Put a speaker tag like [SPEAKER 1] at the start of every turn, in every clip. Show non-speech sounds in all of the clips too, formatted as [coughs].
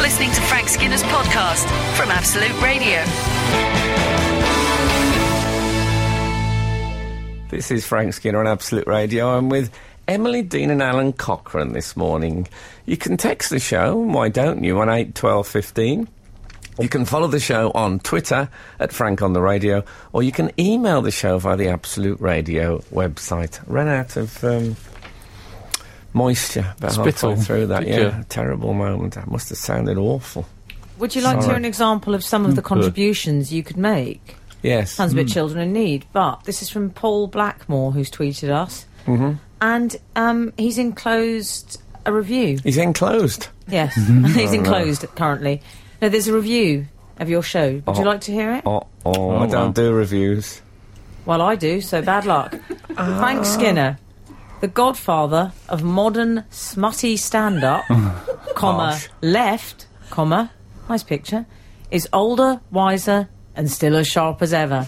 [SPEAKER 1] listening to Frank Skinner's podcast from Absolute Radio.
[SPEAKER 2] This is Frank Skinner on Absolute Radio. I'm with Emily Dean and Alan Cochrane this morning. You can text the show, why don't you, on 8 12 15. You can follow the show on Twitter at Frank on the Radio, or you can email the show via the Absolute Radio website. Ran out of um, moisture about
[SPEAKER 3] Spittle,
[SPEAKER 2] halfway through that.
[SPEAKER 3] did
[SPEAKER 2] Yeah,
[SPEAKER 3] you?
[SPEAKER 2] terrible moment. That must have sounded awful.
[SPEAKER 4] Would you like to
[SPEAKER 2] Sorry.
[SPEAKER 4] hear an example of some of the contributions you could make?
[SPEAKER 2] Yes.
[SPEAKER 4] Sounds a bit children in need, but this is from Paul Blackmore, who's tweeted us. Mm-hmm. And um, he's enclosed a review.
[SPEAKER 2] He's enclosed.
[SPEAKER 4] Yes,
[SPEAKER 2] Mm-hmm.
[SPEAKER 4] [laughs] he's enclosed currently. No, there's a review of your show. Would
[SPEAKER 2] Oh.
[SPEAKER 4] you like to hear it?
[SPEAKER 2] Oh, oh, I
[SPEAKER 3] wow.
[SPEAKER 2] don't do reviews.
[SPEAKER 4] Well, I do, so bad luck.
[SPEAKER 2] Ah.
[SPEAKER 4] Frank Skinner, the godfather of modern smutty
[SPEAKER 2] [laughs]
[SPEAKER 4] stand up,
[SPEAKER 2] Oh,
[SPEAKER 4] comma,
[SPEAKER 2] Harsh.
[SPEAKER 4] left, comma, nice picture, is older, wiser, and still as sharp
[SPEAKER 2] [laughs]
[SPEAKER 4] as ever.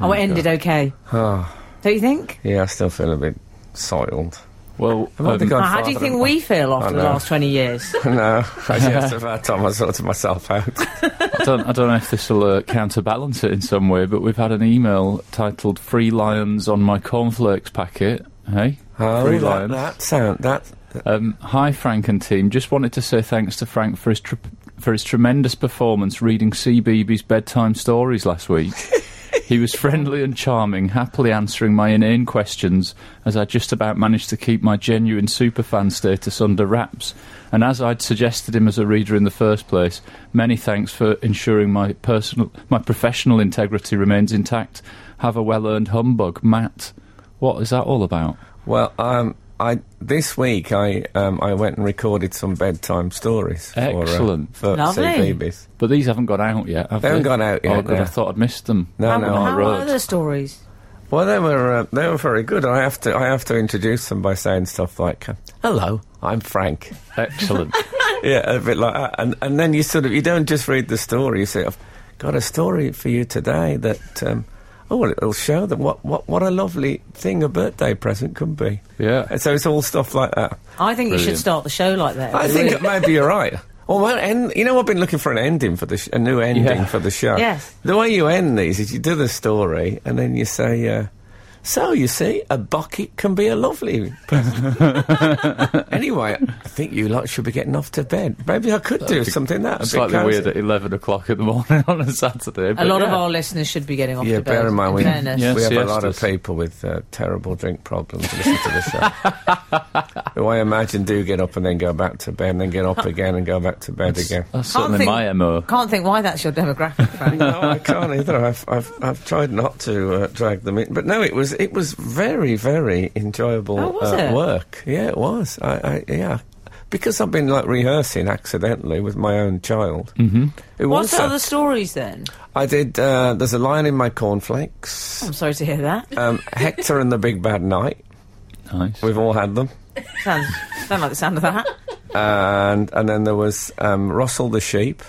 [SPEAKER 4] Oh, it ended okay.
[SPEAKER 2] Ah.
[SPEAKER 4] Don't you think?
[SPEAKER 2] Yeah, I still feel a bit soiled.
[SPEAKER 3] Well,
[SPEAKER 2] I'm not the
[SPEAKER 3] um,
[SPEAKER 2] guy-
[SPEAKER 4] Now, Ah, how do you
[SPEAKER 2] Godfather
[SPEAKER 4] think
[SPEAKER 2] of-
[SPEAKER 4] we feel after the
[SPEAKER 2] know.
[SPEAKER 4] last 20 years?
[SPEAKER 2] [laughs] no, I just about time I sorted myself out.
[SPEAKER 3] I don't, I don't know if this will uh, counterbalance it in some way, but we've had an email titled Free Lions on my cornflakes packet. Hey? Free
[SPEAKER 2] that,
[SPEAKER 3] Lions.
[SPEAKER 2] that sound that
[SPEAKER 3] Um, hi, Frank and team. Just wanted to say thanks to Frank for his, tr- for his tremendous performance reading CBeebies bedtime stories last week. he was friendly and charming, happily answering my inane questions as I just about managed to keep my genuine superfan status under wraps. And as I'd suggested him as a reader in the first place, many thanks for ensuring my personal, my professional integrity remains intact. Have a well-earned humbug, Matt. What is that all about?
[SPEAKER 2] well, um, I this week I um, I went and recorded some bedtime stories.
[SPEAKER 3] Excellent.
[SPEAKER 2] For, uh, for
[SPEAKER 4] Lovely.
[SPEAKER 2] CBeebs.
[SPEAKER 3] But these haven't ggot out yet. Have
[SPEAKER 2] They haven't gone out yet,
[SPEAKER 3] Oh, good.
[SPEAKER 2] no.
[SPEAKER 3] I thought I'd missed them.
[SPEAKER 2] No,
[SPEAKER 4] how
[SPEAKER 2] no, I
[SPEAKER 4] how are
[SPEAKER 3] wrote.
[SPEAKER 4] the stories?
[SPEAKER 2] Well, they were uh, they were very good. I have to I have to introduce them by saying stuff like, uh, "Hello, I'm Frank."
[SPEAKER 3] [laughs] Excellent.
[SPEAKER 2] yeah, [laughs] a bit like that. And, and then you sort of, you don't just read the story, you say, I've got a story for you today that, um, oh, well, it'll show them what, what, what a lovely thing a birthday present can be.
[SPEAKER 3] Yeah.
[SPEAKER 2] And so it's all stuff like that.
[SPEAKER 4] I think you
[SPEAKER 3] Brilliant.
[SPEAKER 4] should start the show like that.
[SPEAKER 2] I
[SPEAKER 4] every
[SPEAKER 2] think
[SPEAKER 4] week.
[SPEAKER 2] maybe you're right. Or well, end, you know, I've been looking for an ending for the sh- a new ending
[SPEAKER 3] Yeah.
[SPEAKER 2] for the show.
[SPEAKER 4] Yes.
[SPEAKER 2] The way you end these is you do the story and then you say, uh, "So you see, a bucket can be a lovely."
[SPEAKER 3] [laughs]
[SPEAKER 2] present." anyway, I think you lot should be getting off to bed. Maybe I could do something that a
[SPEAKER 3] Slightly
[SPEAKER 2] bit cozy.
[SPEAKER 3] weird at 11 o'clock in the morning [laughs] on a Saturday.
[SPEAKER 4] a
[SPEAKER 3] but
[SPEAKER 4] lot of
[SPEAKER 3] yeah.
[SPEAKER 4] our listeners should be getting off
[SPEAKER 2] Yeah,
[SPEAKER 4] to bed.
[SPEAKER 2] bear in mind we,
[SPEAKER 4] fairness.
[SPEAKER 3] Yeah,
[SPEAKER 2] we have a lot of
[SPEAKER 3] siestas.
[SPEAKER 2] people with uh, terrible drink problems who listen to the show.
[SPEAKER 3] [laughs]
[SPEAKER 2] who I imagine do get up and then go back to bed and then get up again and go back to bed again.
[SPEAKER 3] That's
[SPEAKER 4] Can't
[SPEAKER 3] certainly
[SPEAKER 4] think-
[SPEAKER 3] my MO.
[SPEAKER 4] Can't think why that's your demographic, Frank.
[SPEAKER 2] no, I can't either. I've, I've, I've tried not to uh, drag them in, but no, it was it was very very enjoyable
[SPEAKER 4] Oh, was
[SPEAKER 2] uh,
[SPEAKER 4] it?
[SPEAKER 2] work. Yeah, it was. I, I yeah, because I've been like rehearsing accidentally with my own child. Mm-hmm. Who
[SPEAKER 4] What's
[SPEAKER 2] also,
[SPEAKER 4] other stories then?
[SPEAKER 2] I did. Uh, There's a lion in my cornflakes.
[SPEAKER 4] I'm sorry to hear that.
[SPEAKER 2] Um, Hector and the Big Bad Knight.
[SPEAKER 3] Nice.
[SPEAKER 2] We've all had them.
[SPEAKER 4] Sounds sound like the sound of that.
[SPEAKER 2] And and then there was um, Russell the sheep.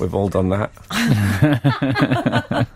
[SPEAKER 2] We've all done
[SPEAKER 4] [laughs]
[SPEAKER 2] that.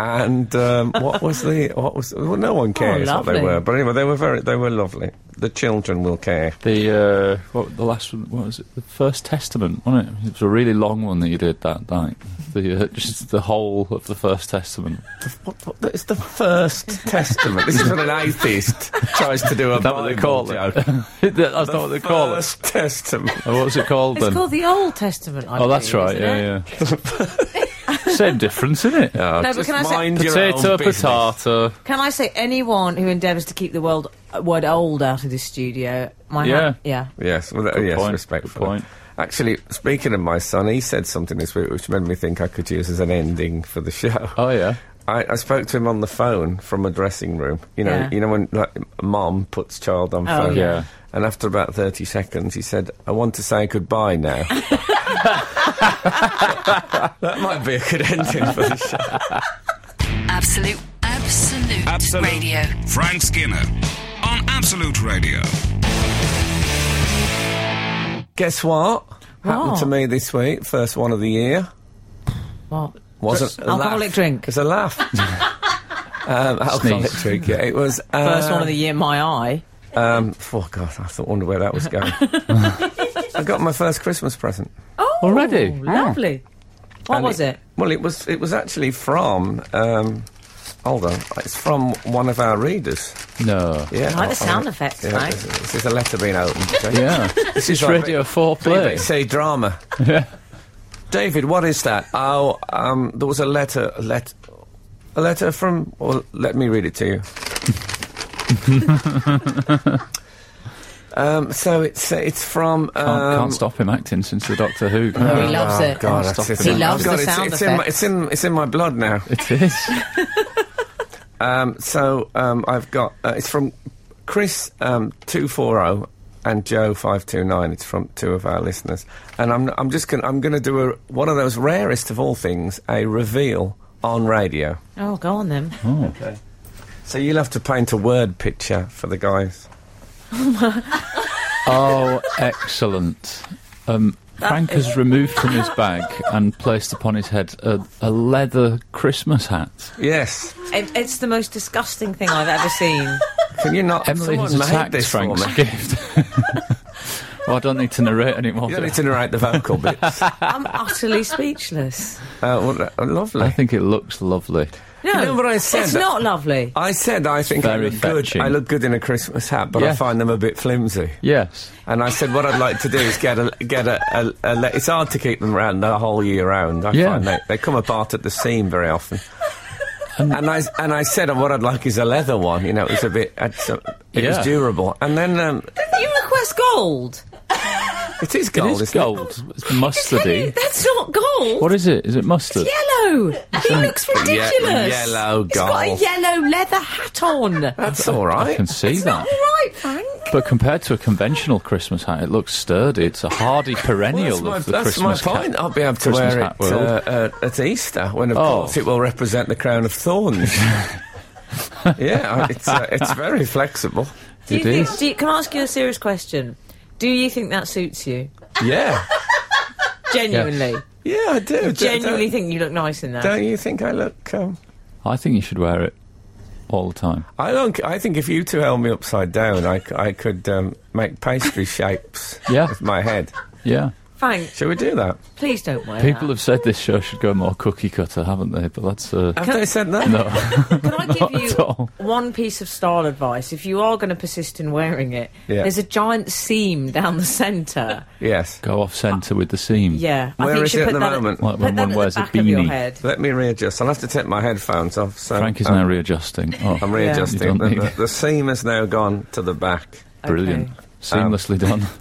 [SPEAKER 2] and um, what was the what was well, no one cares what they
[SPEAKER 4] Oh, lovely.
[SPEAKER 2] were, but anyway, they were very they were lovely. The children will care.
[SPEAKER 3] The, uh, what, the last one, what was it? The First Testament, wasn't it? It was a really long one that you did that night. The, uh, [laughs] just the whole of the First Testament.
[SPEAKER 2] What, what, it's the first testament.
[SPEAKER 3] [laughs]
[SPEAKER 2] This is what an atheist tries to do. A
[SPEAKER 3] That what they
[SPEAKER 2] Bible
[SPEAKER 3] call it.
[SPEAKER 2] joke.
[SPEAKER 3] [laughs] That's not what they call it.
[SPEAKER 2] First testament.
[SPEAKER 3] Oh, what was it called
[SPEAKER 4] It's
[SPEAKER 3] then?
[SPEAKER 4] called the Old Testament. I
[SPEAKER 3] oh, that's right.
[SPEAKER 4] believe, isn't it?
[SPEAKER 3] Yeah,
[SPEAKER 2] [laughs]
[SPEAKER 3] yeah. Same difference, isn't it?
[SPEAKER 2] Uh,
[SPEAKER 4] but
[SPEAKER 2] just
[SPEAKER 4] can I say-
[SPEAKER 2] mind your own
[SPEAKER 3] Potato,
[SPEAKER 2] business.
[SPEAKER 3] potato.
[SPEAKER 4] Can I say anyone who endeavours to keep the world uh, word old out of this studio? My
[SPEAKER 3] Yeah.
[SPEAKER 4] hand- yeah.
[SPEAKER 2] Yes, well, yes,
[SPEAKER 3] point,
[SPEAKER 2] respectful.
[SPEAKER 3] good point.
[SPEAKER 2] Actually, speaking of my son, he said something this week which made me think I could use as an ending for the show.
[SPEAKER 3] Oh, yeah.
[SPEAKER 2] I, I spoke to him on the phone from a dressing room. You know,
[SPEAKER 4] Yeah.
[SPEAKER 2] you know when like, mom puts child on
[SPEAKER 4] Oh,
[SPEAKER 2] phone.
[SPEAKER 4] yeah.
[SPEAKER 3] Yeah.
[SPEAKER 2] And after about thirty seconds, he said, "I want to say goodbye
[SPEAKER 4] [laughs]
[SPEAKER 2] now." that might be a good ending for the show.
[SPEAKER 1] Absolute, absolute,
[SPEAKER 5] Absolute.
[SPEAKER 1] radio.
[SPEAKER 5] Frank Skinner on Absolute Radio.
[SPEAKER 2] Guess what, happened
[SPEAKER 4] What?
[SPEAKER 2] to me this week? First one of the year.
[SPEAKER 4] What?
[SPEAKER 2] wasn't a
[SPEAKER 4] Alcoholic
[SPEAKER 2] laugh.
[SPEAKER 4] drink.
[SPEAKER 2] It was a
[SPEAKER 4] [laughs]
[SPEAKER 2] laugh. um, alcoholic
[SPEAKER 3] Sneeze.
[SPEAKER 2] drink. Yeah, it was uh,
[SPEAKER 4] First one of the year, my eye. [laughs]
[SPEAKER 2] Um, oh God, I thought wonder where that was going. I got my first Christmas present.
[SPEAKER 4] Oh,
[SPEAKER 3] Already?
[SPEAKER 4] Lovely. What
[SPEAKER 2] And
[SPEAKER 4] was it?
[SPEAKER 2] Well, it was it was actually from. Um, hold on, it's from one of our readers.
[SPEAKER 3] No.
[SPEAKER 2] Yeah,
[SPEAKER 4] I like the
[SPEAKER 2] I'll-
[SPEAKER 4] sound
[SPEAKER 2] I'll-
[SPEAKER 4] effects,
[SPEAKER 2] Yeah,
[SPEAKER 4] mate.
[SPEAKER 2] this, is- this is a letter being
[SPEAKER 4] [laughs]
[SPEAKER 2] opened. okay?
[SPEAKER 3] Yeah. this is
[SPEAKER 2] like
[SPEAKER 3] Radio 4 Play.
[SPEAKER 2] BBC drama. David, what is that? Oh, um, there was a letter, a let, a letter from. Well, let me read it to you.
[SPEAKER 3] [laughs]
[SPEAKER 2] um, so it's uh, it's from. Um,
[SPEAKER 3] Can't, can't stop him acting since the Doctor Who.
[SPEAKER 4] He loves
[SPEAKER 2] oh,
[SPEAKER 4] it.
[SPEAKER 2] God,
[SPEAKER 3] Can't
[SPEAKER 2] that's
[SPEAKER 3] stop
[SPEAKER 2] it.
[SPEAKER 3] him.
[SPEAKER 4] He loves
[SPEAKER 2] God,
[SPEAKER 4] the
[SPEAKER 2] it's,
[SPEAKER 4] sound
[SPEAKER 2] it's in my,
[SPEAKER 4] effects.
[SPEAKER 2] it's in it's in my blood now.
[SPEAKER 3] It is.
[SPEAKER 2] Um, so um, I've got uh, it's from Chris um, two four zero and Joe five two nine. It's from two of our listeners, and I'm I'm just gonna I'm gonna do a, one of those rarest of all things a reveal on radio.
[SPEAKER 4] Oh, go on then.
[SPEAKER 2] So you'll have to paint a word picture for the guys.
[SPEAKER 3] Oh, excellent. Um, Frank has removed from his bag and placed upon his head a, a leather Christmas hat.
[SPEAKER 2] Yes,
[SPEAKER 4] It, it's the most disgusting thing I've ever seen.
[SPEAKER 2] can you not?
[SPEAKER 3] Emily
[SPEAKER 2] someone
[SPEAKER 3] has
[SPEAKER 2] made
[SPEAKER 3] attacked
[SPEAKER 2] this for
[SPEAKER 3] Frank's
[SPEAKER 2] me.
[SPEAKER 3] gift. [laughs] well, I don't need to narrate anymore.
[SPEAKER 2] You
[SPEAKER 3] do
[SPEAKER 2] don't
[SPEAKER 3] I?
[SPEAKER 2] need to narrate the vocal
[SPEAKER 3] [laughs]
[SPEAKER 2] bits. Uh,
[SPEAKER 4] I'm utterly speechless.
[SPEAKER 2] well, uh,
[SPEAKER 3] I
[SPEAKER 2] lovely.
[SPEAKER 3] think it looks lovely.
[SPEAKER 4] No,
[SPEAKER 2] know what I said?
[SPEAKER 4] It's not lovely.
[SPEAKER 2] I said I think I
[SPEAKER 3] very
[SPEAKER 2] look good.
[SPEAKER 3] fetching.
[SPEAKER 2] I look good in a Christmas hat, but I
[SPEAKER 3] Yes.
[SPEAKER 2] find them a bit flimsy.
[SPEAKER 3] Yes.
[SPEAKER 2] And I said, what I'd like to do is get a get a. a, a le- it's hard to keep them round the whole year round. I
[SPEAKER 3] Yeah.
[SPEAKER 2] find they, they come apart at the seam very often. and I s- and I said, what I'd like is a leather one. You know, it was a bit. It's a, it was
[SPEAKER 3] Yeah.
[SPEAKER 2] durable. And then um,
[SPEAKER 4] You request gold.
[SPEAKER 2] it is gold.
[SPEAKER 3] it is
[SPEAKER 2] isn't
[SPEAKER 3] gold. It's mustardy.
[SPEAKER 4] That's not gold.
[SPEAKER 3] What is it? Is it mustard?
[SPEAKER 4] Yellow. He looks ridiculous.
[SPEAKER 2] yellow
[SPEAKER 4] He's got a
[SPEAKER 2] gold.
[SPEAKER 4] yellow leather hat [laughs] on. All
[SPEAKER 2] That's all
[SPEAKER 3] I
[SPEAKER 2] right.
[SPEAKER 3] can see that.
[SPEAKER 4] right, Frank.
[SPEAKER 3] But compared to a conventional Christmas hat, it looks sturdy. It's a
[SPEAKER 2] [laughs]
[SPEAKER 3] hardy
[SPEAKER 2] Well,
[SPEAKER 3] perennial
[SPEAKER 2] that's my,
[SPEAKER 3] of the
[SPEAKER 2] that's my
[SPEAKER 3] Christmas ca-
[SPEAKER 2] point. I'll be able to
[SPEAKER 3] Christmas
[SPEAKER 2] wear
[SPEAKER 3] hat
[SPEAKER 2] it uh,
[SPEAKER 3] world.
[SPEAKER 2] uh, at Easter when, of
[SPEAKER 3] Oh.
[SPEAKER 2] course, it will represent the crown of
[SPEAKER 3] [laughs]
[SPEAKER 2] thorns. yeah, I- it's uh, it's very flexible.
[SPEAKER 4] Do you
[SPEAKER 3] It
[SPEAKER 4] think,
[SPEAKER 3] is.
[SPEAKER 4] do you, can I ask you a serious question? Do you think that suits you?
[SPEAKER 2] Yeah,
[SPEAKER 4] Genuinely.
[SPEAKER 2] yeah, I do. Don't-
[SPEAKER 4] Genuinely
[SPEAKER 2] don't,
[SPEAKER 4] think you look nice in that.
[SPEAKER 2] don't you think I look? Um,
[SPEAKER 3] I think you should wear it all the time.
[SPEAKER 2] I don't. I think if you two held me upside down, I, c- I could um, make
[SPEAKER 3] [laughs]
[SPEAKER 2] pastry shapes
[SPEAKER 3] Yeah.
[SPEAKER 2] with my head.
[SPEAKER 3] Yeah.
[SPEAKER 4] Frank,
[SPEAKER 2] Shall we do that?
[SPEAKER 4] please don't wear
[SPEAKER 3] People
[SPEAKER 4] that.
[SPEAKER 3] have said this show should go more cookie cutter, haven't they? But that's uh,
[SPEAKER 2] Have they said that? [laughs]
[SPEAKER 3] no.
[SPEAKER 4] Can I give
[SPEAKER 3] at
[SPEAKER 4] you
[SPEAKER 3] all.
[SPEAKER 4] one piece of style advice? If you are going to persist in wearing it,
[SPEAKER 2] Yeah.
[SPEAKER 4] there's a giant seam down the centre.
[SPEAKER 2] Yes.
[SPEAKER 3] go off centre with the seam.
[SPEAKER 4] Yeah. I
[SPEAKER 2] Where
[SPEAKER 4] think you
[SPEAKER 2] is
[SPEAKER 4] should
[SPEAKER 2] it at
[SPEAKER 4] put
[SPEAKER 2] the
[SPEAKER 4] that
[SPEAKER 2] moment?
[SPEAKER 3] Like
[SPEAKER 4] Put
[SPEAKER 3] when
[SPEAKER 4] that
[SPEAKER 3] one
[SPEAKER 4] at
[SPEAKER 3] wears
[SPEAKER 4] the
[SPEAKER 3] a
[SPEAKER 4] back of your
[SPEAKER 3] beanie.
[SPEAKER 4] head.
[SPEAKER 2] Let me readjust. I'll have to take my headphones off. So
[SPEAKER 3] Frank is
[SPEAKER 2] um,
[SPEAKER 3] now readjusting. Oh,
[SPEAKER 2] I'm
[SPEAKER 3] You
[SPEAKER 2] readjusting.
[SPEAKER 3] don't
[SPEAKER 2] The,
[SPEAKER 3] need-
[SPEAKER 2] the, the seam has now gone to the back.
[SPEAKER 3] brilliant.
[SPEAKER 4] Okay.
[SPEAKER 3] Seamlessly done.
[SPEAKER 2] Um,
[SPEAKER 3] [laughs]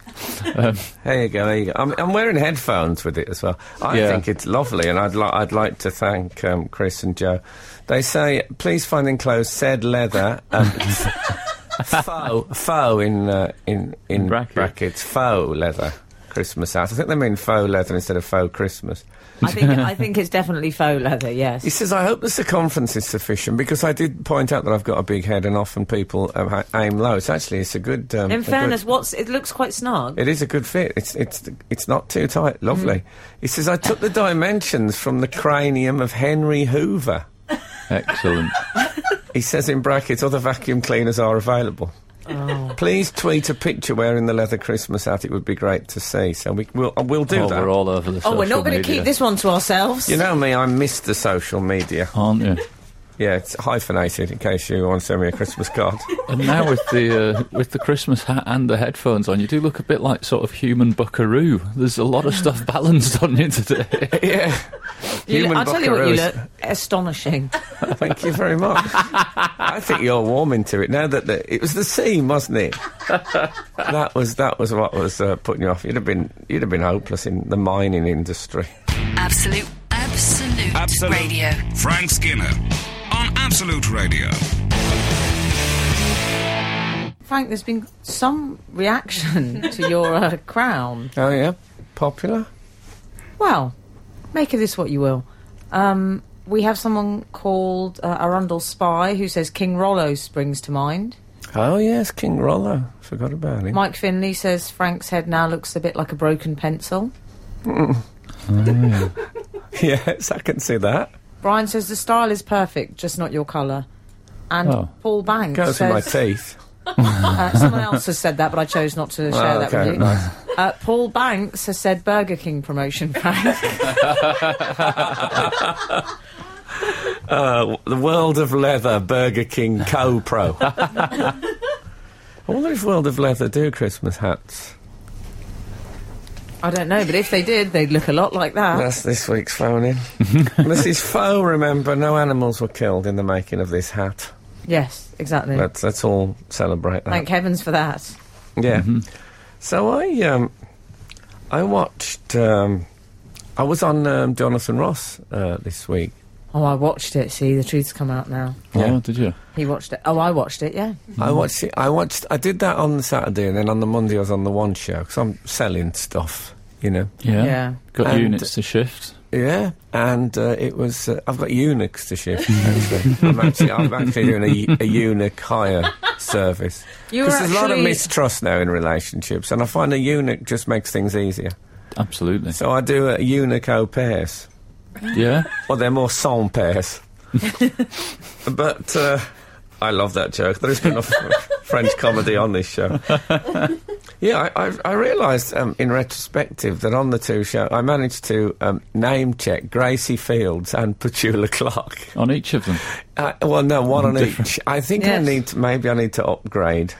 [SPEAKER 3] Um,
[SPEAKER 2] There you go. There you go. I'm, I'm wearing headphones with it as well. I
[SPEAKER 3] Yeah.
[SPEAKER 2] think it's lovely, and I'd, li- I'd like to thank um, Chris and Joe. They say, please find enclosed said leather. Um,
[SPEAKER 3] [laughs]
[SPEAKER 2] faux, faux in, uh, in, in
[SPEAKER 3] Brackets.
[SPEAKER 2] brackets, faux leather Christmas hat. I think they mean faux leather instead of faux Christmas.
[SPEAKER 4] I think I think it's definitely faux leather. Yes.
[SPEAKER 2] He says, I hope the circumference is sufficient because I did point out that I've got a big head and often people um, ha- aim low. It's actually, it's a good. Um,
[SPEAKER 4] In
[SPEAKER 2] a good-
[SPEAKER 4] fairness, what's it looks quite snug.
[SPEAKER 2] It is a good fit. It's it's it's not too tight. Lovely.
[SPEAKER 4] Mm.
[SPEAKER 2] He says I took the dimensions from the cranium of Henry Hoover.
[SPEAKER 3] Excellent.
[SPEAKER 2] He says in brackets other vacuum cleaners are available.
[SPEAKER 4] Oh.
[SPEAKER 2] Please tweet a picture wearing the leather Christmas hat. It would be great to see. So we will we'll [laughs] do
[SPEAKER 3] oh,
[SPEAKER 2] that.
[SPEAKER 3] we're all over the
[SPEAKER 4] oh,
[SPEAKER 3] social
[SPEAKER 4] we're not going to
[SPEAKER 3] media,
[SPEAKER 4] keep this one to ourselves.
[SPEAKER 2] you know me, I miss the social media.
[SPEAKER 3] aren't you?
[SPEAKER 2] Yeah, it's hyphenated in case you want to send me a Christmas card.
[SPEAKER 4] [laughs]
[SPEAKER 3] And now with the uh, with the Christmas hat and the headphones on, you do look a bit like sort of human buckaroo. There's a lot of [laughs] stuff balanced on you today.
[SPEAKER 2] yeah.
[SPEAKER 4] You look-
[SPEAKER 2] Human
[SPEAKER 4] I'll tell you what, you
[SPEAKER 2] buckaroos.
[SPEAKER 4] look astonishing.
[SPEAKER 2] Thank you very much. I think you're warming to it now that the, it was the seam, wasn't it? that was that was what was uh, putting you off. You'd have been you'd have been hopeless in the mining industry.
[SPEAKER 1] Absolute, absolute,
[SPEAKER 5] Absolute.
[SPEAKER 1] radio.
[SPEAKER 5] Frank Skinner on Absolute Radio.
[SPEAKER 4] [laughs] Frank, there's been some [laughs] reaction to your uh, crown.
[SPEAKER 2] Oh yeah, popular.
[SPEAKER 4] Well, make of this what you will. Um, we have someone called uh, Arundel Spy who says King Rollo springs to mind.
[SPEAKER 2] Oh yes, King Rollo. Forgot about him.
[SPEAKER 4] Mike Finley says Frank's head now looks a bit like a broken pencil.
[SPEAKER 2] [laughs] yes, I can see that.
[SPEAKER 4] Brian says the style is perfect, just not your colour. And
[SPEAKER 3] Oh.
[SPEAKER 4] Paul Banks
[SPEAKER 2] Goes with my
[SPEAKER 4] says
[SPEAKER 2] teeth.
[SPEAKER 4] uh, someone else has said that, but I chose not to share
[SPEAKER 2] Oh,
[SPEAKER 4] that
[SPEAKER 2] okay,
[SPEAKER 4] with you.
[SPEAKER 2] nice.
[SPEAKER 4] Uh, Paul Banks has said Burger King promotion, [laughs] Frank.
[SPEAKER 2] Uh, the World of Leather Burger King [laughs] Co Pro. I wonder if World of Leather do Christmas hats.
[SPEAKER 4] I don't know, but if they did, they'd look a lot like that.
[SPEAKER 2] That's this week's phone in. this is faux, remember. No animals were killed in the making of this hat.
[SPEAKER 4] Yes, exactly.
[SPEAKER 2] Let's, let's all celebrate that.
[SPEAKER 4] Thank heavens for that.
[SPEAKER 2] Yeah. So I um, I watched. Um, I was on um, Jonathan Ross uh, this week.
[SPEAKER 4] Oh, I watched it. See, the truth's come out now.
[SPEAKER 2] Yeah.
[SPEAKER 3] Oh, did you?
[SPEAKER 4] He watched it. Oh, I watched it. Yeah.
[SPEAKER 2] I watched. It, I watched. I did that on the Saturday, and then on the Monday I was on the One Show because I'm selling stuff. You know.
[SPEAKER 3] Yeah.
[SPEAKER 4] Yeah.
[SPEAKER 3] Got
[SPEAKER 2] And-
[SPEAKER 3] units to shift.
[SPEAKER 2] Yeah. And uh, it was. Uh, I've got Unix to shift. actually. I'm actually. I'm actually doing a, a eunuch hire service.
[SPEAKER 4] You
[SPEAKER 2] 'Cause
[SPEAKER 4] were
[SPEAKER 2] there's a lot of
[SPEAKER 4] actually-
[SPEAKER 2] mistrust now in relationships, and I find a eunuch just makes things easier.
[SPEAKER 3] Absolutely.
[SPEAKER 2] So I do a eunuch au pairs.
[SPEAKER 3] Yeah.
[SPEAKER 2] Well, they're more sans pairs. but uh, I love that joke. There has been enough French comedy on this show. yeah, I, I, I realised um, in retrospective that on the two show, I managed to um, name check Gracie Fields and Petula Clark.
[SPEAKER 3] On
[SPEAKER 2] [laughs]
[SPEAKER 3] each of them.
[SPEAKER 2] Uh, well, no, one on
[SPEAKER 3] Different.
[SPEAKER 2] each. I think I
[SPEAKER 4] Yes.
[SPEAKER 2] need to, maybe I need to upgrade.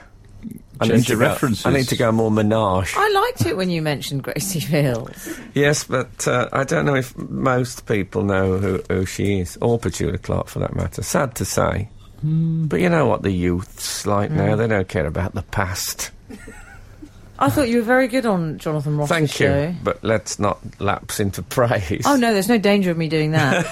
[SPEAKER 2] I
[SPEAKER 3] Change
[SPEAKER 2] need to
[SPEAKER 3] the
[SPEAKER 2] go-
[SPEAKER 3] references.
[SPEAKER 2] I need to go more menage.
[SPEAKER 4] I liked it when you mentioned Gracie Fields.
[SPEAKER 2] Yes, but uh, I don't know if most people know who, who she is, or Petula Clark for that matter. Sad to say.
[SPEAKER 4] Hmm.
[SPEAKER 2] But you know what the youth's like now, they don't care about the past.
[SPEAKER 4] I thought you were very good on Jonathan Ross's
[SPEAKER 2] Thank you.
[SPEAKER 4] show.
[SPEAKER 2] But let's not lapse into praise.
[SPEAKER 4] Oh no, there's no danger of me doing
[SPEAKER 2] [laughs]
[SPEAKER 4] that.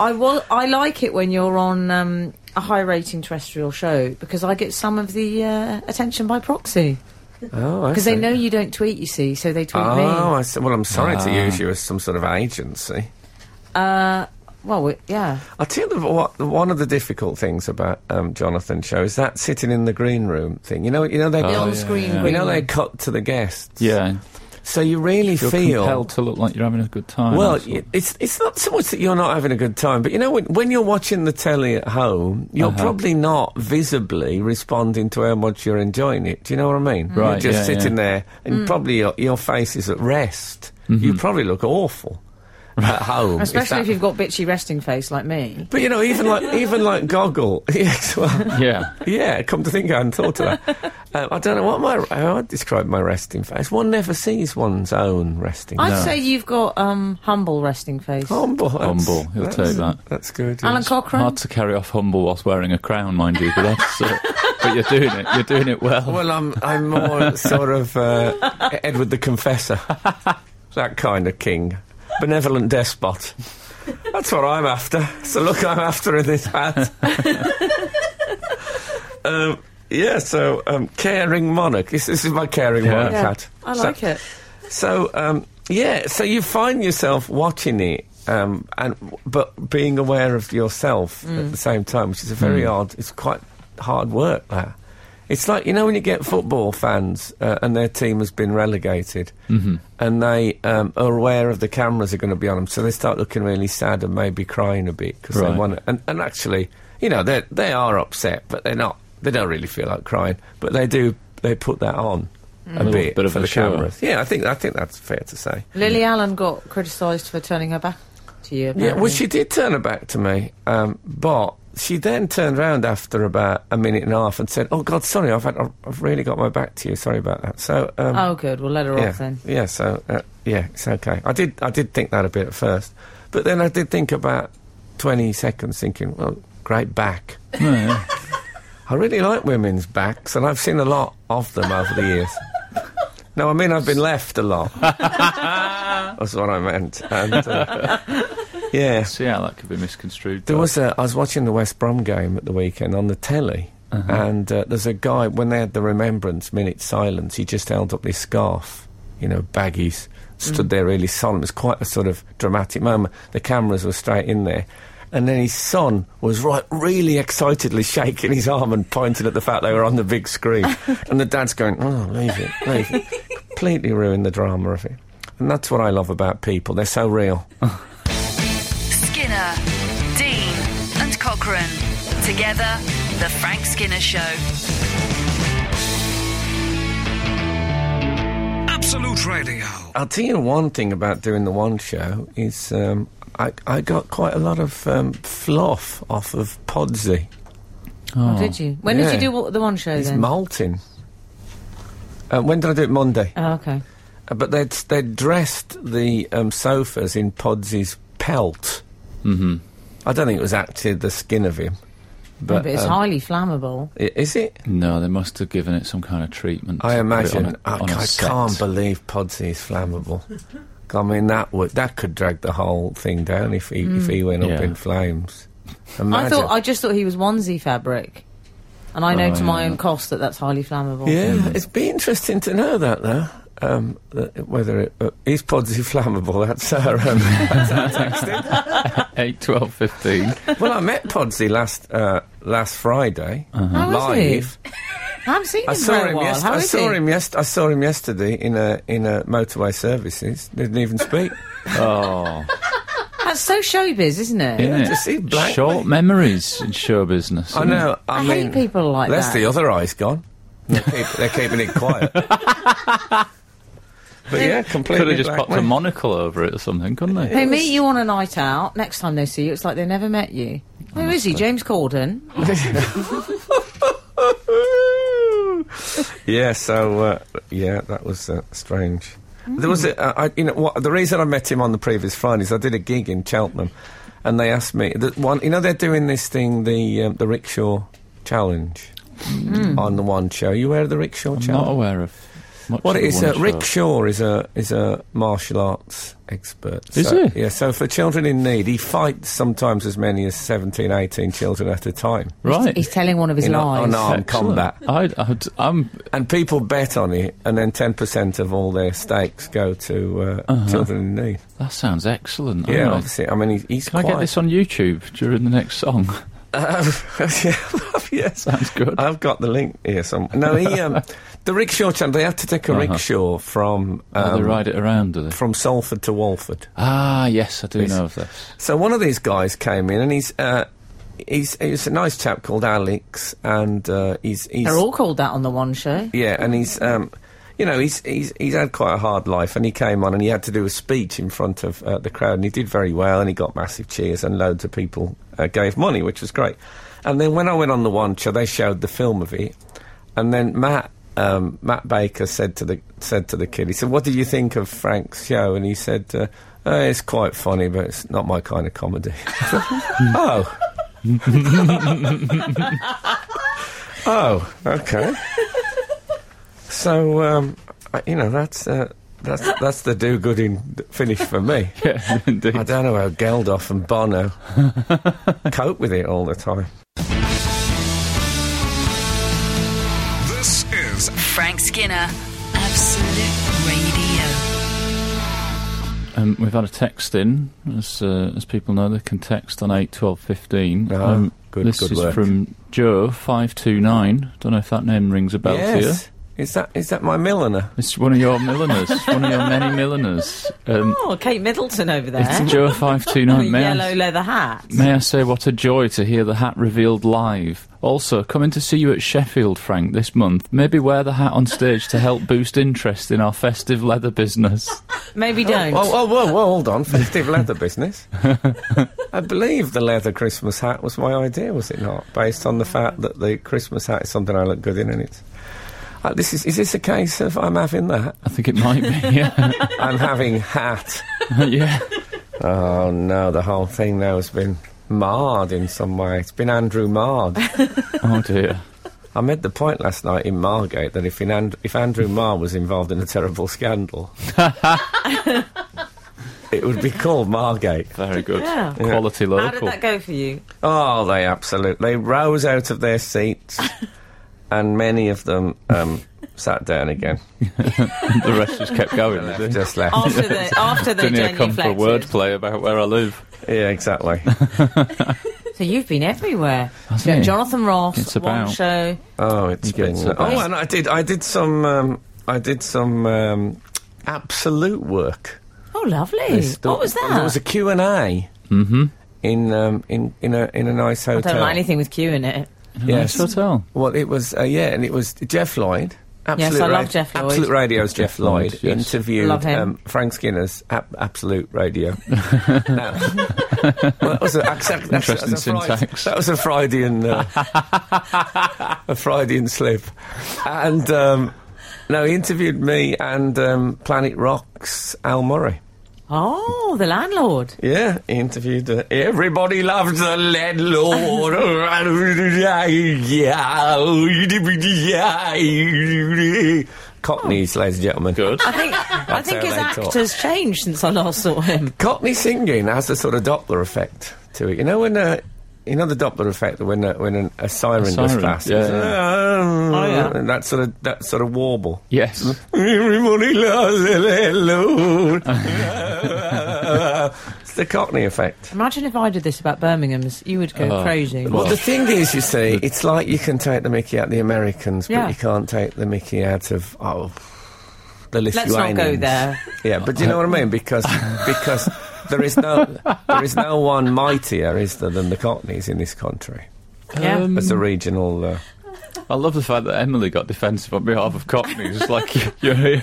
[SPEAKER 4] I will. I like it when you're on um, a high-rating terrestrial show because I get some of the uh, attention by proxy
[SPEAKER 2] Oh, I
[SPEAKER 4] because they
[SPEAKER 2] see.
[SPEAKER 4] know you don't tweet. You see, so they tweet
[SPEAKER 2] Oh,
[SPEAKER 4] me.
[SPEAKER 2] I see. well, I'm sorry to
[SPEAKER 3] Ah.
[SPEAKER 2] use you as some sort of agency.
[SPEAKER 4] Uh, well, we- yeah.
[SPEAKER 2] I'll tell you the, what, one of the difficult things about um, Jonathan's show is that sitting in the green room thing. You know, you know they
[SPEAKER 4] The
[SPEAKER 3] Oh, yeah,
[SPEAKER 4] on-screen
[SPEAKER 3] yeah.
[SPEAKER 2] you
[SPEAKER 4] green
[SPEAKER 2] know they
[SPEAKER 4] room.
[SPEAKER 2] cut to the guests.
[SPEAKER 3] Yeah.
[SPEAKER 2] So you really
[SPEAKER 3] You're
[SPEAKER 2] feel
[SPEAKER 3] compelled to look like you're having a good time.
[SPEAKER 2] Well,
[SPEAKER 3] that's all.
[SPEAKER 2] y- it's it's not so much that you're not having a good time, but you know when, when you're watching the telly at home, you're
[SPEAKER 3] Uh-huh.
[SPEAKER 2] probably not visibly responding to how much you're enjoying it. Do you know what I mean?
[SPEAKER 3] Mm. Right,
[SPEAKER 2] You're just
[SPEAKER 3] yeah,
[SPEAKER 2] sitting
[SPEAKER 3] yeah.
[SPEAKER 2] there, and
[SPEAKER 4] Mm.
[SPEAKER 2] probably your, your face is at rest.
[SPEAKER 3] Mm-hmm.
[SPEAKER 2] You probably look awful
[SPEAKER 3] [laughs]
[SPEAKER 2] at home, if
[SPEAKER 4] Especially
[SPEAKER 2] that-
[SPEAKER 4] if you've got bitchy resting face like me.
[SPEAKER 2] But you know, even
[SPEAKER 3] [laughs]
[SPEAKER 2] like even like Goggle, [laughs] yes, well,
[SPEAKER 3] yeah.
[SPEAKER 2] yeah. Come to think, I hadn't thought of
[SPEAKER 3] [laughs]
[SPEAKER 2] that. Um, I don't know what my how I describe my resting face. One never sees one's own resting. face.
[SPEAKER 4] I'd say you've got um, humble resting face.
[SPEAKER 2] Humble, that's-
[SPEAKER 3] Humble, he'll
[SPEAKER 2] that's-
[SPEAKER 3] take that.
[SPEAKER 2] That's good.
[SPEAKER 4] Alan
[SPEAKER 2] yes.
[SPEAKER 4] Cochrane.
[SPEAKER 3] Hard to carry off humble whilst wearing a crown, mind you, but that's. Uh, but you're doing it. You're doing it well.
[SPEAKER 2] Well, I'm I'm more sort of uh, Edward the Confessor, that kind of king, benevolent despot. That's what I'm after. So look, I'm after in this hat. um, yeah, so um, caring monarch. This, this is my caring
[SPEAKER 3] Yeah.
[SPEAKER 2] monarch
[SPEAKER 4] Yeah,
[SPEAKER 2] hat.
[SPEAKER 4] I
[SPEAKER 2] So-
[SPEAKER 4] like it.
[SPEAKER 2] so um, yeah, so you find yourself watching it, um, and but being aware of yourself at the same time, which is a very hard. It's quite hard work. That it's like you know when you get football fans uh, and their team has been relegated, and they um, are aware of the cameras are going to be on them, so they start looking really sad and maybe crying a bit because they
[SPEAKER 3] Right.
[SPEAKER 2] want. And, and actually, you know, they they are upset, but they're not. They don't really feel like crying, but they do. They put that on. A
[SPEAKER 3] little
[SPEAKER 2] bit,
[SPEAKER 3] bit of
[SPEAKER 2] for
[SPEAKER 3] a
[SPEAKER 2] the
[SPEAKER 3] show.
[SPEAKER 2] cameras. Yeah, I think I think that's fair to say.
[SPEAKER 4] Lily Allen got criticised for turning her back to you.
[SPEAKER 2] Yeah, well,
[SPEAKER 4] apparently.
[SPEAKER 2] she did turn her back to me, um, but she then turned round after about a minute and a half and said, "Oh God, sorry, I've had, I've really got my back to you. Sorry about that." So, um,
[SPEAKER 4] Oh, good. We'll let her
[SPEAKER 2] yeah,
[SPEAKER 4] off then.
[SPEAKER 2] yeah. So, uh, yeah, it's okay. I did I did think that a bit at first, but then I did think about twenty seconds, thinking, "Well, great back."
[SPEAKER 3] Yeah.
[SPEAKER 2] I really like women's backs, and I've seen a lot of them over the years. No, I mean I've been left a lot. That's what I meant. And, uh, yeah,
[SPEAKER 3] See how that could be misconstrued.
[SPEAKER 2] there
[SPEAKER 3] though.
[SPEAKER 2] was a. I was watching the West Brom game at the weekend on the telly, and uh, there's a guy when they had the remembrance minute silence. He just held up this scarf, you know, baggies, stood there really solemn. It was quite a sort of dramatic moment. The cameras were straight in there. And then his son was right, really excitedly shaking his arm and pointing at the fact they were on the big screen. and the dad's going, "Oh, leave it, leave it." Completely ruined the drama of it. And that's what I love about people. They're so real.
[SPEAKER 1] Skinner, Dean, and Cochrane. Together, The Frank Skinner Show.
[SPEAKER 5] Absolute Radio.
[SPEAKER 2] I'll tell you one thing about doing the one show is um, I, I got quite a lot of um, fluff off of Podsy.
[SPEAKER 4] Oh, did you? When did
[SPEAKER 2] Yeah.
[SPEAKER 4] you do wa- the one show
[SPEAKER 2] It's
[SPEAKER 4] Oh, then?
[SPEAKER 2] molting. Uh, when did I do it? Monday.
[SPEAKER 4] oh, okay.
[SPEAKER 2] Uh, but they'd, they'd dressed the um, sofas in Podsy's pelt. Mm-hmm. I don't think it was actually the skin of him.
[SPEAKER 4] But,
[SPEAKER 2] But,
[SPEAKER 4] it's
[SPEAKER 2] um,
[SPEAKER 4] highly flammable.
[SPEAKER 2] i- is it?
[SPEAKER 3] No, they must have given it some kind of treatment.
[SPEAKER 2] I imagine.
[SPEAKER 3] I
[SPEAKER 2] I I, I can't believe Podsy is
[SPEAKER 4] [laughs]
[SPEAKER 2] flammable. I mean, that would that could drag the whole thing down if he if he went up
[SPEAKER 3] Yeah.
[SPEAKER 2] in flames.
[SPEAKER 4] Mm. I
[SPEAKER 2] Imagine.
[SPEAKER 4] thought I just thought he was onesie fabric, and I know
[SPEAKER 3] Oh,
[SPEAKER 4] to my
[SPEAKER 3] yeah.
[SPEAKER 4] own cost that that's highly flammable.
[SPEAKER 2] yeah, it'd be interesting to know that though. Um, that- whether it uh, is Podsy [laughs] flammable? That's our. Um,
[SPEAKER 4] [laughs]
[SPEAKER 3] Eight, twelve, fifteen.
[SPEAKER 2] well, I met Podsy last uh, last Friday
[SPEAKER 4] How is
[SPEAKER 2] live.
[SPEAKER 4] he? I haven't seen him
[SPEAKER 2] I
[SPEAKER 4] for
[SPEAKER 2] saw
[SPEAKER 4] a
[SPEAKER 2] him.
[SPEAKER 4] while.
[SPEAKER 2] Yes-
[SPEAKER 4] How
[SPEAKER 2] I
[SPEAKER 4] is
[SPEAKER 2] saw
[SPEAKER 4] he?
[SPEAKER 2] him. Yes, I saw him yesterday in a in a motorway services. Didn't even
[SPEAKER 4] [laughs]
[SPEAKER 2] speak.
[SPEAKER 3] Oh,
[SPEAKER 4] That's so showbiz, isn't it?
[SPEAKER 3] isn't
[SPEAKER 2] just see
[SPEAKER 3] it?
[SPEAKER 2] blank-
[SPEAKER 3] Short memories in show business.
[SPEAKER 2] I
[SPEAKER 3] isn't it?
[SPEAKER 2] know. I,
[SPEAKER 4] I
[SPEAKER 2] mean,
[SPEAKER 4] hate people like
[SPEAKER 2] That's
[SPEAKER 4] that.
[SPEAKER 2] the other eye's gone. They're, keep, they're keeping it
[SPEAKER 4] [laughs]
[SPEAKER 2] quiet. but yeah, completely.
[SPEAKER 3] Could have just
[SPEAKER 2] black
[SPEAKER 3] popped
[SPEAKER 2] man.
[SPEAKER 3] a monocle over it or something, couldn't they?
[SPEAKER 4] They meet you on a night out. Next time they see you, it's like they never met you. Who is he? James Corden.
[SPEAKER 2] yeah. So uh, yeah, that was uh, strange. There was, a, uh, I, you know, what, the reason I met him on the previous Friday is I did a gig in Cheltenham, and they asked me the one. You know, they're doing this thing, the um, the rickshaw challenge on the one show. You aware of the rickshaw
[SPEAKER 3] I'm
[SPEAKER 2] challenge?
[SPEAKER 3] not aware of. Much
[SPEAKER 2] What
[SPEAKER 3] of
[SPEAKER 2] it
[SPEAKER 3] the
[SPEAKER 2] is,
[SPEAKER 3] one
[SPEAKER 2] uh,
[SPEAKER 3] show.
[SPEAKER 2] Rick Shaw is a is a martial arts expert.
[SPEAKER 3] Is
[SPEAKER 2] so,
[SPEAKER 3] he?
[SPEAKER 2] Yeah, so for children in need, he fights sometimes as many as 17, 18 children at a time
[SPEAKER 3] Right.
[SPEAKER 4] He's telling one of his
[SPEAKER 2] in
[SPEAKER 4] lies.
[SPEAKER 2] unarmed
[SPEAKER 3] Excellent.
[SPEAKER 2] combat.
[SPEAKER 3] I, I'd, I'm
[SPEAKER 2] And people bet on it, and then 10% of all their stakes go to uh,
[SPEAKER 3] Uh-huh.
[SPEAKER 2] children in need.
[SPEAKER 3] That sounds excellent.
[SPEAKER 2] Yeah,
[SPEAKER 3] All right.
[SPEAKER 2] obviously. I mean, he's, he's
[SPEAKER 3] Can I
[SPEAKER 2] quite...
[SPEAKER 3] get this on YouTube during the next song? [laughs]
[SPEAKER 2] [laughs] Uh, yes.
[SPEAKER 3] Sounds good.
[SPEAKER 2] I've got the link here somewhere. No, he,
[SPEAKER 3] [laughs]
[SPEAKER 2] um, the rickshaw channel, they have to take a rickshaw from,
[SPEAKER 3] Uh-huh. Oh, they
[SPEAKER 2] um,
[SPEAKER 3] ride it around, do they?
[SPEAKER 2] from Salford to Walford.
[SPEAKER 3] Ah, yes, I do
[SPEAKER 2] Please.
[SPEAKER 3] know of this.
[SPEAKER 2] So one of these guys came in, and he's uh, he's he's a nice chap called Alex, and uh, he's he's
[SPEAKER 4] They're all called that on the one show.
[SPEAKER 2] yeah, and he's um, you know he's he's he's had quite a hard life, and he came on and he had to do a speech in front of uh, the crowd, and he did very well, and he got massive cheers, and loads of people uh, gave money, which was great. And then when I went on the one show, they showed the film of it, and then Matt. Um, Matt Baker said to the said to the kid, he said, "What do you think of Frank's show?" And he said, uh, "Uh, "It's quite funny, but it's not my kind of comedy." [laughs] oh, [laughs] Oh, okay. so, um, I- you know, that's uh, [laughs] that's that's the do-gooding finish for [laughs] me.
[SPEAKER 3] Yeah, indeed.
[SPEAKER 2] I don't know how Geldof and [laughs] Bono cope with it all the time.
[SPEAKER 5] This is
[SPEAKER 1] Frank Skinner, Absolute Radio.
[SPEAKER 3] Um, we've had a text in, as uh, as people know, they can text on eight twelve fifteen. Um,
[SPEAKER 2] Ah, good-
[SPEAKER 3] this
[SPEAKER 2] good
[SPEAKER 3] is
[SPEAKER 2] work.
[SPEAKER 3] from Joe five two nine. Don't know if that name rings a bell to you.
[SPEAKER 2] yes, is that is that my milliner?
[SPEAKER 3] It's one of your milliners, one of your many milliners. Um,
[SPEAKER 4] Oh, Kate Middleton over there.
[SPEAKER 3] it's Joe five two
[SPEAKER 4] With a
[SPEAKER 3] nine.
[SPEAKER 4] yellow leather hat.
[SPEAKER 3] May I say what a joy to hear the hat revealed live. Also, coming to see you at Sheffield, Frank, this month. Maybe wear the hat on stage to help boost interest in our festive leather business.
[SPEAKER 4] Maybe don't.
[SPEAKER 2] Oh, oh, whoa, whoa, hold on, festive [laughs] leather business. I believe the leather Christmas hat was my idea, was it not? Based on the fact that the Christmas hat is something I look good in, and it's. Uh, this is, is this a case of I'm having that?
[SPEAKER 3] I think it might be. [laughs] Yeah,
[SPEAKER 2] I'm [laughs] having hat.
[SPEAKER 3] yeah.
[SPEAKER 2] Oh no, the whole thing now has been marred in some way. It's been Andrew marred.
[SPEAKER 3] Oh dear.
[SPEAKER 2] I made the point last night in Margate that if, in and- if Andrew Marr was involved in a terrible scandal, it would be called Margate.
[SPEAKER 3] Very good.
[SPEAKER 4] Yeah.
[SPEAKER 3] Quality
[SPEAKER 4] How did
[SPEAKER 3] local.
[SPEAKER 4] that go for you?
[SPEAKER 2] Oh, they absolutely they rose out of their seats, and many of them um, sat down again.
[SPEAKER 3] the rest just kept going. did it?
[SPEAKER 2] Just left.
[SPEAKER 4] After the after they
[SPEAKER 3] Didn't even come for a
[SPEAKER 4] genuflected.
[SPEAKER 3] wordplay about where I live.
[SPEAKER 2] [laughs] Yeah, exactly.
[SPEAKER 4] So you've been [laughs] everywhere.
[SPEAKER 3] Hasn't he?
[SPEAKER 4] Jonathan Ross,
[SPEAKER 3] It's
[SPEAKER 4] one
[SPEAKER 3] about-
[SPEAKER 4] show.
[SPEAKER 2] Oh, it's
[SPEAKER 3] You get
[SPEAKER 2] been.
[SPEAKER 3] to that.
[SPEAKER 2] Oh, and I did. I did some. Um, I did some um, absolute work.
[SPEAKER 4] Oh, lovely.
[SPEAKER 2] This- there-
[SPEAKER 4] what was that?
[SPEAKER 2] There was a Q and A.
[SPEAKER 3] Mm-hmm.
[SPEAKER 2] In um, in in a in a nice hotel.
[SPEAKER 4] I don't like anything with Q in it.
[SPEAKER 3] Nice hotel.
[SPEAKER 2] Well, it was uh, yeah, and it was Jeff Lloyd Absolute
[SPEAKER 4] Yes, I love
[SPEAKER 2] Rad-
[SPEAKER 4] Jeff Lloyd.
[SPEAKER 2] Absolute Radio's Jeff Lloyd
[SPEAKER 3] Lloyd, yes.
[SPEAKER 2] interviewed
[SPEAKER 4] Love him.
[SPEAKER 2] Um, Frank Skinner's ab- Absolute
[SPEAKER 3] [laughs]
[SPEAKER 2] Radio. Now- [laughs] well, that was a, that's a- that's a- that's a
[SPEAKER 3] Interesting
[SPEAKER 2] Fri-
[SPEAKER 3] syntax.
[SPEAKER 2] that was a Freudian,
[SPEAKER 3] [laughs]
[SPEAKER 2] uh, a Freudian slip. And um, no, he interviewed me and um, Planet Rock's Al Murray.
[SPEAKER 4] Oh,
[SPEAKER 3] [laughs]
[SPEAKER 4] the landlord.
[SPEAKER 2] Yeah, he interviewed uh, everybody loves the lead lord. Cockneys, ladies and gentlemen.
[SPEAKER 3] Good.
[SPEAKER 4] [laughs] I think I think
[SPEAKER 2] how
[SPEAKER 4] his
[SPEAKER 2] they
[SPEAKER 4] act
[SPEAKER 2] talk.
[SPEAKER 4] has changed since I last
[SPEAKER 3] [laughs]
[SPEAKER 4] saw him.
[SPEAKER 2] Cockney singing has a sort of Doppler effect to it. You know when uh, you know the Doppler effect when uh, when an, a siren does
[SPEAKER 3] siren,
[SPEAKER 2] fast.
[SPEAKER 3] yeah, Oh,
[SPEAKER 2] it's,
[SPEAKER 4] yeah.
[SPEAKER 2] and that sort of that sort of warble.
[SPEAKER 3] Yes.
[SPEAKER 2] Everybody loves the lead lord.
[SPEAKER 3] [laughs]
[SPEAKER 2] it's the Cockney effect.
[SPEAKER 4] Imagine if I did this about Birmingham's, you would go
[SPEAKER 3] Oh.
[SPEAKER 4] crazy.
[SPEAKER 2] Well, the thing is, you
[SPEAKER 3] [laughs]
[SPEAKER 2] see, it's like you can take the mickey out of the Americans, but
[SPEAKER 4] Yeah.
[SPEAKER 2] you can't take the mickey out of oh, the
[SPEAKER 4] Let's
[SPEAKER 2] Lithuanians.
[SPEAKER 4] not go there.
[SPEAKER 2] [laughs] Yeah, but do you know what I mean? Because because there is no there is no one mightier, is there, than the Cockneys in this country
[SPEAKER 4] Yeah.
[SPEAKER 3] Um,
[SPEAKER 2] as a regional. Uh,
[SPEAKER 3] I love the fact that Emily got defensive on behalf of Cockneys. It's like, [laughs] you're here.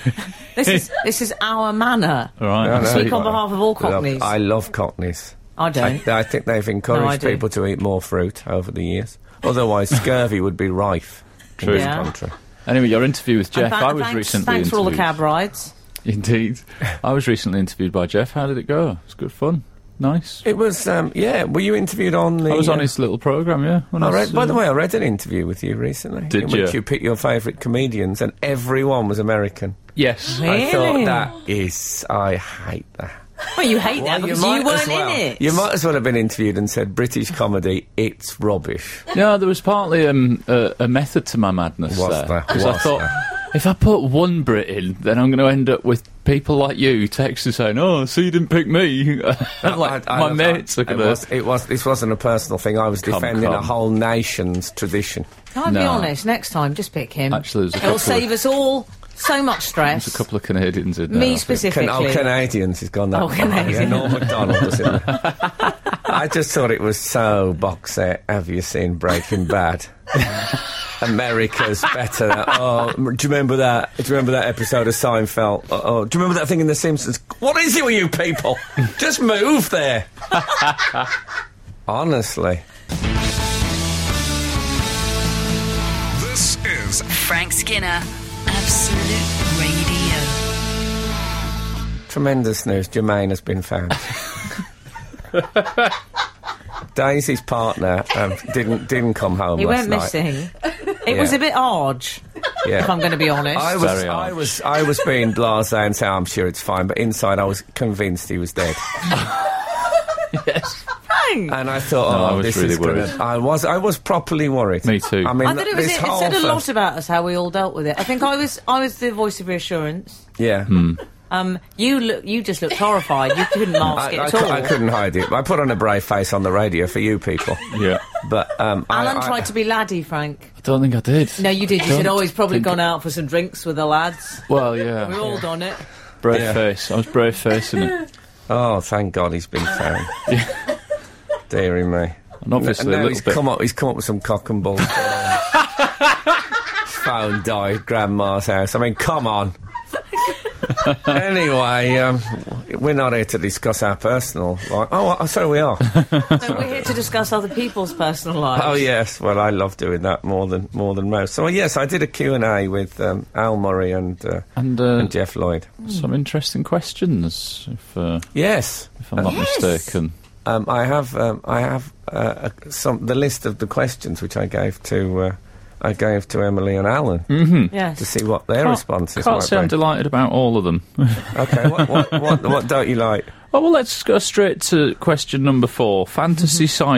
[SPEAKER 4] This is this is our manor.
[SPEAKER 3] All right.
[SPEAKER 2] I
[SPEAKER 3] I
[SPEAKER 2] know.
[SPEAKER 3] see.
[SPEAKER 4] Speak on behalf of all
[SPEAKER 2] Look,
[SPEAKER 4] Cockneys.
[SPEAKER 2] uh, I love Cockneys.
[SPEAKER 4] I
[SPEAKER 2] I,
[SPEAKER 4] don't.
[SPEAKER 2] I think they've encouraged
[SPEAKER 4] do.
[SPEAKER 2] people to eat more fruit over the years.
[SPEAKER 4] [laughs]
[SPEAKER 2] Otherwise, scurvy would be rife
[SPEAKER 3] True.
[SPEAKER 2] in this
[SPEAKER 4] Yeah.
[SPEAKER 2] country.
[SPEAKER 3] Anyway, your interview with Jeff,
[SPEAKER 4] And tha-
[SPEAKER 3] I was
[SPEAKER 4] thanks,
[SPEAKER 3] recently
[SPEAKER 4] Thanks for all the
[SPEAKER 3] interviewed.
[SPEAKER 4] cab rides.
[SPEAKER 3] Indeed. I was recently interviewed by Jeff. How did it go? It was good fun. Nice.
[SPEAKER 2] It was, um, yeah. Were you interviewed on the?
[SPEAKER 3] I was
[SPEAKER 2] uh,
[SPEAKER 3] on his little programme, yeah. when I
[SPEAKER 2] I
[SPEAKER 3] was,
[SPEAKER 2] read, by the
[SPEAKER 3] uh,
[SPEAKER 2] way, I read an interview with you recently
[SPEAKER 3] Did
[SPEAKER 2] in which
[SPEAKER 3] you?
[SPEAKER 2] you picked your favourite comedians, and everyone was American.
[SPEAKER 3] Yes.
[SPEAKER 2] I thought
[SPEAKER 4] Really?
[SPEAKER 2] that is, I hate that.
[SPEAKER 4] Well, you hate that
[SPEAKER 2] Well,
[SPEAKER 4] because
[SPEAKER 2] might
[SPEAKER 4] you,
[SPEAKER 2] as
[SPEAKER 4] weren't
[SPEAKER 2] well-
[SPEAKER 4] in it.
[SPEAKER 2] You might as well have been interviewed and said British comedy, it's rubbish.
[SPEAKER 3] No, there was partly um, a, a method to my madness
[SPEAKER 2] Was
[SPEAKER 3] there
[SPEAKER 2] there?
[SPEAKER 3] because I
[SPEAKER 2] Was
[SPEAKER 3] thought if I put one Brit in, then I'm going to end up with people like you texting saying, "Oh, so you didn't pick me?" [laughs] I'm like
[SPEAKER 2] I- I
[SPEAKER 3] my
[SPEAKER 2] love that.
[SPEAKER 3] mates are
[SPEAKER 2] It
[SPEAKER 3] going to.
[SPEAKER 2] was, it was. This wasn't a personal thing. I was defending a
[SPEAKER 3] come.
[SPEAKER 2] whole nation's tradition.
[SPEAKER 4] Can I be
[SPEAKER 3] No.
[SPEAKER 4] honest? Next time, just pick him.
[SPEAKER 3] Actually, there's a couple
[SPEAKER 4] it'll
[SPEAKER 3] of-
[SPEAKER 4] save us all so much stress.
[SPEAKER 3] There's a couple of uh, Canadians in there. I
[SPEAKER 4] Me
[SPEAKER 3] think.
[SPEAKER 4] specifically.
[SPEAKER 2] Can, oh, Canadians has gone that.
[SPEAKER 4] Oh,
[SPEAKER 2] far.
[SPEAKER 4] Canadians.
[SPEAKER 2] Yeah, Norm Macdonald was in
[SPEAKER 4] [laughs]
[SPEAKER 2] there. I just thought it was so box set. Have you seen Breaking Bad? [laughs] America's better. Oh, m- do you remember that? Do you remember that episode of Seinfeld? Oh, oh, do you remember that thing in The Simpsons? What is it with you people? Just move
[SPEAKER 4] [laughs]
[SPEAKER 2] there. Honestly,
[SPEAKER 5] This is
[SPEAKER 1] Frank Skinner, Absolute Radio.
[SPEAKER 2] tremendous news. Jermaine has been
[SPEAKER 4] [laughs]
[SPEAKER 2] found. Daisy's partner um, didn't didn't come home.
[SPEAKER 4] He
[SPEAKER 2] last
[SPEAKER 4] went
[SPEAKER 2] night.
[SPEAKER 4] missing. It was
[SPEAKER 2] Yeah.
[SPEAKER 4] a bit arge,
[SPEAKER 2] Yeah.
[SPEAKER 4] if I'm going to be honest.
[SPEAKER 2] I was,
[SPEAKER 3] Very
[SPEAKER 2] I
[SPEAKER 3] odd.
[SPEAKER 2] was, I
[SPEAKER 3] [laughs]
[SPEAKER 2] was being blasé and saying I'm sure it's fine, but inside I was convinced he was dead,
[SPEAKER 3] [laughs] Yes.
[SPEAKER 4] Thanks.
[SPEAKER 2] and I thought,
[SPEAKER 3] No,
[SPEAKER 2] oh,
[SPEAKER 3] I was
[SPEAKER 2] this
[SPEAKER 3] really
[SPEAKER 2] is gonna-
[SPEAKER 3] worried.
[SPEAKER 2] I was, I was properly worried.
[SPEAKER 3] Me too.
[SPEAKER 2] I mean,
[SPEAKER 4] I thought it, was,
[SPEAKER 2] this
[SPEAKER 4] it,
[SPEAKER 2] whole
[SPEAKER 4] said a
[SPEAKER 2] first-
[SPEAKER 4] lot about us how we all dealt with it. I think I was I was the voice of reassurance.
[SPEAKER 2] Yeah,
[SPEAKER 3] Hmm.
[SPEAKER 4] Um, you look, you just looked horrified. You couldn't
[SPEAKER 2] [laughs]
[SPEAKER 4] mask
[SPEAKER 2] I,
[SPEAKER 4] it
[SPEAKER 2] I
[SPEAKER 4] at
[SPEAKER 2] cou-
[SPEAKER 4] all.
[SPEAKER 2] I couldn't hide it. I put on a brave face on the radio for you people,
[SPEAKER 3] Yeah.
[SPEAKER 2] but um, I-
[SPEAKER 4] Alan
[SPEAKER 2] I,
[SPEAKER 4] tried to be laddie, Frank.
[SPEAKER 3] I don't think I did.
[SPEAKER 4] No, you did. You
[SPEAKER 3] Don't
[SPEAKER 4] said, "Oh, he's probably
[SPEAKER 3] think-
[SPEAKER 4] gone out for some drinks with the lads."
[SPEAKER 3] Well,
[SPEAKER 4] We
[SPEAKER 3] yeah.
[SPEAKER 4] all done it.
[SPEAKER 3] Brave
[SPEAKER 2] Yeah.
[SPEAKER 3] face. I was brave facing it.
[SPEAKER 2] Oh, thank God he's been
[SPEAKER 3] [laughs]
[SPEAKER 2] found. Deary me.
[SPEAKER 3] And obviously,
[SPEAKER 2] No,
[SPEAKER 3] a
[SPEAKER 2] he's
[SPEAKER 3] little bit.
[SPEAKER 2] come up. He's come up with some cock and
[SPEAKER 3] [laughs]
[SPEAKER 2] balls. Phone died. Grandma's house. I mean, come
[SPEAKER 3] [laughs]
[SPEAKER 2] on. anyway, um, we're not here to discuss our personal. Life. Oh, uh, so we
[SPEAKER 3] [laughs]
[SPEAKER 2] are.
[SPEAKER 4] No, we're here to discuss other people's personal lives.
[SPEAKER 2] oh yes. Well, I love doing that more than more than most. So yes, I did a Q and A with um, Al Murray and, uh,
[SPEAKER 3] and uh,
[SPEAKER 2] and Jeff Lloyd.
[SPEAKER 3] some interesting questions, if, uh,
[SPEAKER 2] Yes.
[SPEAKER 3] if I'm not
[SPEAKER 4] Yes.
[SPEAKER 3] mistaken.
[SPEAKER 2] Um, I have, um, I have uh, a- some the list of the questions which I gave to, uh, I gave to Emily and Alan to
[SPEAKER 4] Yes.
[SPEAKER 2] see what their
[SPEAKER 3] Can't-
[SPEAKER 2] responses
[SPEAKER 3] Can't
[SPEAKER 2] might
[SPEAKER 3] say I'm
[SPEAKER 2] be.
[SPEAKER 3] delighted about all of them.
[SPEAKER 2] okay, what, what, what, what don't you like?
[SPEAKER 3] Oh, well, let's go straight to question number four Fantasy
[SPEAKER 4] Mm-hmm.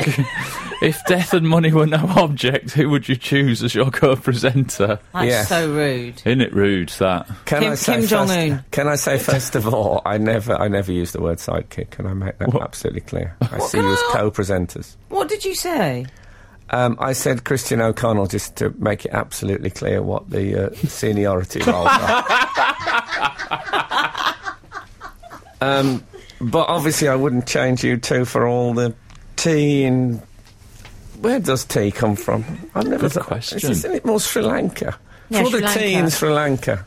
[SPEAKER 3] Sidekick.
[SPEAKER 4] [laughs]
[SPEAKER 3] if death and money were no object, who would you choose as your co presenter?
[SPEAKER 4] That's
[SPEAKER 2] Yes.
[SPEAKER 4] so rude.
[SPEAKER 3] Isn't it rude,
[SPEAKER 4] [laughs]
[SPEAKER 3] that?
[SPEAKER 2] Can
[SPEAKER 4] Kim-
[SPEAKER 2] I say
[SPEAKER 4] Kim
[SPEAKER 2] first-
[SPEAKER 4] Jong-un.
[SPEAKER 2] Can I say first of all, I never, I never use the word sidekick. Can I make that absolutely clear? I see you as co-presenters.
[SPEAKER 4] What did you say?
[SPEAKER 2] Um, I said Christian O'Connell just to make it absolutely clear what the uh, seniority [laughs] roles are. um, but obviously, I wouldn't change you two for all the tea in. Where does tea come from? I've never
[SPEAKER 3] Good
[SPEAKER 2] thought-
[SPEAKER 3] question.
[SPEAKER 2] Isn't it more Sri Lanka?
[SPEAKER 4] Yeah,
[SPEAKER 2] for
[SPEAKER 4] Sri
[SPEAKER 2] the
[SPEAKER 4] Lanka.
[SPEAKER 2] teens, Sri Lanka.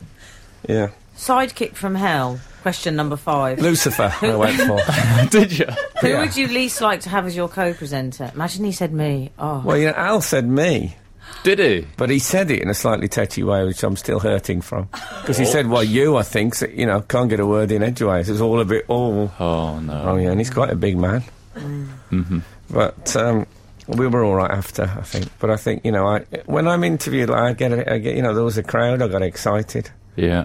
[SPEAKER 2] Yeah.
[SPEAKER 4] Sidekick from hell. Question number five.
[SPEAKER 2] Lucifer, I went for.
[SPEAKER 3] Did you?
[SPEAKER 4] [laughs] Who
[SPEAKER 2] yeah.
[SPEAKER 4] would you least like to have as your co-presenter? Imagine he said me. Oh,
[SPEAKER 2] Well, you know, Al said me,
[SPEAKER 3] Did he?
[SPEAKER 2] but he said it in a slightly touchy way, which I'm still hurting from. Because he said, well, you, I think, so, you know, can't get a word in edgeways. It's all a bit, oh.
[SPEAKER 3] Oh no.
[SPEAKER 2] Oh yeah, and he's quite a big man.
[SPEAKER 3] Mm-hmm.
[SPEAKER 2] But um, we were all right after, I think. But I think you know, I when I'm interviewed, like, I get, a, I get, you know, there was a crowd. I got excited.
[SPEAKER 3] Yeah.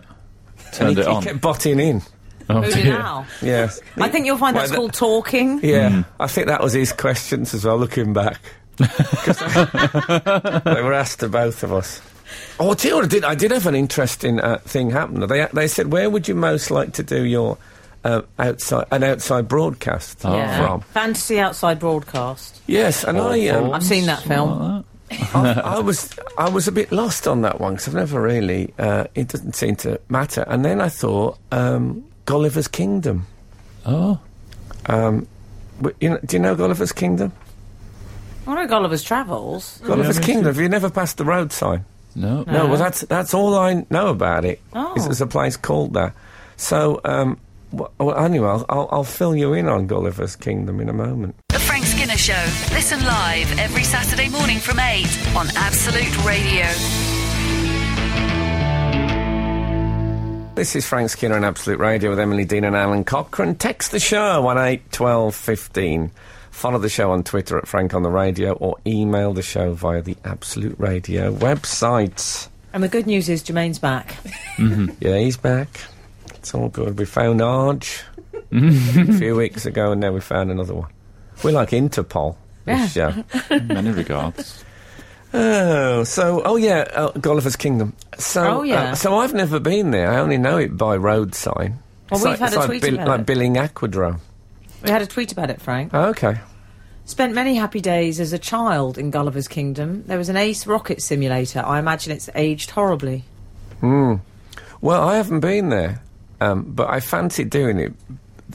[SPEAKER 2] And
[SPEAKER 3] Turned
[SPEAKER 2] he,
[SPEAKER 3] it
[SPEAKER 2] he
[SPEAKER 3] on.
[SPEAKER 2] kept botting in.
[SPEAKER 3] Oh
[SPEAKER 4] who
[SPEAKER 3] dear.
[SPEAKER 4] now?
[SPEAKER 2] Yeah,
[SPEAKER 4] I think you'll find
[SPEAKER 2] Well,
[SPEAKER 4] that's
[SPEAKER 2] the-
[SPEAKER 4] called talking.
[SPEAKER 2] yeah. I think that was his questions as well. Looking back, 'Cause [laughs] I- they were asked to both of us. Oh, I tell you what, I did. I did have an interesting uh, thing happen. They they said, where would you most like to do your uh, outside an outside broadcast
[SPEAKER 3] Oh.
[SPEAKER 4] Yeah.
[SPEAKER 2] from?
[SPEAKER 4] Fantasy outside broadcast.
[SPEAKER 2] Yes, and I um,
[SPEAKER 3] [laughs]
[SPEAKER 4] I've seen that film.
[SPEAKER 2] I, I was I was a bit lost on that one because I've never really uh, it doesn't seem to matter. And then I thought um, Gulliver's Kingdom.
[SPEAKER 3] Oh.
[SPEAKER 2] W- You know, do you know Gulliver's Kingdom?
[SPEAKER 4] I know Gulliver's Travels.
[SPEAKER 2] Gulliver's
[SPEAKER 3] me
[SPEAKER 2] Kingdom. Have you never passed the road sign?
[SPEAKER 3] No.
[SPEAKER 2] No. Well, that's that's all I know about it.
[SPEAKER 4] Oh.
[SPEAKER 2] Is there's a place called that. So um, wh- well, anyway, I'll, I'll I'll fill you in on Gulliver's Kingdom in a moment.
[SPEAKER 1] The Frank Skinner Show. Listen live every Saturday morning from 8 on Absolute Radio.
[SPEAKER 2] This is Frank Skinner on Absolute Radio with Emily Dean and Alan Cochrane. Text the show one eight twelve fifteen. Follow the show on Twitter at Frank on the Radio or email the show via the Absolute Radio website.
[SPEAKER 4] And the good news is Jermaine's back.
[SPEAKER 2] Yeah, he's back. It's all good. We found Arj a few weeks ago, and now we found another one. We're like Interpol. This show. [laughs]
[SPEAKER 3] Many regards.
[SPEAKER 2] Oh, so oh yeah, uh, Gulliver's Kingdom. So
[SPEAKER 4] Oh, yeah.
[SPEAKER 2] uh, so I've never been there. I only know it by road sign. It's
[SPEAKER 4] Well, we've
[SPEAKER 2] like,
[SPEAKER 4] had
[SPEAKER 2] it's
[SPEAKER 4] a
[SPEAKER 2] like
[SPEAKER 4] tweet
[SPEAKER 2] Bill-
[SPEAKER 4] about
[SPEAKER 2] like
[SPEAKER 4] it.
[SPEAKER 2] Billing Aquadrome.
[SPEAKER 4] We had a tweet about it, Frank.
[SPEAKER 2] Okay.
[SPEAKER 4] Spent many happy days as a child in Gulliver's Kingdom. There was an ace rocket simulator. I imagine it's aged horribly.
[SPEAKER 2] Well, I haven't been there, um, but I fancy doing it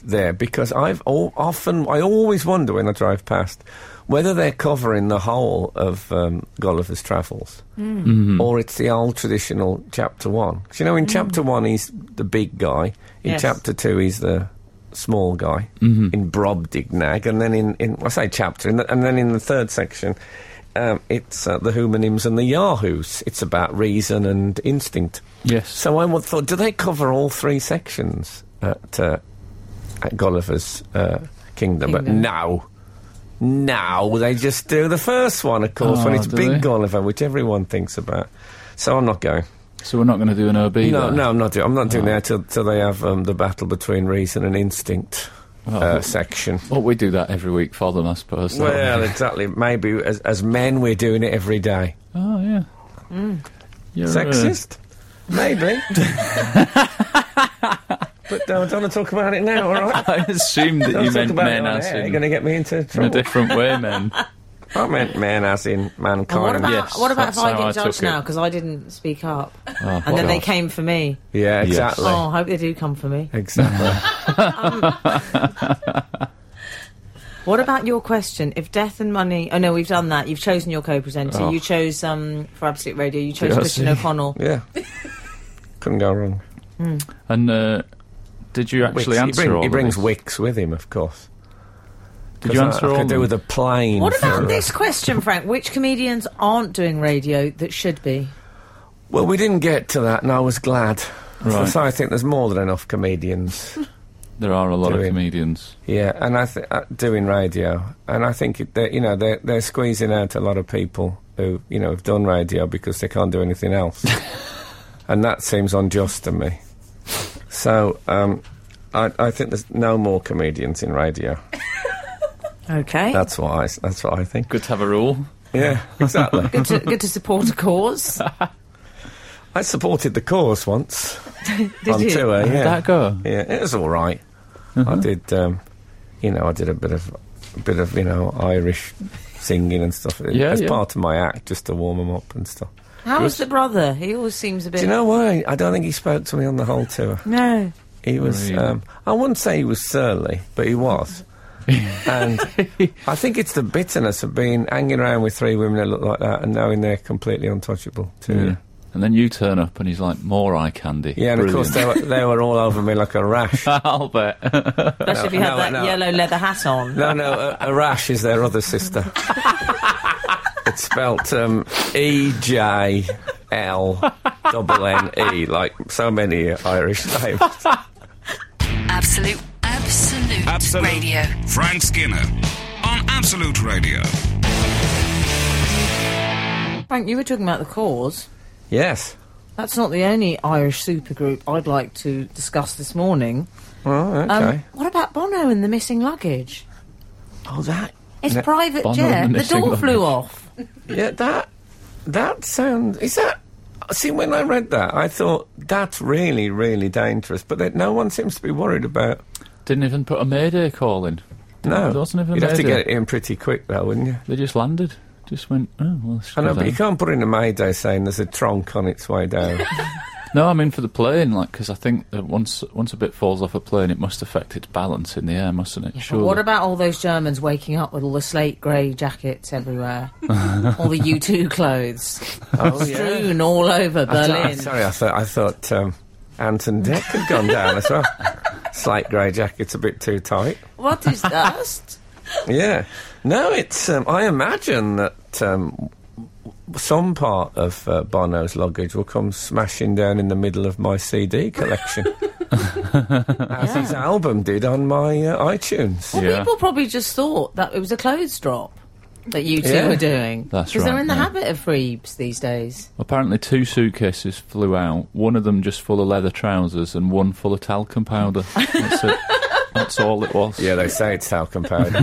[SPEAKER 2] there because I've all, often, I always wonder when I drive past whether they're covering the whole of um, Gulliver's Travels or it's the old traditional chapter one. 'Cause, you know, in chapter one, he's the big guy, in
[SPEAKER 4] Yes.
[SPEAKER 2] chapter two, he's the small guy, in Brobdignag, and then in, in I say chapter, in the, and then in the third section. Um, it's uh, the homonyms and the yahoos. It's about reason and instinct.
[SPEAKER 3] Yes.
[SPEAKER 2] So I would thought, do they cover all three sections at uh, at Gulliver's uh, Kingdom? But
[SPEAKER 4] Kingdom.
[SPEAKER 2] no, no, they just do the first one, of course, when
[SPEAKER 3] Oh,
[SPEAKER 2] it's
[SPEAKER 3] do
[SPEAKER 2] Big
[SPEAKER 3] they?
[SPEAKER 2] Gulliver, which everyone thinks about. So I'm not going.
[SPEAKER 3] So we're not going to do an OB.
[SPEAKER 2] No,
[SPEAKER 3] there?
[SPEAKER 2] no, I'm not doing. I'm not doing
[SPEAKER 3] Oh.
[SPEAKER 2] that till, till they have um, the battle between reason and instinct
[SPEAKER 3] Oh.
[SPEAKER 2] uh, section.
[SPEAKER 3] Well, we do that every week for them, I suppose. don't we?
[SPEAKER 2] Well, exactly. Maybe as, as men, we're doing it every day.
[SPEAKER 3] Oh yeah.
[SPEAKER 4] Mm.
[SPEAKER 3] You're, uh,
[SPEAKER 2] Sexist? Maybe. but no, I don't want to talk about it now. All right.
[SPEAKER 3] [laughs] I
[SPEAKER 2] [laughs]
[SPEAKER 3] assumed that
[SPEAKER 2] Don't
[SPEAKER 3] you
[SPEAKER 2] talk
[SPEAKER 3] meant
[SPEAKER 2] about
[SPEAKER 3] men
[SPEAKER 2] it on
[SPEAKER 3] as
[SPEAKER 2] air, You're
[SPEAKER 3] in,
[SPEAKER 2] going to get me
[SPEAKER 3] [laughs]
[SPEAKER 2] into
[SPEAKER 3] in a
[SPEAKER 2] trouble.
[SPEAKER 3] different way,
[SPEAKER 2] [laughs]
[SPEAKER 3] men. Ah,
[SPEAKER 2] I meant men as in
[SPEAKER 4] And
[SPEAKER 2] mankind.
[SPEAKER 4] what about
[SPEAKER 3] yes,
[SPEAKER 4] what about
[SPEAKER 3] that's
[SPEAKER 4] if I
[SPEAKER 3] how I
[SPEAKER 4] get
[SPEAKER 3] took
[SPEAKER 4] judged
[SPEAKER 3] it.
[SPEAKER 4] now because I didn't speak up,
[SPEAKER 3] Oh,
[SPEAKER 4] and then they
[SPEAKER 3] God.
[SPEAKER 4] came for me?
[SPEAKER 2] yeah,
[SPEAKER 3] Yes.
[SPEAKER 2] exactly.
[SPEAKER 4] Oh, I hope they do come for me.
[SPEAKER 3] [laughs]
[SPEAKER 2] Exactly.
[SPEAKER 4] What about your question? If death and money? Oh no, we've done that. You've chosen your co-presenter.
[SPEAKER 3] Oh.
[SPEAKER 4] You chose um, for Absolute Radio. You chose
[SPEAKER 3] Yeah, I
[SPEAKER 4] Christian
[SPEAKER 3] see.
[SPEAKER 4] O'Connell.
[SPEAKER 2] yeah. Couldn't go wrong.
[SPEAKER 3] And uh, did you
[SPEAKER 2] Wicks.
[SPEAKER 3] actually
[SPEAKER 2] He,
[SPEAKER 3] answer
[SPEAKER 2] bring-
[SPEAKER 3] all
[SPEAKER 2] he
[SPEAKER 3] of
[SPEAKER 2] brings
[SPEAKER 3] these?
[SPEAKER 2] Wicks with him, of course.
[SPEAKER 3] Did you
[SPEAKER 2] 'Cause
[SPEAKER 3] answer
[SPEAKER 2] I, I
[SPEAKER 3] all?
[SPEAKER 2] could do
[SPEAKER 3] of
[SPEAKER 2] with a
[SPEAKER 3] them?
[SPEAKER 2] plane.
[SPEAKER 4] What
[SPEAKER 2] for, uh,
[SPEAKER 4] about this question, Frank? Which comedians aren't doing radio that should be?
[SPEAKER 2] Well, we didn't get to that, and I was glad.
[SPEAKER 3] Right.
[SPEAKER 2] So I think there's more than enough comedians.
[SPEAKER 3] There are a lot of
[SPEAKER 2] Doing.
[SPEAKER 3] comedians.
[SPEAKER 2] Yeah, and I th- uh, doing radio, and I think it, they're, you know they're they're squeezing out a lot of people who you know have done radio because they can't do anything
[SPEAKER 4] [laughs]
[SPEAKER 2] else, and that seems unjust to me. So um, I, I think there's no more comedians in radio.
[SPEAKER 4] Okay.
[SPEAKER 2] That's what I s- that's what I think.
[SPEAKER 3] Good to have a rule.
[SPEAKER 2] Yeah, [laughs] exactly.
[SPEAKER 4] good, to, good to support a
[SPEAKER 3] [laughs]
[SPEAKER 4] cause.
[SPEAKER 2] I supported the cause once
[SPEAKER 4] Did
[SPEAKER 2] on
[SPEAKER 4] you? Oh,
[SPEAKER 2] tour.
[SPEAKER 3] How'd
[SPEAKER 2] yeah.
[SPEAKER 3] that go?
[SPEAKER 2] Yeah, it was all right.
[SPEAKER 3] Uh-huh.
[SPEAKER 2] I did, um, you know, I did a bit of, a bit of, you know, Irish singing and stuff
[SPEAKER 3] Yeah,
[SPEAKER 2] as
[SPEAKER 3] yeah.
[SPEAKER 2] part of my act, just to warm him up and stuff.
[SPEAKER 4] How was the brother? He always seems a bit.
[SPEAKER 2] Do you know why? I don't think he spoke to me on the whole tour.
[SPEAKER 4] No.
[SPEAKER 2] He was,
[SPEAKER 3] Really?
[SPEAKER 2] um, I wouldn't say he was surly, but he
[SPEAKER 3] [laughs]
[SPEAKER 2] was. and I think it's the bitterness of being hanging around with three women that look like that and knowing they're completely untouchable to
[SPEAKER 3] Yeah.
[SPEAKER 2] you.
[SPEAKER 3] And then you turn up and he's like, more eye candy.
[SPEAKER 2] Yeah, and
[SPEAKER 3] Brilliant.
[SPEAKER 2] of course they were, they were all over me like a
[SPEAKER 3] [laughs]
[SPEAKER 2] rash.
[SPEAKER 3] I'll bet. [laughs]
[SPEAKER 4] Especially if you had
[SPEAKER 2] no,
[SPEAKER 4] that
[SPEAKER 2] no.
[SPEAKER 4] yellow leather hat on.
[SPEAKER 2] No, no, a, a rash is their other sister. it's spelt um, E J L double N E, like so many Irish names.
[SPEAKER 1] Absolute, absolute,
[SPEAKER 5] Absolute.
[SPEAKER 1] radio.
[SPEAKER 5] Frank Skinner on Absolute Radio.
[SPEAKER 4] Frank, you were talking about the cause.
[SPEAKER 2] Yes.
[SPEAKER 4] That's not the only Irish supergroup I'd like to discuss this morning.
[SPEAKER 2] Oh, okay.
[SPEAKER 4] Um, What about Bono and the missing luggage?
[SPEAKER 2] oh, that.
[SPEAKER 4] It's
[SPEAKER 2] Yeah.
[SPEAKER 4] private
[SPEAKER 3] Bono
[SPEAKER 4] jet.
[SPEAKER 3] and the
[SPEAKER 4] The door
[SPEAKER 3] missing
[SPEAKER 4] flew
[SPEAKER 3] luggage.
[SPEAKER 4] off.
[SPEAKER 2] Yeah, that. That sound is that. See, when I read that, I thought that's really, really dangerous. But that no one seems to be worried about.
[SPEAKER 3] Didn't even put a mayday call in.
[SPEAKER 2] No,
[SPEAKER 3] It wasn't even a
[SPEAKER 2] you'd have to
[SPEAKER 3] mayday.
[SPEAKER 2] get it in pretty quick, though, wouldn't you?
[SPEAKER 3] They just landed. Just went, oh, well,
[SPEAKER 2] I
[SPEAKER 3] screw
[SPEAKER 2] know, but you
[SPEAKER 3] them."
[SPEAKER 2] can't put in a mayday saying there's a trunk on its way down.
[SPEAKER 3] No, I mean for the plane, like, because I think that once once a bit falls off a plane, it must affect its balance in the air, mustn't it?
[SPEAKER 4] But What about all those Germans waking up with all the slate grey jackets everywhere?
[SPEAKER 2] [laughs]
[SPEAKER 4] all the U2 clothes
[SPEAKER 2] [laughs] oh
[SPEAKER 4] strewn all over
[SPEAKER 2] I-
[SPEAKER 4] Berlin.
[SPEAKER 2] Sorry, I thought I thought um, Anton Deck had gone down as
[SPEAKER 3] [laughs]
[SPEAKER 2] well. Slight grey jacket's a bit too tight. [laughs]
[SPEAKER 4] What is that?
[SPEAKER 2] Yeah. No, it's. Um, I imagine that um, some part of uh, Bono's luggage will come smashing down in the middle of my CD
[SPEAKER 3] [laughs]
[SPEAKER 2] collection, as his album did on my uh, iTunes.
[SPEAKER 4] Well,
[SPEAKER 3] Yeah.
[SPEAKER 4] people probably just thought that it was a clothes drop that you two
[SPEAKER 2] Yeah.
[SPEAKER 4] were doing.
[SPEAKER 3] That's
[SPEAKER 4] Because they're
[SPEAKER 3] right,
[SPEAKER 4] in the
[SPEAKER 3] yeah.
[SPEAKER 4] habit of freebs these days.
[SPEAKER 3] Apparently, two suitcases flew out. One of them just full of leather trousers, and one full of talcum
[SPEAKER 4] [laughs]
[SPEAKER 3] powder. That's it. That's all it was.
[SPEAKER 2] Yeah, they say it's talcum
[SPEAKER 3] [laughs]
[SPEAKER 2] powder.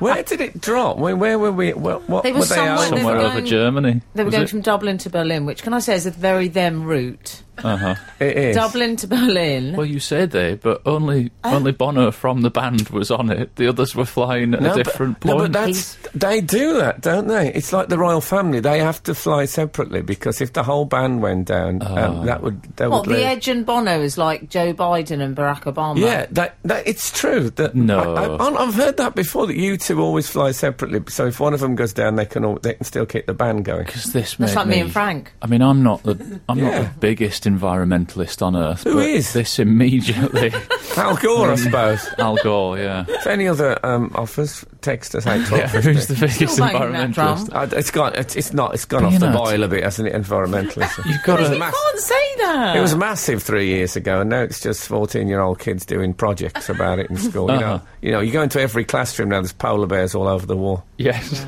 [SPEAKER 2] where did it drop? Where, where were we? What, what
[SPEAKER 4] They were
[SPEAKER 2] were they
[SPEAKER 4] somewhere-
[SPEAKER 2] out?
[SPEAKER 4] they were
[SPEAKER 3] Somewhere over
[SPEAKER 4] going-
[SPEAKER 3] Germany.
[SPEAKER 4] They were
[SPEAKER 3] was
[SPEAKER 4] going
[SPEAKER 3] it?
[SPEAKER 4] from Dublin to Berlin, which can I say is a very them route.
[SPEAKER 3] Uh-huh.
[SPEAKER 2] It is.
[SPEAKER 4] Dublin to Berlin.
[SPEAKER 3] Well, you say they, but only only Bono from the band was on it. The others were flying at a different
[SPEAKER 2] no,
[SPEAKER 3] point.
[SPEAKER 2] but that's, they do that, don't they? It's like the royal family; they have to fly separately because if the whole band went down,
[SPEAKER 3] Ah.
[SPEAKER 2] um, that would that
[SPEAKER 4] What
[SPEAKER 2] would leave.
[SPEAKER 4] the Edge and Bono is like Joe Biden and Barack Obama.
[SPEAKER 2] Yeah, that, that it's true. That
[SPEAKER 3] No.
[SPEAKER 2] I, I, I've heard that before. That you two always fly separately, so if one of them goes down, they can all, they can still keep the band
[SPEAKER 3] [laughs]
[SPEAKER 2] going.
[SPEAKER 3] Because this
[SPEAKER 4] That's
[SPEAKER 3] made
[SPEAKER 4] like me and Frank.
[SPEAKER 3] I mean,
[SPEAKER 2] [laughs]
[SPEAKER 3] I'm not the I'm not
[SPEAKER 2] Yeah.
[SPEAKER 3] the biggest environmentalist on earth.
[SPEAKER 2] Who
[SPEAKER 3] but
[SPEAKER 2] is? [laughs]
[SPEAKER 3] this immediately?
[SPEAKER 2] Al Gore, I suppose.
[SPEAKER 3] Al Gore, yeah.
[SPEAKER 2] if any other um, offers, text us eight
[SPEAKER 3] [laughs] yeah
[SPEAKER 2] twelve.
[SPEAKER 3] who's the biggest
[SPEAKER 4] Still banging that drum.
[SPEAKER 3] environmentalist?
[SPEAKER 2] Uh, it's gone. It's, it's not. It's gone off the
[SPEAKER 3] Peanut.
[SPEAKER 2] boil a bit, hasn't it? Environmentalism.
[SPEAKER 3] You've got
[SPEAKER 2] It was
[SPEAKER 3] to.
[SPEAKER 2] a mass-
[SPEAKER 4] Can't say that.
[SPEAKER 2] It was massive three years ago, and now it's just fourteen-year-old kids doing projects about it in school. You
[SPEAKER 3] Uh-huh.
[SPEAKER 2] know, you know, you go into every classroom now. There's polar bears all over the wall.
[SPEAKER 3] Yes.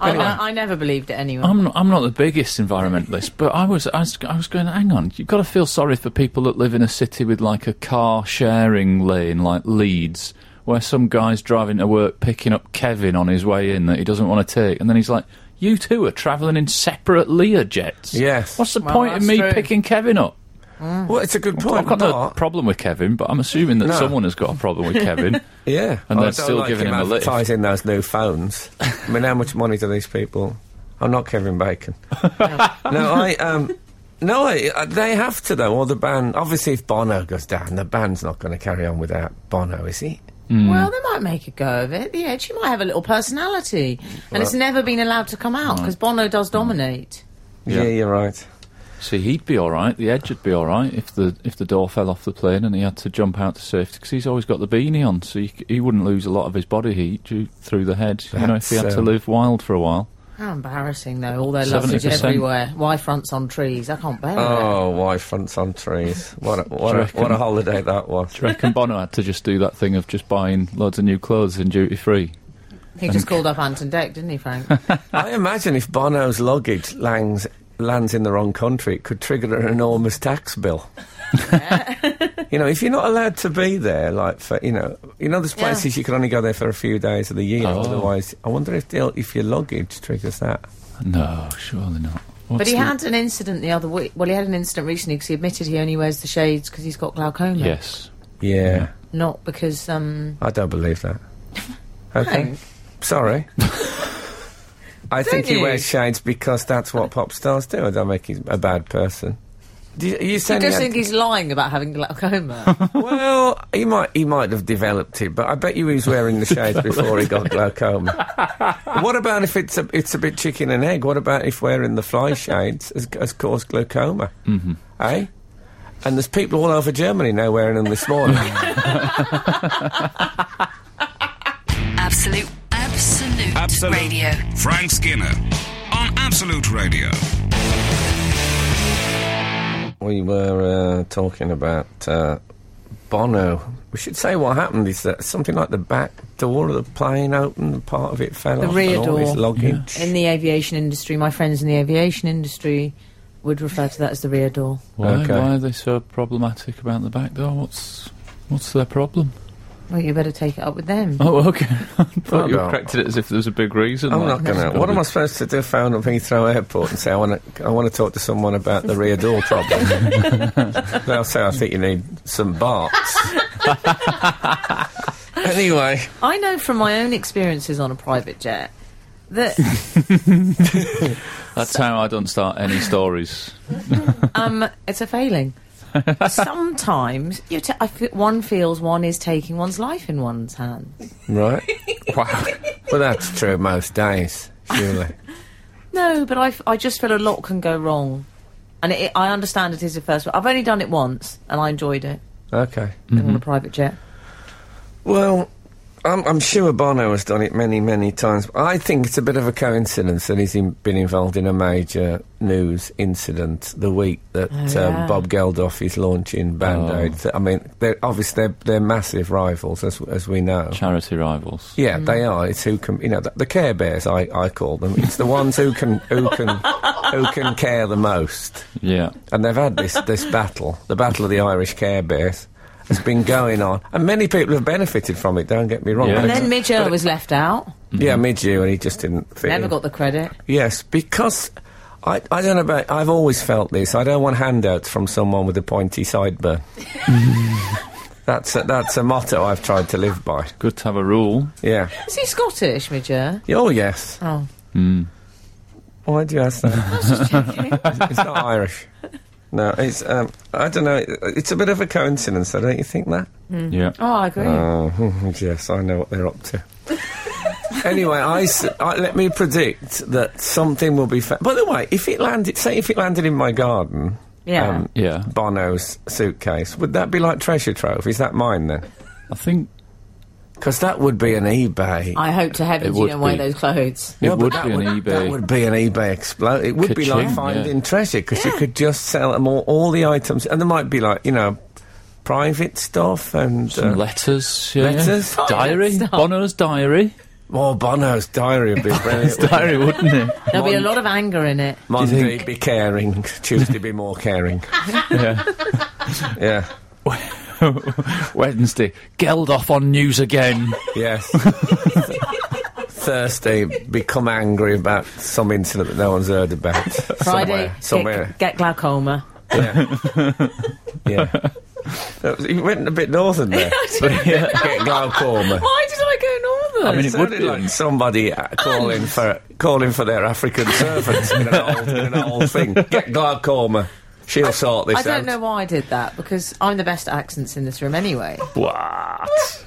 [SPEAKER 4] I, I, I never believed it anyway.
[SPEAKER 3] I'm not, I'm not the biggest environmentalist, but I was, I was I was going. Hang on, you've got to feel sorry for people that live in a city with like a car sharing lane, like Leeds, where some guy's driving to work picking up Kevin on his way in that he doesn't want to take, and then he's like, "You two are travelling in separate Lear jets."
[SPEAKER 2] Yes.
[SPEAKER 3] What's the
[SPEAKER 4] Well,
[SPEAKER 3] point of
[SPEAKER 4] that's
[SPEAKER 3] me
[SPEAKER 4] true.
[SPEAKER 3] picking Kevin up?
[SPEAKER 2] Well, it's a good point.
[SPEAKER 3] Mm. I've got no
[SPEAKER 2] but-
[SPEAKER 3] problem with Kevin, but I'm assuming that
[SPEAKER 2] No.
[SPEAKER 3] someone has got a problem
[SPEAKER 2] [laughs]
[SPEAKER 3] with Kevin.
[SPEAKER 2] Yeah,
[SPEAKER 3] And
[SPEAKER 2] I
[SPEAKER 3] they're
[SPEAKER 2] don't
[SPEAKER 3] still
[SPEAKER 2] like
[SPEAKER 3] giving him a lift.
[SPEAKER 2] advertising those new phones. I mean, how much money do these people? I'm not Kevin
[SPEAKER 3] [laughs]
[SPEAKER 2] Bacon. no, I um, no, I, uh, they have to though. Or the band. Obviously, if Bono goes down, the band's not going to carry on without Bono, is he?
[SPEAKER 3] Um,
[SPEAKER 4] Well, they might make a go of it. The Edge, you might have a little personality, and it's never been allowed to come out because Bono does dominate.
[SPEAKER 2] Yeah,
[SPEAKER 3] Yeah.
[SPEAKER 2] you're right.
[SPEAKER 3] See, he'd be all right. The edge would be all right if the if the door fell off the plane and he had to jump out to safety because he's always got the beanie on, so he, c- he wouldn't lose a lot of his body heat due, through the head. you know, if he had
[SPEAKER 2] That's,
[SPEAKER 3] to
[SPEAKER 2] um,
[SPEAKER 3] live wild for a while.
[SPEAKER 4] How embarrassing, though! All their luggage
[SPEAKER 3] 70%.
[SPEAKER 4] everywhere. Why fronts on trees? I can't bear it.
[SPEAKER 2] Oh, why fronts on trees? What a, what a, what
[SPEAKER 3] Do you
[SPEAKER 2] a
[SPEAKER 3] reckon-
[SPEAKER 2] holiday that was.
[SPEAKER 3] Do you [laughs] reckon Bono had to just do that thing of just buying loads of new clothes in duty free?
[SPEAKER 4] He just called up Anton Deck, didn't
[SPEAKER 2] [laughs]
[SPEAKER 4] he, Frank?
[SPEAKER 2] I imagine if Bono's luggage lands, lands in the wrong country, it could trigger an enormous tax bill. you know, if you're not allowed to be there, like for you know, you know, there's
[SPEAKER 4] Yeah.
[SPEAKER 2] places you can only go there for a few days of the year.
[SPEAKER 3] Oh.
[SPEAKER 2] Otherwise, I wonder if the, if your luggage triggers that.
[SPEAKER 3] No, surely not.
[SPEAKER 4] But
[SPEAKER 3] What's
[SPEAKER 4] he
[SPEAKER 3] the-
[SPEAKER 4] had an incident the other week. Well, he had an incident recently because he admitted he only wears the shades because he's got glaucoma.
[SPEAKER 3] Yes.
[SPEAKER 2] Yeah,
[SPEAKER 4] Not because, um.
[SPEAKER 2] I don't believe that. Okay,
[SPEAKER 4] Frank.
[SPEAKER 2] sorry. I think he
[SPEAKER 4] you?
[SPEAKER 2] wears shades because that's what pop stars do. I don't make he's a bad person. Do you, are you
[SPEAKER 4] I
[SPEAKER 2] saying he
[SPEAKER 4] just
[SPEAKER 2] had-
[SPEAKER 4] think he's lying about having
[SPEAKER 2] [laughs]
[SPEAKER 4] glaucoma.
[SPEAKER 2] well, he might he might have developed it, but I bet you he was wearing the shades before he got glaucoma. what about if it's a it's a bit chicken and egg? What about if wearing the fly shades has, has caused glaucoma? Mm-hmm. Eh? And there's people all over Germany now wearing them this
[SPEAKER 4] [laughs]
[SPEAKER 2] morning.
[SPEAKER 1] Absolute, absolute,
[SPEAKER 5] Absolute.
[SPEAKER 1] radio.
[SPEAKER 5] Frank Skinner on Absolute Radio.
[SPEAKER 2] we were uh, talking about uh, Bono. We should say what happened is that something like the back door of the plane opened, and part of it fell off,
[SPEAKER 4] rear
[SPEAKER 2] and all his
[SPEAKER 4] door.
[SPEAKER 2] luggage.
[SPEAKER 4] in the aviation industry, my friends in the aviation industry would refer to that as the rear door.
[SPEAKER 3] Why,
[SPEAKER 2] Okay.
[SPEAKER 3] why are they so problematic about the back door? What's what's their problem?
[SPEAKER 4] Well, you better take it up with them.
[SPEAKER 3] Oh, okay. [laughs] I
[SPEAKER 2] I
[SPEAKER 3] thought you
[SPEAKER 2] don't-
[SPEAKER 3] corrected it as if there was a big reason.
[SPEAKER 2] I'm
[SPEAKER 3] like,
[SPEAKER 2] not
[SPEAKER 3] it's
[SPEAKER 2] going to.
[SPEAKER 3] gotta
[SPEAKER 2] What am
[SPEAKER 3] be-
[SPEAKER 2] I supposed to do? Phone up Heathrow Airport and say I want to. I want to talk to someone about the rear door problem. They'll say I think you need some barts. anyway,
[SPEAKER 4] I know from my own experiences on a private jet that
[SPEAKER 3] That's how I don't start any stories.
[SPEAKER 4] um, it's
[SPEAKER 2] [laughs]
[SPEAKER 4] a failing. Sometimes you ta- I fe- one feels one is taking one's life in one's hand.
[SPEAKER 2] right? Wow. Well, that's true most days, surely.
[SPEAKER 4] No, but I, f- I just feel a lot can go wrong. And it, I understand it is a first. I've only done it once and I enjoyed it
[SPEAKER 2] Okay.
[SPEAKER 4] on a private jet.
[SPEAKER 2] Well, I'm, I'm sure Bono has done it many, many times. I think it's a bit of a coincidence that he's in, been involved in a major news incident the week that
[SPEAKER 4] Oh, yeah. Oh.
[SPEAKER 2] um, Bob Geldof is launching Band Aid. I mean, they're, obviously they're, they're massive rivals, as as we know.
[SPEAKER 3] Charity rivals.
[SPEAKER 4] Mm.
[SPEAKER 2] Yeah, they are. It's who can, you know, the, the Care Bears. I, I call them. It's the ones who can who
[SPEAKER 4] [laughs]
[SPEAKER 2] can who can care the most.
[SPEAKER 3] Yeah.
[SPEAKER 2] And they've had this, this battle, the battle of the Irish Care Bears, has been going on. And many people have benefited from it, don't get me wrong.
[SPEAKER 3] Yeah.
[SPEAKER 2] But
[SPEAKER 4] And
[SPEAKER 2] it's-
[SPEAKER 4] then Midger was left out.
[SPEAKER 2] yeah, Midgew, and he just didn't fit
[SPEAKER 4] Never
[SPEAKER 2] in.
[SPEAKER 4] got the credit.
[SPEAKER 2] Yes, because I, I don't know about. I've always felt this. I don't want handouts from someone with a pointy
[SPEAKER 4] [laughs]
[SPEAKER 2] sideburn. that's, a, that's a motto I've tried to live by.
[SPEAKER 3] Good to have a rule.
[SPEAKER 2] Yeah.
[SPEAKER 4] Is he Scottish, Midger?
[SPEAKER 2] Oh, yes.
[SPEAKER 4] Oh.
[SPEAKER 2] Why do you ask that? [laughs]
[SPEAKER 4] Just checking.
[SPEAKER 2] it's not Irish. No, it's. Um, I don't know. it- It's a bit of a coincidence, though, don't you think that?
[SPEAKER 3] Yeah.
[SPEAKER 4] oh, I agree.
[SPEAKER 2] Oh, [laughs] yes, I know what they're up to. [laughs] anyway, I, s- I- let me predict that something will be. Fa- By the way, if it landed, say, if it landed in my garden, um,
[SPEAKER 4] yeah.
[SPEAKER 3] Yeah.
[SPEAKER 2] Bono's suitcase, would that be like treasure trove? Is that mine then?
[SPEAKER 3] I think
[SPEAKER 2] Because that would be an eBay.
[SPEAKER 4] I hope to heavens
[SPEAKER 3] It
[SPEAKER 4] you
[SPEAKER 3] would
[SPEAKER 4] don't wear
[SPEAKER 3] be.
[SPEAKER 4] those clothes.
[SPEAKER 3] it
[SPEAKER 2] No, but
[SPEAKER 3] would
[SPEAKER 2] that
[SPEAKER 3] be an eBay.
[SPEAKER 2] That would be an eBay explode. It would be like
[SPEAKER 3] Ka-ching,
[SPEAKER 2] finding
[SPEAKER 3] yeah.
[SPEAKER 2] treasure because you could just sell them all, all the items, and there might be like you know, private stuff and
[SPEAKER 3] Some
[SPEAKER 2] uh,
[SPEAKER 3] letters. Yeah, yeah.
[SPEAKER 2] Letters?
[SPEAKER 3] [laughs] Diary.
[SPEAKER 4] Stop.
[SPEAKER 3] Bono's diary.
[SPEAKER 2] oh, Bono's diary
[SPEAKER 3] [laughs]
[SPEAKER 2] would be brilliant. wouldn't it?
[SPEAKER 3] diary, wouldn't it?
[SPEAKER 4] [laughs] There'll be a lot of anger in it.
[SPEAKER 2] Monday
[SPEAKER 3] think-
[SPEAKER 2] be caring, Tuesday be more caring.
[SPEAKER 3] [laughs] Yeah.
[SPEAKER 2] Yeah.
[SPEAKER 3] Wednesday. Geldof on news
[SPEAKER 4] [laughs]
[SPEAKER 3] again.
[SPEAKER 2] Yes. Thursday, become angry about some incident that no one's heard about.
[SPEAKER 4] Friday,
[SPEAKER 2] somewhere.
[SPEAKER 4] get-
[SPEAKER 2] somewhere.
[SPEAKER 4] Get, glaucoma.
[SPEAKER 2] Yeah. That was- You went a bit northern
[SPEAKER 3] [laughs]
[SPEAKER 4] [laughs]
[SPEAKER 2] there. [laughs] Get glaucoma.
[SPEAKER 4] Why did I go northern?
[SPEAKER 3] I mean, it would
[SPEAKER 2] Sounded
[SPEAKER 3] be.
[SPEAKER 2] like somebody uh, calling for calling for their African servants in an old, in an old thing. Get glaucoma. She'll sort this
[SPEAKER 4] I
[SPEAKER 2] out.
[SPEAKER 4] don't know why I did that because I'm the best at accents in this room anyway.
[SPEAKER 3] What?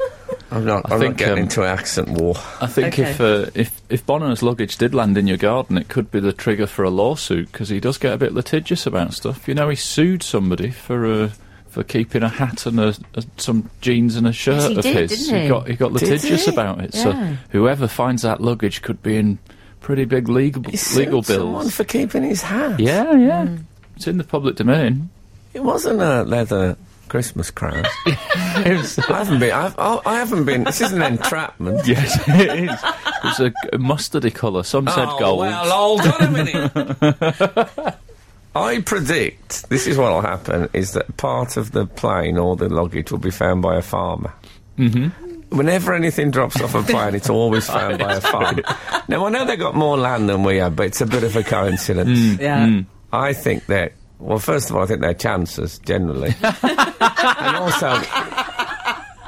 [SPEAKER 2] I'm not. I'm
[SPEAKER 3] think,
[SPEAKER 2] not getting
[SPEAKER 3] um,
[SPEAKER 2] into accent war.
[SPEAKER 3] I think
[SPEAKER 4] Okay.
[SPEAKER 3] if, uh, if if Bono's luggage did land in your garden, it could be the trigger for a lawsuit because he does get a bit litigious about stuff. You know, he sued somebody for uh, for keeping a hat and a, a, some jeans and a shirt
[SPEAKER 4] he
[SPEAKER 3] of
[SPEAKER 4] did,
[SPEAKER 3] his.
[SPEAKER 4] didn't he?
[SPEAKER 3] got he got litigious
[SPEAKER 4] he?
[SPEAKER 3] about it. So
[SPEAKER 4] Yeah.
[SPEAKER 3] whoever finds that luggage could be in pretty big legal
[SPEAKER 2] He sued
[SPEAKER 3] legal
[SPEAKER 2] Someone
[SPEAKER 3] bills.
[SPEAKER 2] for keeping his hat.
[SPEAKER 3] yeah, yeah.
[SPEAKER 4] Hmm.
[SPEAKER 3] It's in the public domain. [laughs]
[SPEAKER 2] It wasn't a leather Christmas crown. I haven't been. I've, oh, I, I haven't been. This isn't entrapment.
[SPEAKER 3] Yes, it is. It's a, a mustardy colour. Some said
[SPEAKER 2] oh,
[SPEAKER 3] gold.
[SPEAKER 2] Well, hold on a minute. [laughs] I predict this is what will happen: is that part of the plane or the luggage will be found by a farmer. Mm-hmm. Whenever anything drops off
[SPEAKER 3] [laughs]
[SPEAKER 2] a plane, it's always found by a farmer. Now I know they've got more land than we have, but it's a bit of a coincidence.
[SPEAKER 3] Hmm.
[SPEAKER 4] Yeah.
[SPEAKER 2] I think that.
[SPEAKER 3] [laughs]
[SPEAKER 2] Well, first of all, I think they're chances generally, and also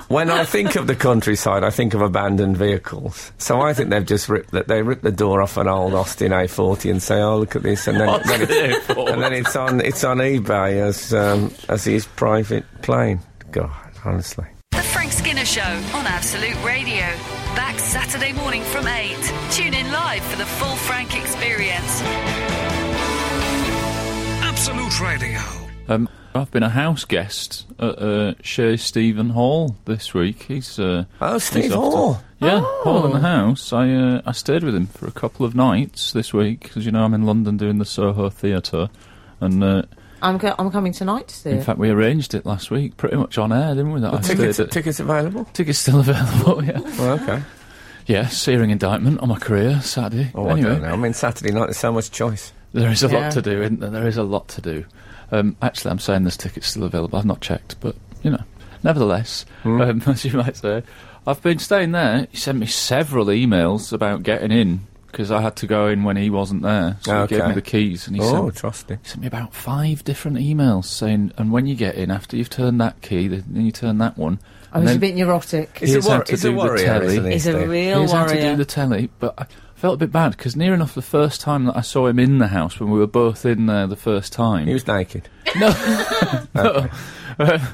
[SPEAKER 2] When I think of the countryside, I think of abandoned vehicles. So I think they've just ripped that they ripped the door off an old Austin A40 and say, "Oh, look at this," and then, then [laughs] it's, and then it's on it's on eBay as um, as his private plane. God, honestly.
[SPEAKER 1] The Frank Skinner Show on Absolute Radio. Back Saturday morning from 8. Tune in live for the full Frank experience.
[SPEAKER 5] Absolute Radio.
[SPEAKER 3] Um, I've been a house guest at uh, Shea Stephen Hall this week. He's uh,
[SPEAKER 2] Oh,
[SPEAKER 3] he's
[SPEAKER 2] Steve
[SPEAKER 3] off to-
[SPEAKER 2] Hall. Oh.
[SPEAKER 3] yeah, Hall in the house. I uh, I stayed with him for a couple of nights this week because you know I'm in London doing the Soho Theatre, and uh,
[SPEAKER 4] I'm, co- I'm coming tonight to see
[SPEAKER 3] in
[SPEAKER 4] it.
[SPEAKER 3] fact we arranged it last week, pretty much on air, didn't we? That I
[SPEAKER 2] Tickets,
[SPEAKER 3] stayed at-
[SPEAKER 2] tickets available.
[SPEAKER 3] tickets still [laughs] available. Yeah,
[SPEAKER 2] Well, okay.
[SPEAKER 3] yeah, searing indictment on my career Saturday.
[SPEAKER 2] Oh,
[SPEAKER 3] anyway,
[SPEAKER 2] I don't know. I mean, Saturday night there's so much choice.
[SPEAKER 3] There is a
[SPEAKER 4] Yeah.
[SPEAKER 3] lot to do, isn't there? There is a lot to do. Um, actually, I'm saying this ticket's still available. I've not checked, but, you know, nevertheless,
[SPEAKER 4] Hmm.
[SPEAKER 3] um, [laughs] as you might say, I've been staying there. He sent me several emails about getting in because I had to go in when he wasn't there. So he gave
[SPEAKER 2] Okay.
[SPEAKER 3] me the keys and he
[SPEAKER 2] oh,
[SPEAKER 3] sent,
[SPEAKER 2] trusty.
[SPEAKER 3] he sent me about five different emails saying, and when you get in, after you've turned that key, then you turn that one.
[SPEAKER 4] I
[SPEAKER 3] and
[SPEAKER 4] was
[SPEAKER 3] then
[SPEAKER 4] a bit neurotic.
[SPEAKER 2] He's a
[SPEAKER 3] here's
[SPEAKER 2] wor-
[SPEAKER 3] how to
[SPEAKER 2] he's a
[SPEAKER 3] do the
[SPEAKER 2] warrior,
[SPEAKER 3] telly.
[SPEAKER 2] isn't he?
[SPEAKER 4] He's a
[SPEAKER 2] Steve?
[SPEAKER 4] real
[SPEAKER 3] He was out to do
[SPEAKER 4] warrior.
[SPEAKER 3] the telly, but I felt a bit bad because near enough the first time that I saw him in the house when we were both in there the first time.
[SPEAKER 2] He was naked.
[SPEAKER 3] [laughs]
[SPEAKER 2] [laughs] Uh,
[SPEAKER 3] no,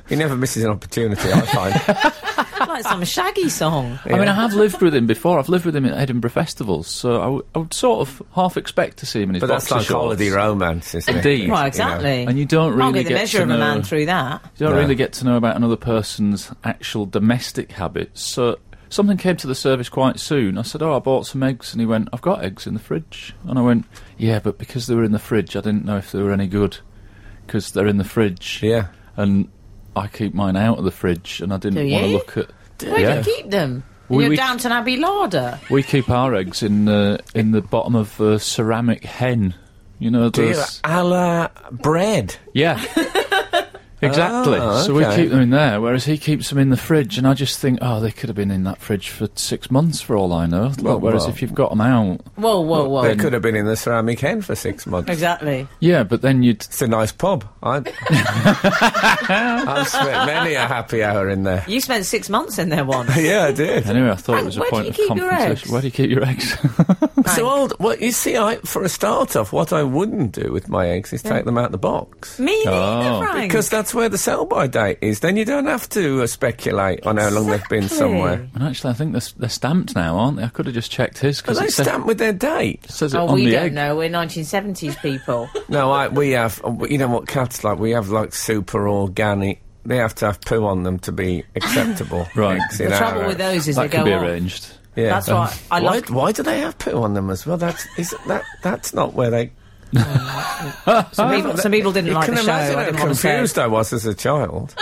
[SPEAKER 2] He never misses an opportunity. I
[SPEAKER 3] [laughs]
[SPEAKER 2] find.
[SPEAKER 4] [laughs] like some shaggy [laughs] song.
[SPEAKER 3] I mean I have lived with him before. I've lived with him at Edinburgh festivals, so I, w- I would sort of half expect to see him in his
[SPEAKER 2] but that's
[SPEAKER 3] boxer
[SPEAKER 2] like
[SPEAKER 3] shorts.
[SPEAKER 2] holiday romance, isn't it?
[SPEAKER 3] Indeed.
[SPEAKER 4] Well,
[SPEAKER 3] Right,
[SPEAKER 4] exactly.
[SPEAKER 3] And you don't
[SPEAKER 4] Can't
[SPEAKER 3] really
[SPEAKER 4] get the measure
[SPEAKER 3] to
[SPEAKER 4] of a
[SPEAKER 3] know-
[SPEAKER 4] man through that.
[SPEAKER 3] You don't
[SPEAKER 2] No.
[SPEAKER 3] really get to know about another person's actual domestic habits. So something came to the service quite soon. I said, "Oh, I bought some eggs," and he went, "I've got eggs in the fridge." And I went, "Yeah, but because they were in the fridge, I didn't know if they were any good because they're in the fridge."
[SPEAKER 2] Yeah.
[SPEAKER 3] and I keep mine out of the fridge, and I
[SPEAKER 4] Do
[SPEAKER 3] didn't want to
[SPEAKER 4] you?
[SPEAKER 3] look at.
[SPEAKER 4] Where
[SPEAKER 3] yeah,
[SPEAKER 4] do you keep them?
[SPEAKER 3] We-
[SPEAKER 4] in your
[SPEAKER 3] we-
[SPEAKER 4] Downton Abbey larder.
[SPEAKER 3] we keep our eggs in the in the bottom of a ceramic hen. You know,
[SPEAKER 2] Dear,
[SPEAKER 3] those-
[SPEAKER 2] a la bread.
[SPEAKER 4] [laughs]
[SPEAKER 3] Yeah. exactly.
[SPEAKER 4] Oh,
[SPEAKER 2] Ah,
[SPEAKER 3] So we
[SPEAKER 2] okay.
[SPEAKER 3] keep them in there, whereas he keeps them in the fridge, and I just think, oh, they could have been in that fridge for six months for all I know.
[SPEAKER 4] Oh,
[SPEAKER 3] Like,
[SPEAKER 2] Well,
[SPEAKER 3] whereas
[SPEAKER 2] well.
[SPEAKER 3] if you've got them out,
[SPEAKER 4] Whoa, whoa,
[SPEAKER 3] Oh,
[SPEAKER 4] whoa.
[SPEAKER 2] They could have been in the ceramic hen for six months.
[SPEAKER 4] Exactly.
[SPEAKER 3] yeah, but then you'd.
[SPEAKER 2] It's a nice pub.
[SPEAKER 3] [laughs]
[SPEAKER 2] I, I've spent many a happy hour in there.
[SPEAKER 4] You spent six months in there once.
[SPEAKER 2] Yeah, I did.
[SPEAKER 3] Anyway, I thought it
[SPEAKER 4] Right,
[SPEAKER 3] was a
[SPEAKER 4] where do
[SPEAKER 3] point
[SPEAKER 4] you
[SPEAKER 3] of
[SPEAKER 4] keep your eggs?
[SPEAKER 3] confrontation. Where do you keep your eggs? [laughs]
[SPEAKER 2] So old. Well, you see, I for a start off, what I wouldn't do with my eggs is take them out the box.
[SPEAKER 4] Me neither,
[SPEAKER 3] Oh.
[SPEAKER 4] Frank.
[SPEAKER 2] Because that's where the sell-by date is. Then you don't have to uh, speculate on how long they've been
[SPEAKER 4] Exactly.
[SPEAKER 2] somewhere.
[SPEAKER 3] and actually, I think they're, s- they're stamped now, aren't they? I could have just checked his
[SPEAKER 2] Are
[SPEAKER 3] because
[SPEAKER 2] they
[SPEAKER 3] it said-
[SPEAKER 2] stamped with their date?
[SPEAKER 3] says it
[SPEAKER 4] oh,
[SPEAKER 3] on
[SPEAKER 4] we
[SPEAKER 3] the
[SPEAKER 4] don't
[SPEAKER 3] egg.
[SPEAKER 4] know. We're 1970s
[SPEAKER 3] [laughs]
[SPEAKER 4] people.
[SPEAKER 2] No, I, we have. uh, You know what cats like? We have like super organic. They have to have poo on them to be [laughs] acceptable.
[SPEAKER 3] Right.
[SPEAKER 2] eggs
[SPEAKER 3] The
[SPEAKER 2] in
[SPEAKER 4] the
[SPEAKER 2] our
[SPEAKER 4] trouble with
[SPEAKER 2] eggs.
[SPEAKER 4] those is
[SPEAKER 3] That
[SPEAKER 4] they
[SPEAKER 3] could
[SPEAKER 4] go
[SPEAKER 3] be
[SPEAKER 4] on.
[SPEAKER 3] arranged.
[SPEAKER 2] Yeah.
[SPEAKER 4] That's why I
[SPEAKER 2] why,
[SPEAKER 4] love.
[SPEAKER 2] why do they have poo on them as well? That's is that that's not where they.
[SPEAKER 4] Some people, some people didn't
[SPEAKER 2] you
[SPEAKER 4] like
[SPEAKER 2] can
[SPEAKER 4] the show. I
[SPEAKER 2] imagine
[SPEAKER 4] didn't
[SPEAKER 2] how
[SPEAKER 4] want to say. Um,
[SPEAKER 2] confused I was as a
[SPEAKER 4] [laughs]
[SPEAKER 2] child.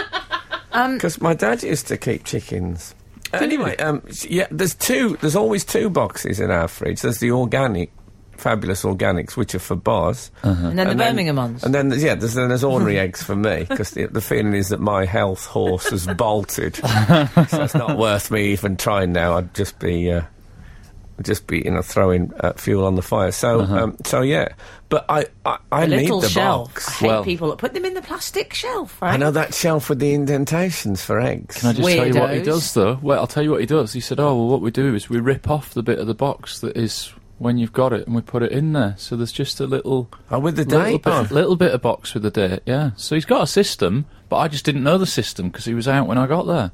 [SPEAKER 2] Because my dad used to keep chickens. Anyway, um, s- yeah, there's two. There's always two boxes in our fridge. There's the organic, fabulous organics, which are for Boz,
[SPEAKER 4] And then the Birmingham ones.
[SPEAKER 2] and then there's- yeah, there's, then there's ordinary [laughs] eggs for me because the, the feeling is that my health horse has bolted, so it's not worth me even trying now. I'd just be, uh, I'd just be you know throwing uh, fuel on the fire. So um, so yeah, but I I, I
[SPEAKER 4] the
[SPEAKER 2] need
[SPEAKER 4] little
[SPEAKER 2] the
[SPEAKER 4] shelf. I
[SPEAKER 2] box.
[SPEAKER 4] hate
[SPEAKER 3] Well-
[SPEAKER 4] people that put them in the plastic shelf. Right?
[SPEAKER 2] I know that shelf with the indentations for eggs.
[SPEAKER 3] Can I just tell you what he
[SPEAKER 4] Weirdos.
[SPEAKER 3] does, though? Well, I'll tell you what he does. He said, "Oh, well, what we do is we rip off the bit of the box that is when you've got it, and we put it in there. So there's just a little,
[SPEAKER 2] Oh, with the
[SPEAKER 3] little
[SPEAKER 2] date
[SPEAKER 3] bit,
[SPEAKER 2] on.
[SPEAKER 3] little bit of box with the date. Yeah. So he's got a system, but I just didn't know the system because he was out when I got there.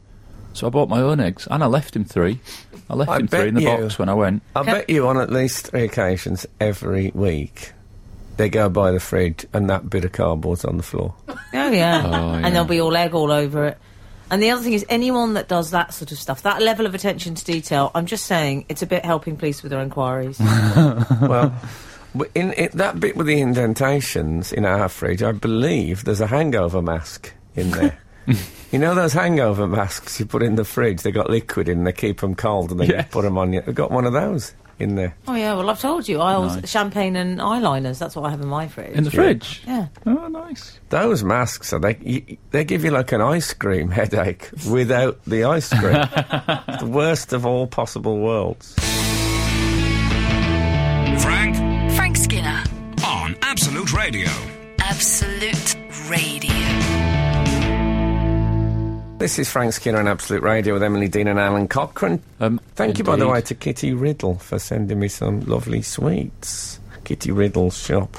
[SPEAKER 3] So I bought my own eggs, and I left him three. I left
[SPEAKER 2] I
[SPEAKER 3] him
[SPEAKER 2] bet
[SPEAKER 3] three in the
[SPEAKER 2] you-
[SPEAKER 3] box when I went.
[SPEAKER 2] I bet you on at least three occasions every week. They go by the fridge and that bit of cardboard's on the floor.
[SPEAKER 4] Oh yeah.
[SPEAKER 3] Oh, yeah.
[SPEAKER 4] And there'll be all egg all over it. And the other thing is, anyone that does that sort of stuff, that level of attention to detail, I'm just saying, it's a bit helping police with
[SPEAKER 2] [laughs]
[SPEAKER 4] their inquiries.
[SPEAKER 2] Well, w- in, in that bit with the indentations in our fridge, I believe there's a hangover mask in there. you know those hangover masks you put in the fridge? They got liquid in, they keep them cold, and then you
[SPEAKER 3] Yes.
[SPEAKER 2] put them on. You. I've got one of those in there.
[SPEAKER 4] oh yeah, well I've told you, I always
[SPEAKER 3] Nice.
[SPEAKER 4] champagne and eyeliners. That's what I have in my fridge.
[SPEAKER 3] In the fridge.
[SPEAKER 4] yeah.
[SPEAKER 3] Oh, nice.
[SPEAKER 2] Those masks are they? You, they give you like an ice cream [laughs] headache without the ice cream. It's the worst of all possible worlds.
[SPEAKER 5] Frank
[SPEAKER 1] Frank Skinner,
[SPEAKER 5] on Absolute Radio.
[SPEAKER 1] Absolute Radio.
[SPEAKER 2] This is Frank Skinner on Absolute Radio with Emily Dean and Alan Cochrane.
[SPEAKER 3] Um,
[SPEAKER 2] Thank you, by the
[SPEAKER 3] indeed.
[SPEAKER 2] way, to Kitty Riddle for sending me some lovely sweets. Kitty Riddle's shop.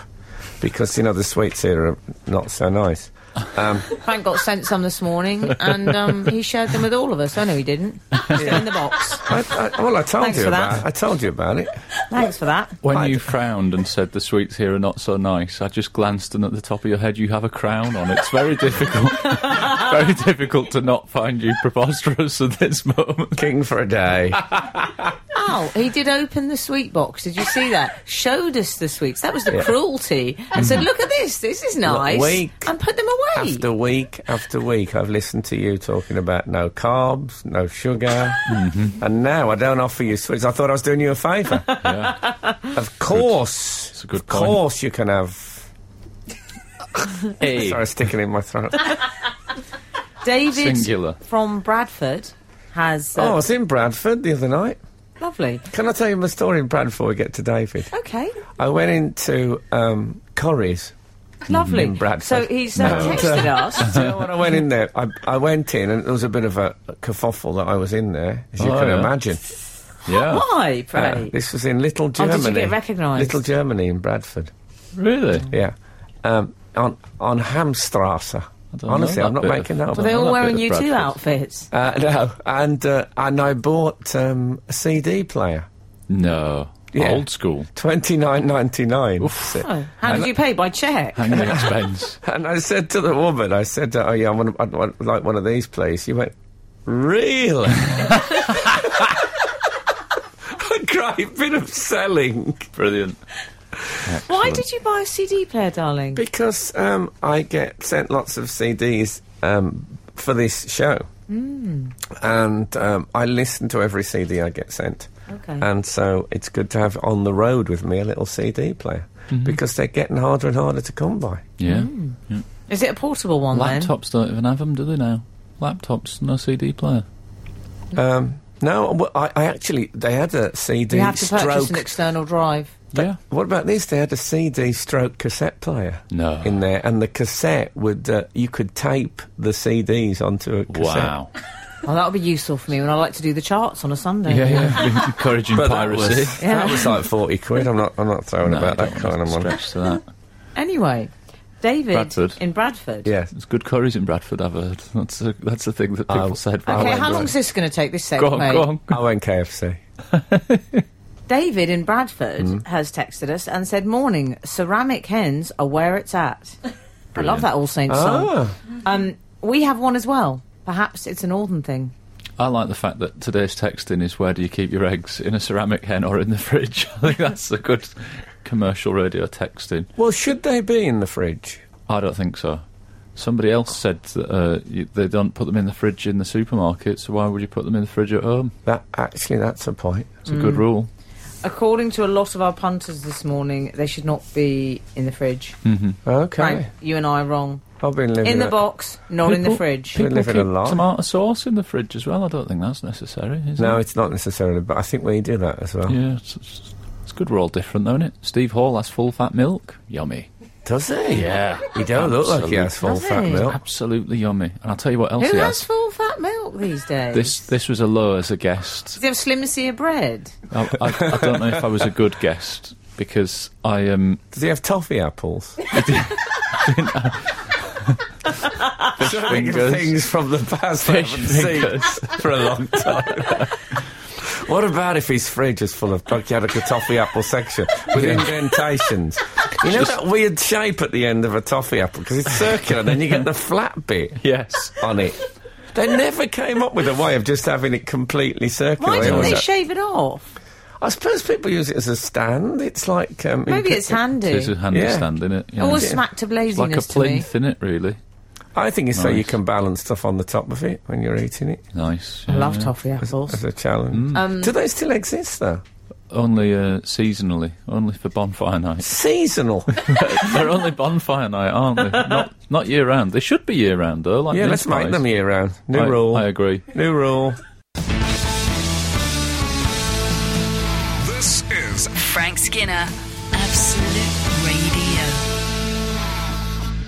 [SPEAKER 2] Because, you know, the sweets here are not so nice. Um,
[SPEAKER 4] Frank got sent some this morning, and um, he shared them with all of us. I know he didn't.
[SPEAKER 2] [laughs]
[SPEAKER 4] Still in the box.
[SPEAKER 2] I, I, well, I told
[SPEAKER 4] Thanks
[SPEAKER 2] you
[SPEAKER 4] for
[SPEAKER 2] about
[SPEAKER 4] that.
[SPEAKER 2] I told you about it.
[SPEAKER 4] Thanks for that.
[SPEAKER 3] When
[SPEAKER 2] I- [laughs]
[SPEAKER 3] you frowned and said the sweets here are not so nice, I just glanced and at the top of your head you have a crown on. It's very difficult, [laughs] very difficult to not find you preposterous at
[SPEAKER 2] [laughs]
[SPEAKER 3] this moment.
[SPEAKER 2] King for a day.
[SPEAKER 4] Oh, he did open the sweet box. Did you see that? Showed us the sweets. That was the cruelty. And said, "Look at this. This is nice."
[SPEAKER 2] week
[SPEAKER 4] and put them away.
[SPEAKER 2] after week after week, I've listened to you talking about no carbs, no sugar,
[SPEAKER 3] Mm-hmm.
[SPEAKER 2] and now I don't offer you sweets. I thought I was doing you a
[SPEAKER 3] [laughs]
[SPEAKER 2] favour. Of course,
[SPEAKER 3] It's a good
[SPEAKER 2] of
[SPEAKER 3] point.
[SPEAKER 2] course, you can have. [laughs]
[SPEAKER 3] Hey.
[SPEAKER 2] Sorry, sticking in my throat.
[SPEAKER 4] David
[SPEAKER 3] Singular.
[SPEAKER 4] from Bradford has.
[SPEAKER 2] oh, I
[SPEAKER 4] Uh,
[SPEAKER 2] was in Bradford the other night.
[SPEAKER 4] lovely.
[SPEAKER 2] Can I tell you my story in Bradford before we get to David?
[SPEAKER 4] Okay,
[SPEAKER 2] I went into um, Corrie's.
[SPEAKER 4] lovely.
[SPEAKER 2] in Bradford.
[SPEAKER 4] So he's uh,
[SPEAKER 2] No. [laughs]
[SPEAKER 4] texted us.
[SPEAKER 2] Do you know when I went in there, I, I went in and there was a bit of a kerfuffle that I was in there, as you
[SPEAKER 3] Oh,
[SPEAKER 2] can
[SPEAKER 3] yeah.
[SPEAKER 2] imagine.
[SPEAKER 3] Yeah,
[SPEAKER 4] Why,
[SPEAKER 2] Uh,
[SPEAKER 4] pray?
[SPEAKER 2] this was in Little
[SPEAKER 4] Oh, did you
[SPEAKER 2] Germany.
[SPEAKER 4] get recognised?
[SPEAKER 2] Little Germany in Bradford.
[SPEAKER 3] really?
[SPEAKER 2] Yeah, um, on on Hamstrasse.
[SPEAKER 3] don't know
[SPEAKER 2] Honestly,
[SPEAKER 3] that
[SPEAKER 2] I'm not
[SPEAKER 3] bit of-
[SPEAKER 2] making that up.
[SPEAKER 3] I
[SPEAKER 4] Were they
[SPEAKER 3] don't
[SPEAKER 4] all
[SPEAKER 3] know that
[SPEAKER 4] wearing
[SPEAKER 3] bit
[SPEAKER 4] U2
[SPEAKER 3] of Bradford.
[SPEAKER 2] [laughs]
[SPEAKER 4] outfits?
[SPEAKER 2] Uh, no, and uh, and I bought um, a CD player,
[SPEAKER 3] No,
[SPEAKER 2] Yeah.
[SPEAKER 3] old school,
[SPEAKER 2] twenty nine ninety nine.
[SPEAKER 4] Oh, how did you pay? By cheque?
[SPEAKER 3] hanging expense.
[SPEAKER 2] [laughs] And I said to the woman, I said, "Oh yeah, I want, I'd want like one of these, please." She went,
[SPEAKER 3] [laughs]
[SPEAKER 2] "Really?" [laughs] a great bit of selling.
[SPEAKER 3] Brilliant.
[SPEAKER 4] Why did you buy a CD player, darling?
[SPEAKER 2] Because um, I get sent lots of CDs um, for this show.
[SPEAKER 4] Hmm.
[SPEAKER 2] And um, I listen to every CD I get sent.
[SPEAKER 4] Okay.
[SPEAKER 2] And so it's good to have on the road with me a little CD player
[SPEAKER 3] Mm-hmm.
[SPEAKER 2] because they're getting harder and harder to come by.
[SPEAKER 3] Yeah,
[SPEAKER 2] Hmm.
[SPEAKER 4] Is it a portable one then?
[SPEAKER 3] laptops don't even have them, do they now? Laptops, no CD player.
[SPEAKER 2] Um, no, well, I, I actually, they had a CD
[SPEAKER 4] You have to purchase an
[SPEAKER 2] stroke.
[SPEAKER 4] external drive.
[SPEAKER 3] Yeah,
[SPEAKER 2] What about this? They had a CD stroke cassette player
[SPEAKER 3] No.
[SPEAKER 2] in there, and the cassette would, uh, you could tape the CDs onto a cassette.
[SPEAKER 3] wow.
[SPEAKER 4] Oh, that would be useful for me when I like to do the charts on a Sunday.
[SPEAKER 3] Yeah,
[SPEAKER 2] [laughs]
[SPEAKER 3] yeah, encouraging
[SPEAKER 2] But that
[SPEAKER 3] piracy.
[SPEAKER 2] was, that was like 40 quid. I'm not, I'm not throwing
[SPEAKER 3] No,
[SPEAKER 2] about
[SPEAKER 3] I
[SPEAKER 2] that
[SPEAKER 3] don't
[SPEAKER 2] kind
[SPEAKER 3] wanna
[SPEAKER 2] of money.
[SPEAKER 3] stretch to that.
[SPEAKER 4] Anyway, David
[SPEAKER 3] Bradford.
[SPEAKER 4] in Bradford.
[SPEAKER 2] Yeah.
[SPEAKER 3] There's good curries in Bradford, I've heard. That's a, that's the thing that people
[SPEAKER 2] Oh.
[SPEAKER 3] said.
[SPEAKER 2] I
[SPEAKER 4] Okay,
[SPEAKER 2] won't
[SPEAKER 4] how
[SPEAKER 2] do
[SPEAKER 4] long's this going to take? This
[SPEAKER 3] Go
[SPEAKER 4] segment,
[SPEAKER 3] on,
[SPEAKER 4] mate?
[SPEAKER 3] go on.
[SPEAKER 2] I went KFC.
[SPEAKER 4] David in Bradford
[SPEAKER 3] Mm-hmm.
[SPEAKER 4] has texted us and said, "Morning, ceramic hens are where it's at." [laughs] I
[SPEAKER 3] Brilliant.
[SPEAKER 4] love that All Saints song.
[SPEAKER 2] Ah,
[SPEAKER 4] Um, we have one as well. Perhaps it's a northern thing.
[SPEAKER 3] I like the fact that today's texting is where do you keep your eggs? In a ceramic hen or in the [laughs] fridge? I think that's a good commercial radio texting.
[SPEAKER 2] well, should they be in the fridge?
[SPEAKER 3] I don't think so. Somebody else said that uh, you, they don't put them in the fridge in the supermarket, so why would you put them in the fridge at home?
[SPEAKER 2] That actually, that's a point.
[SPEAKER 3] It's a good rule.
[SPEAKER 4] According to a lot of our punters this morning, they should not be in the fridge.
[SPEAKER 3] Mm.
[SPEAKER 2] Okay,
[SPEAKER 4] Frank, you and I are wrong.
[SPEAKER 2] I've been living
[SPEAKER 4] In the
[SPEAKER 2] a-
[SPEAKER 4] box, not in the
[SPEAKER 3] People-
[SPEAKER 4] fridge.
[SPEAKER 2] People
[SPEAKER 3] People
[SPEAKER 2] live in a
[SPEAKER 3] keep
[SPEAKER 2] lie.
[SPEAKER 3] tomato sauce in the fridge as well. I don't think that's necessary. Is
[SPEAKER 2] No,
[SPEAKER 3] it?
[SPEAKER 2] it's not necessarily, but I think we do that as well.
[SPEAKER 3] yeah, it's, it's, it's good. We're all different, though, isn't it? Steve Hall has full fat milk. Yummy.
[SPEAKER 2] Does he?
[SPEAKER 3] Yeah.
[SPEAKER 2] He don't look like he
[SPEAKER 3] Absolutely.
[SPEAKER 2] has full
[SPEAKER 4] Does
[SPEAKER 2] fat
[SPEAKER 4] he?
[SPEAKER 2] milk.
[SPEAKER 3] Absolutely yummy. And I'll tell you what else
[SPEAKER 4] Who
[SPEAKER 3] he
[SPEAKER 4] has
[SPEAKER 3] has.
[SPEAKER 4] full fat milk these days?
[SPEAKER 3] This this was a low as a guest.
[SPEAKER 4] Do you have slim sear bread?
[SPEAKER 3] I, I, I don't know if I was a good guest because I um
[SPEAKER 2] Does he have toffee
[SPEAKER 3] [laughs]
[SPEAKER 2] apples?
[SPEAKER 3] fish [laughs] fingers.
[SPEAKER 2] Things from the past I
[SPEAKER 3] Fish
[SPEAKER 2] haven't seen
[SPEAKER 3] fingers.
[SPEAKER 2] for a long time. what about if his fridge is full of like you had like a toffee apple section with indentations? You know that weird shape at the end of a toffee apple because it's circular, then you get the flat bit
[SPEAKER 3] Yes.
[SPEAKER 2] on it. They never came up with a way of just having it completely circular.
[SPEAKER 4] Why
[SPEAKER 2] They
[SPEAKER 4] didn't
[SPEAKER 2] always
[SPEAKER 4] they
[SPEAKER 2] had-
[SPEAKER 4] shave it off?
[SPEAKER 2] I suppose people use it as a stand. It's like um,
[SPEAKER 4] Maybe
[SPEAKER 2] you
[SPEAKER 4] it's
[SPEAKER 2] could-
[SPEAKER 4] handy.
[SPEAKER 3] There's a hand
[SPEAKER 2] Yeah.
[SPEAKER 3] stand in it. yeah.
[SPEAKER 4] Always
[SPEAKER 3] It's
[SPEAKER 4] smacked of laziness
[SPEAKER 3] like a
[SPEAKER 4] to me.
[SPEAKER 3] plinth in it, really.
[SPEAKER 2] I think it's so you
[SPEAKER 3] Nice.
[SPEAKER 2] can balance stuff on the top of it when you're eating it
[SPEAKER 3] Nice.
[SPEAKER 4] I
[SPEAKER 3] yeah.
[SPEAKER 4] love toffee apples. [laughs]
[SPEAKER 2] as a challenge.
[SPEAKER 3] Mm.
[SPEAKER 4] Um,
[SPEAKER 2] Do they still exist though?
[SPEAKER 3] Only uh, seasonally, only for bonfire
[SPEAKER 2] [laughs]
[SPEAKER 3] night.
[SPEAKER 2] Seasonal.
[SPEAKER 3] They're only bonfire night, aren't they? Not not year round. They should be year round though. Like
[SPEAKER 2] yeah,
[SPEAKER 3] mince
[SPEAKER 2] let's make
[SPEAKER 3] pies.
[SPEAKER 2] them year round. New
[SPEAKER 3] I,
[SPEAKER 2] rule.
[SPEAKER 3] I agree.
[SPEAKER 2] New rule.
[SPEAKER 5] This is
[SPEAKER 1] Frank Skinner, Absolute Radio.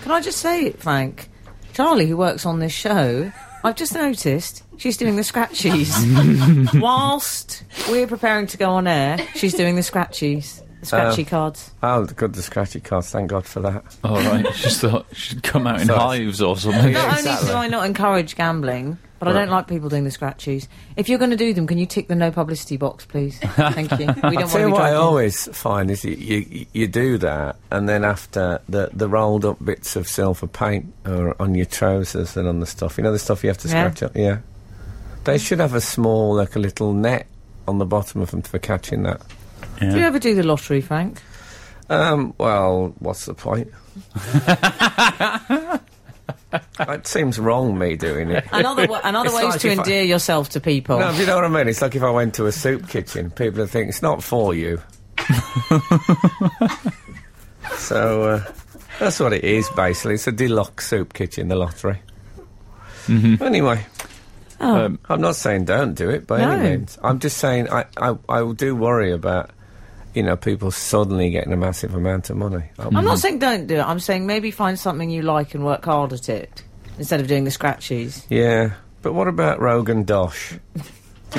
[SPEAKER 4] Can I just say, Frank, Charlie, who works on this show, I've just noticed she's doing the scratchies. [laughs] Whilst we're preparing to go on air, she's doing the scratchies, the scratchy cards.
[SPEAKER 2] Oh, good, the scratchy cards. Thank God for that.
[SPEAKER 3] All right, [laughs] just thought she'd come out in
[SPEAKER 2] Sorry.
[SPEAKER 3] hives or something.
[SPEAKER 4] Not
[SPEAKER 2] exactly.
[SPEAKER 4] only do I not encourage gambling, but I don't like people doing the scratchies. If you're going to do them, can you tick the no publicity box, please? Thank [laughs] you. We don't
[SPEAKER 2] I
[SPEAKER 4] want to
[SPEAKER 2] tell you
[SPEAKER 4] be
[SPEAKER 2] what I
[SPEAKER 4] drunk.
[SPEAKER 2] always find is you, you you do that, and then after the the rolled up bits of silver paint are on your trousers and on the stuff. You know the stuff you have to
[SPEAKER 4] Yeah.
[SPEAKER 2] scratch up. Yeah, they should have a small like a little net on the bottom of them for catching that.
[SPEAKER 4] Do you ever do the lottery, Frank?
[SPEAKER 2] Um, well, what's the point? it seems wrong me doing it.
[SPEAKER 4] [laughs] Another wa- another
[SPEAKER 2] It's
[SPEAKER 4] ways
[SPEAKER 2] like
[SPEAKER 4] to
[SPEAKER 2] if I-
[SPEAKER 4] endear yourself to people.
[SPEAKER 2] No, if you know what I mean. It's like if I went to a soup kitchen, people would think it's not for
[SPEAKER 4] [laughs]
[SPEAKER 2] you. so uh, that's what it is, basically. It's a deluxe soup kitchen, the lottery.
[SPEAKER 4] Mm-hmm.
[SPEAKER 2] Anyway,
[SPEAKER 3] Um,
[SPEAKER 2] I'm not saying don't do it by
[SPEAKER 4] Oh. No.
[SPEAKER 2] any means. I'm just saying I, I, I do worry about, you know, people suddenly getting a massive amount of money.
[SPEAKER 4] I'm
[SPEAKER 3] Mm-hmm.
[SPEAKER 4] not saying don't do it. I'm saying maybe find something you like and work hard at it instead of doing the scratchies.
[SPEAKER 2] Yeah, but what about Rogan Dosh? Do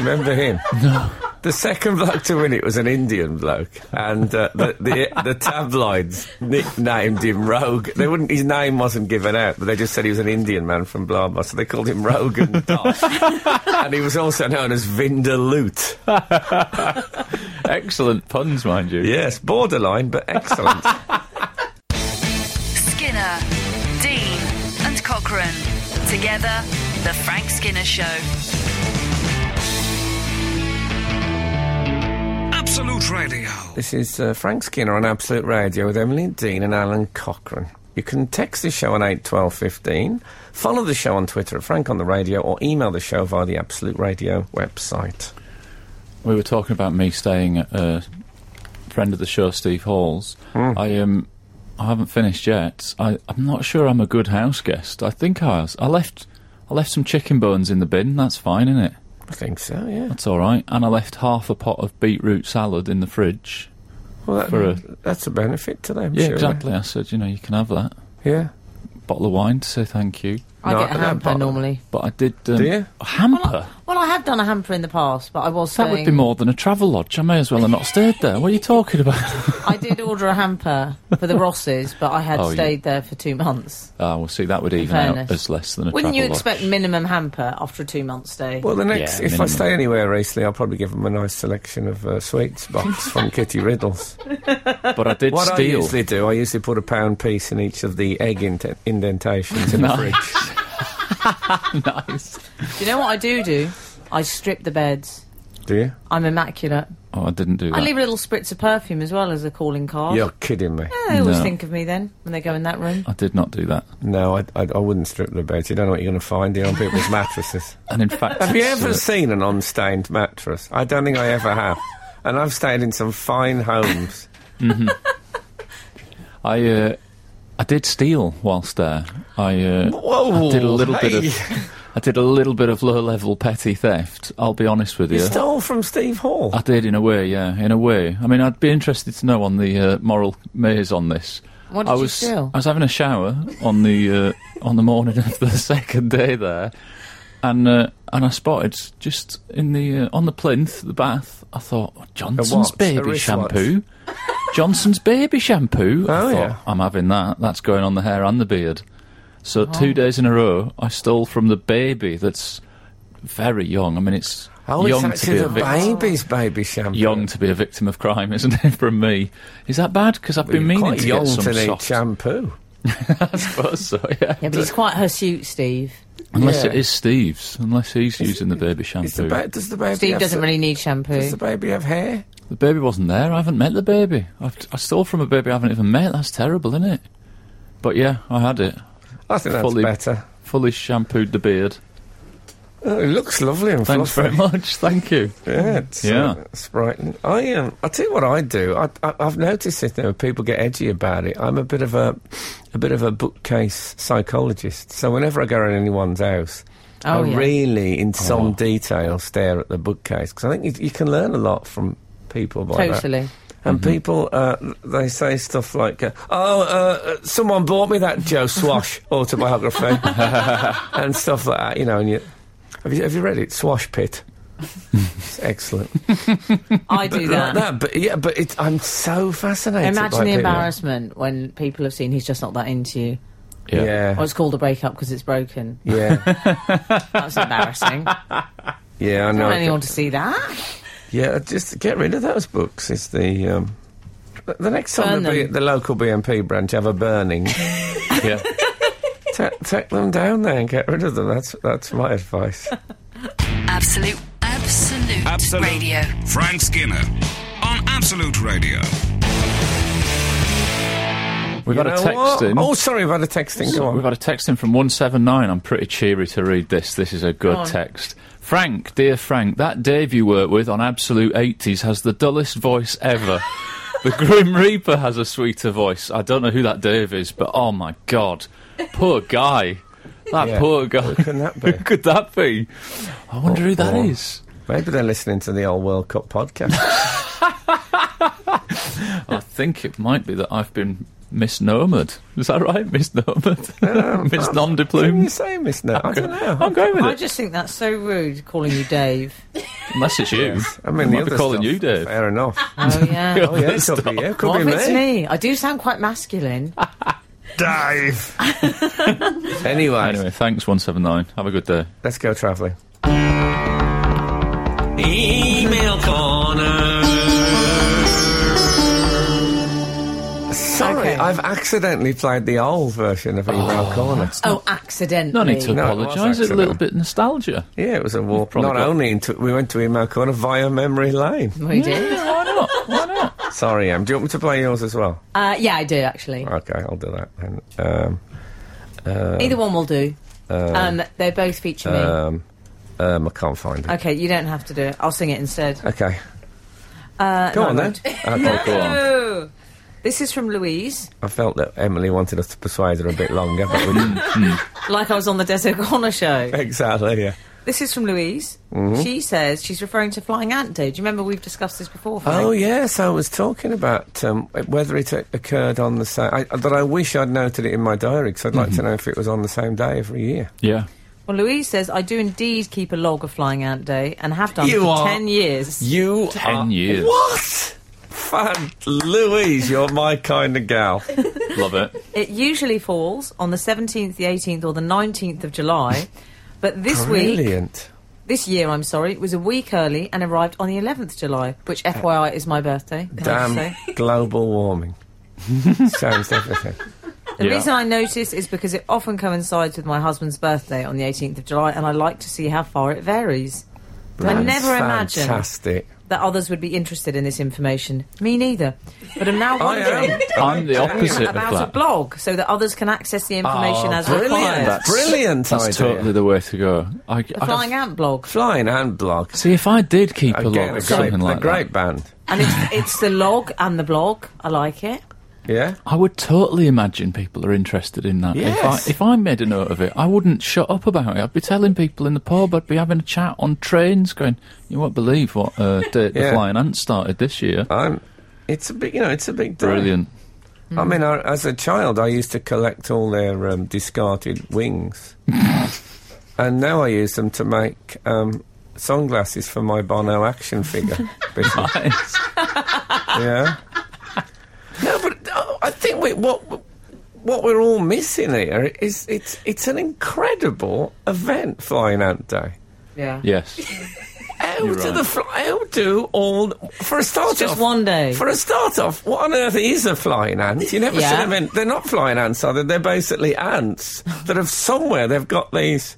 [SPEAKER 2] you remember him? No. The second bloke to win it was an Indian bloke, and uh, the, the the tabloids nicknamed him Rogue. They wouldn't. His name wasn't given out, but they just said he was an Indian man from blah blah. So they called him Rogan Dosh, and he was also known as Vindaloot.
[SPEAKER 3] excellent puns, mind you.
[SPEAKER 2] Yes, borderline, but excellent.
[SPEAKER 1] Skinner, Dean, and Cochrane. Together, The Frank Skinner Show.
[SPEAKER 5] Absolute Radio.
[SPEAKER 2] This is uh, Frank Skinner on Absolute Radio with Emily Dean and Alan Cochrane. You can text the show on 81215, follow the show on Twitter at Frank on the Radio, or email the show via the Absolute Radio website.
[SPEAKER 3] We were talking about me staying at a friend of the show, Steve Hall's.
[SPEAKER 2] Hmm.
[SPEAKER 3] I um, I haven't finished yet. I, I'm not sure I'm a good house guest. I think I was. I left. I left some chicken bones in the bin. That's fine, isn't it?
[SPEAKER 2] I think so, yeah.
[SPEAKER 3] That's all right. And I left half a pot of beetroot salad in the fridge.
[SPEAKER 2] Well,
[SPEAKER 3] For a-
[SPEAKER 2] that, that's a benefit to them,
[SPEAKER 3] Yeah,
[SPEAKER 2] surely.
[SPEAKER 3] exactly. I said, you know, you can have that
[SPEAKER 2] Yeah.
[SPEAKER 3] bottle of wine to say thank you.
[SPEAKER 4] I
[SPEAKER 2] No,
[SPEAKER 4] get
[SPEAKER 2] I
[SPEAKER 4] a
[SPEAKER 2] don't
[SPEAKER 4] hamper
[SPEAKER 2] bother.
[SPEAKER 4] normally.
[SPEAKER 3] But I did. Um,
[SPEAKER 2] Do you?
[SPEAKER 3] a hamper.
[SPEAKER 4] Well, I have done a hamper in the past, but I was
[SPEAKER 3] that would
[SPEAKER 4] saying-
[SPEAKER 3] be more than a travel lodge. I may as well have not stayed there. What are you talking about?
[SPEAKER 4] I did order a hamper for the Rosses, but I had
[SPEAKER 3] [laughs] Oh, you-
[SPEAKER 4] stayed there for two months.
[SPEAKER 3] Ah, well, see, that would even
[SPEAKER 4] fairness.
[SPEAKER 3] out as less than a
[SPEAKER 4] Wouldn't you
[SPEAKER 3] travel
[SPEAKER 4] expect
[SPEAKER 3] lodge.
[SPEAKER 4] minimum hamper after a two month stay?
[SPEAKER 2] Well, the next,
[SPEAKER 3] Yeah,
[SPEAKER 2] if I
[SPEAKER 3] minimum.
[SPEAKER 2] stay anywhere recently, I'll probably give them a nice selection of uh, sweets
[SPEAKER 3] [laughs]
[SPEAKER 2] box from Kitty Riddles.
[SPEAKER 3] But I did
[SPEAKER 2] What I
[SPEAKER 3] steal.
[SPEAKER 2] usually do, I usually put a pound piece in each of the egg indent indentations
[SPEAKER 3] [laughs]
[SPEAKER 2] in the fridge.
[SPEAKER 3] nice.
[SPEAKER 4] do you know what I do do? I strip the beds.
[SPEAKER 2] Do you?
[SPEAKER 4] I'm immaculate.
[SPEAKER 3] Oh, I didn't do that.
[SPEAKER 4] I leave a little spritz of perfume as well as a calling card.
[SPEAKER 2] You're kidding me.
[SPEAKER 4] They always
[SPEAKER 3] No.
[SPEAKER 4] think of me then when they go in that room.
[SPEAKER 3] I did not do that.
[SPEAKER 2] No, I, I, I wouldn't strip the beds. You don't know what you're going to find here on [laughs] people's mattresses.
[SPEAKER 3] And
[SPEAKER 4] [laughs]
[SPEAKER 3] in fact,
[SPEAKER 2] Have you
[SPEAKER 3] it's,
[SPEAKER 2] ever
[SPEAKER 3] uh,
[SPEAKER 2] seen an unstained mattress? I don't think I ever have. And I've stayed in some fine homes.
[SPEAKER 3] I uh, I did steal whilst there. I uh,
[SPEAKER 2] [laughs] Whoa,
[SPEAKER 3] I did a little bit [laughs]
[SPEAKER 2] hey.
[SPEAKER 3] of I did a little bit of low level petty theft. I'll be honest with you.
[SPEAKER 2] You stole from Steve Hall.
[SPEAKER 3] I did in a way, yeah, in a way. I mean, I'd be interested to know on the uh, moral maze on this.
[SPEAKER 4] What did
[SPEAKER 3] I
[SPEAKER 4] you
[SPEAKER 3] was,
[SPEAKER 4] steal?
[SPEAKER 3] I was having a shower on the uh, on the morning [laughs] of the second day there, and uh, and I spotted just in the uh, on the plinth, the bath. I thought "Oh, Johnson's
[SPEAKER 2] watch, a
[SPEAKER 3] baby
[SPEAKER 2] wristwatch."
[SPEAKER 3] shampoo. Johnson's baby shampoo. I
[SPEAKER 2] [laughs] Oh,
[SPEAKER 3] thought,
[SPEAKER 2] yeah.
[SPEAKER 3] I'm having that. That's going on the hair and the beard.
[SPEAKER 4] Oh.
[SPEAKER 3] So two days in a row, I stole from the baby that's very young. I mean, it's
[SPEAKER 2] Oh, it's
[SPEAKER 3] young to
[SPEAKER 2] actually
[SPEAKER 3] be a
[SPEAKER 2] the
[SPEAKER 3] victim
[SPEAKER 2] baby's baby shampoo.
[SPEAKER 3] young to be a victim of crime, isn't it? [laughs] From me, is that bad? Because I've
[SPEAKER 2] You're
[SPEAKER 3] been meaning
[SPEAKER 2] quite
[SPEAKER 3] to
[SPEAKER 2] young
[SPEAKER 3] get some
[SPEAKER 2] to need
[SPEAKER 3] [laughs] soft.
[SPEAKER 2] shampoo.
[SPEAKER 3] I suppose so. Yeah.
[SPEAKER 4] Yeah, but it's quite hirsute, Steve.
[SPEAKER 3] Unless
[SPEAKER 2] Yeah.
[SPEAKER 3] it is Steve's. Unless he's using the baby shampoo.
[SPEAKER 2] Is the
[SPEAKER 3] The,
[SPEAKER 2] ba- does the baby
[SPEAKER 4] Steve
[SPEAKER 2] have
[SPEAKER 4] doesn't
[SPEAKER 2] s-
[SPEAKER 4] really need
[SPEAKER 2] Does
[SPEAKER 4] shampoo.
[SPEAKER 2] the baby have hair?
[SPEAKER 3] baby wasn't there. I haven't met the baby. I've, I stole from a baby I haven't even met. That's terrible, isn't it? But yeah, I had it.
[SPEAKER 2] I think that's
[SPEAKER 3] Fully-
[SPEAKER 2] better.
[SPEAKER 3] Fully shampooed the beard.
[SPEAKER 2] Oh, it looks lovely and
[SPEAKER 3] Thanks
[SPEAKER 2] fluffy.
[SPEAKER 3] very much. Thank you.
[SPEAKER 2] Yeah, it's,
[SPEAKER 3] Yeah.
[SPEAKER 2] Uh, it's frightening. I um, I tell you what I do. I, I, I've noticed this now. People get edgy about it. I'm a bit of a, a bit of a bookcase psychologist. So whenever I go in anyone's house,
[SPEAKER 4] Oh,
[SPEAKER 2] I
[SPEAKER 4] yeah.
[SPEAKER 2] really, in some
[SPEAKER 3] Oh.
[SPEAKER 2] detail, stare at the bookcase because I think you, you can learn a lot from people by that.
[SPEAKER 4] Totally.
[SPEAKER 2] and people uh, they say stuff like, uh, "Oh, uh, uh, someone bought me that Joe
[SPEAKER 4] [laughs]
[SPEAKER 2] Swash autobiography," and stuff like that. You know, and you have you have you read it? Swash Pit.
[SPEAKER 4] [laughs]
[SPEAKER 2] it's excellent.
[SPEAKER 4] [laughs] I do
[SPEAKER 2] Like
[SPEAKER 4] that.
[SPEAKER 2] that, but yeah, but it's I'm so fascinated. by
[SPEAKER 4] Imagine the
[SPEAKER 2] people.
[SPEAKER 4] embarrassment when people have seen he's just not that into you. Or
[SPEAKER 2] Yeah,
[SPEAKER 4] it's called a breakup because it's broken. [laughs]
[SPEAKER 2] yeah, [laughs]
[SPEAKER 4] That's embarrassing. I
[SPEAKER 2] yeah. I
[SPEAKER 4] don't
[SPEAKER 2] know.
[SPEAKER 4] want anyone to
[SPEAKER 2] [laughs]
[SPEAKER 4] see that.
[SPEAKER 2] Yeah, just get rid of those books. Is the um, the- the next time
[SPEAKER 4] Burn
[SPEAKER 2] the, B-
[SPEAKER 4] them.
[SPEAKER 2] the local BNP branch have a burning, [laughs]
[SPEAKER 4] [laughs]
[SPEAKER 3] Yeah.
[SPEAKER 2] ta take them down there and get rid of them. That's that's my advice.
[SPEAKER 1] Absolute, absolute,
[SPEAKER 6] Absolute.
[SPEAKER 1] radio.
[SPEAKER 5] Frank Skinner on Absolute Radio.
[SPEAKER 3] We've
[SPEAKER 2] You
[SPEAKER 3] had a
[SPEAKER 2] know what?
[SPEAKER 3] text in.
[SPEAKER 2] Oh, sorry, I've had a text in. Go
[SPEAKER 3] We've
[SPEAKER 2] on.
[SPEAKER 3] had a text in from 179. I'm pretty cheery to read this. This is a good
[SPEAKER 4] on.
[SPEAKER 3] text. Frank, dear Frank, that Dave you work with on Absolute 80s has the dullest voice
[SPEAKER 4] [laughs]
[SPEAKER 3] ever. the Grim Reaper has a sweeter voice. I don't know who that Dave is, but oh my god. Poor guy. That
[SPEAKER 2] Yeah.
[SPEAKER 3] poor guy.
[SPEAKER 2] Who can that be?
[SPEAKER 3] [laughs] Who could that be? I wonder who that
[SPEAKER 2] Oh.
[SPEAKER 3] is.
[SPEAKER 2] Maybe they're listening to the old World Cup podcast.
[SPEAKER 3] I think it might be that I've been misnomered. Is that right? [laughs] Misnomered?
[SPEAKER 2] What are you
[SPEAKER 3] Misnomdeplumed?
[SPEAKER 2] saying, Miss No? Um, I don't know.
[SPEAKER 3] I'm going with
[SPEAKER 4] I
[SPEAKER 3] it.
[SPEAKER 4] just think that's so rude calling you Dave.
[SPEAKER 3] Unless it's you.
[SPEAKER 2] I mean, the
[SPEAKER 3] They might be
[SPEAKER 2] other
[SPEAKER 3] calling
[SPEAKER 2] stuff,
[SPEAKER 3] you Dave.
[SPEAKER 2] Fair
[SPEAKER 3] [laughs]
[SPEAKER 2] enough.
[SPEAKER 4] Oh,
[SPEAKER 2] [laughs]
[SPEAKER 4] yeah.
[SPEAKER 2] Oh, yeah, it could be you. It Could
[SPEAKER 4] What
[SPEAKER 2] be
[SPEAKER 4] if it's
[SPEAKER 2] me.
[SPEAKER 4] me? I do sound
[SPEAKER 2] [laughs]
[SPEAKER 4] quite masculine.
[SPEAKER 2] Dave.
[SPEAKER 4] [laughs]
[SPEAKER 2] anyway,
[SPEAKER 3] Anyway, thanks, 179. Have a good day.
[SPEAKER 2] let's go travelling.
[SPEAKER 6] Email corner.
[SPEAKER 2] Sorry,
[SPEAKER 4] Okay.
[SPEAKER 2] I've accidentally played the old version of Email Corner.
[SPEAKER 4] Oh, accidentally.
[SPEAKER 3] No need to
[SPEAKER 2] No, it was
[SPEAKER 3] apologise. It's a little
[SPEAKER 2] accident.
[SPEAKER 3] bit nostalgia.
[SPEAKER 2] Yeah, it was a warp.
[SPEAKER 3] probably
[SPEAKER 2] Not
[SPEAKER 3] got-
[SPEAKER 2] only into, we went to Email Corner via memory lane.
[SPEAKER 4] We
[SPEAKER 2] [laughs]
[SPEAKER 4] did.
[SPEAKER 3] Why not? Why not?
[SPEAKER 2] Sorry, Em. Do you want me to play yours as well?
[SPEAKER 4] Uh, yeah, I do, actually.
[SPEAKER 2] Okay, I'll do that then. Um,
[SPEAKER 4] Either one will do. Um, they both feature me.
[SPEAKER 2] uh, um, um, I can't find it.
[SPEAKER 4] okay, you don't have to do it. I'll sing it instead.
[SPEAKER 2] Okay,
[SPEAKER 4] Uh,
[SPEAKER 2] go
[SPEAKER 4] no,
[SPEAKER 2] on
[SPEAKER 4] I
[SPEAKER 2] then. [laughs]
[SPEAKER 4] won't.
[SPEAKER 2] Okay, go on.
[SPEAKER 4] Oh. This is from Louise.
[SPEAKER 2] I felt that Emily wanted us to persuade her a bit longer, but we didn't.
[SPEAKER 4] Like I was on the Des O'Connor show.
[SPEAKER 2] [laughs] exactly. Yeah.
[SPEAKER 4] This is from Louise.
[SPEAKER 2] Mm-hmm.
[SPEAKER 4] She says she's referring to Flying Ant Day. Do you remember we've discussed this before? Frank?
[SPEAKER 2] Oh yes, I was talking about um, whether it o- occurred on the same. I, that I wish I'd noted it in my diary because I'd like to know if it was on the same day every year.
[SPEAKER 3] Yeah.
[SPEAKER 4] Well, Louise says I do indeed keep a log of Flying Ant Day and have done
[SPEAKER 2] You
[SPEAKER 4] for
[SPEAKER 2] are-
[SPEAKER 4] ten years.
[SPEAKER 2] You
[SPEAKER 3] Ten years.
[SPEAKER 2] What? Fan Louise, you're my kind of gal.
[SPEAKER 3] Love it.
[SPEAKER 4] It usually falls on the seventeenth, the eighteenth, or the nineteenth
[SPEAKER 2] [laughs]
[SPEAKER 4] of July. But this
[SPEAKER 2] Oh,
[SPEAKER 4] week,
[SPEAKER 2] Brilliant.
[SPEAKER 4] this year, I'm sorry, it was a week early and arrived on the eleventh July, which, FYI, is my birthday. can I just
[SPEAKER 2] Uh, Damn
[SPEAKER 4] say.
[SPEAKER 2] global [laughs] warming. Changed everything.
[SPEAKER 4] The
[SPEAKER 3] Yeah.
[SPEAKER 4] reason I notice is because it often coincides with my husband's birthday on the 18th of July, and I like to see how far it varies. I never imagined
[SPEAKER 2] Fantastic.
[SPEAKER 4] that others would be interested in this information. Me neither. But I'm now
[SPEAKER 2] [laughs] I
[SPEAKER 4] wondering
[SPEAKER 2] am.
[SPEAKER 3] I'm the opposite of
[SPEAKER 4] about a
[SPEAKER 3] that.
[SPEAKER 4] blog so that others can access the information as required.
[SPEAKER 2] Ah, Brilliant.
[SPEAKER 3] That's-
[SPEAKER 2] Brilliant
[SPEAKER 3] That's
[SPEAKER 2] idea.
[SPEAKER 3] totally the way to go. I,
[SPEAKER 4] The
[SPEAKER 3] I-
[SPEAKER 4] Flying Ant blog.
[SPEAKER 2] Flying and blog.
[SPEAKER 3] see, if I did keep a
[SPEAKER 2] Again,
[SPEAKER 3] log
[SPEAKER 2] a great,
[SPEAKER 3] of something like
[SPEAKER 2] a great
[SPEAKER 3] that,
[SPEAKER 2] band.
[SPEAKER 4] And it's, it's the log and the blog. I like it.
[SPEAKER 2] Yeah?
[SPEAKER 3] I would totally imagine people are interested in that.
[SPEAKER 2] Yes.
[SPEAKER 3] If, I, if I made a note of it, I wouldn't shut up about it. I'd be telling people in the pub. I'd be having a chat on trains, going, "You won't believe what [laughs] uh, date
[SPEAKER 2] Yeah.
[SPEAKER 3] the Flying Ant started this year."
[SPEAKER 2] I'm. It's a big, you know, it's a big deal.
[SPEAKER 3] Brilliant. [laughs]
[SPEAKER 2] I mean, I, as a child, I used to collect all their um, discarded
[SPEAKER 3] [laughs]
[SPEAKER 2] wings, and now I use them to make um, sunglasses for my Bono action
[SPEAKER 3] [laughs]
[SPEAKER 2] figure. business.
[SPEAKER 3] Nice.
[SPEAKER 2] yeah. No, but oh, I think we, what what we're all missing here is it's it's an incredible event, Flying Ant Day.
[SPEAKER 4] Yeah.
[SPEAKER 3] yes.
[SPEAKER 2] How
[SPEAKER 3] You're
[SPEAKER 2] do
[SPEAKER 3] right.
[SPEAKER 2] the fl- how do all for a start
[SPEAKER 4] Just
[SPEAKER 2] off,
[SPEAKER 4] one day.
[SPEAKER 2] for a start off what on earth is a flying ant you never
[SPEAKER 4] Yeah.
[SPEAKER 2] should have been they're not flying ants are they they're basically ants that have somewhere they've got these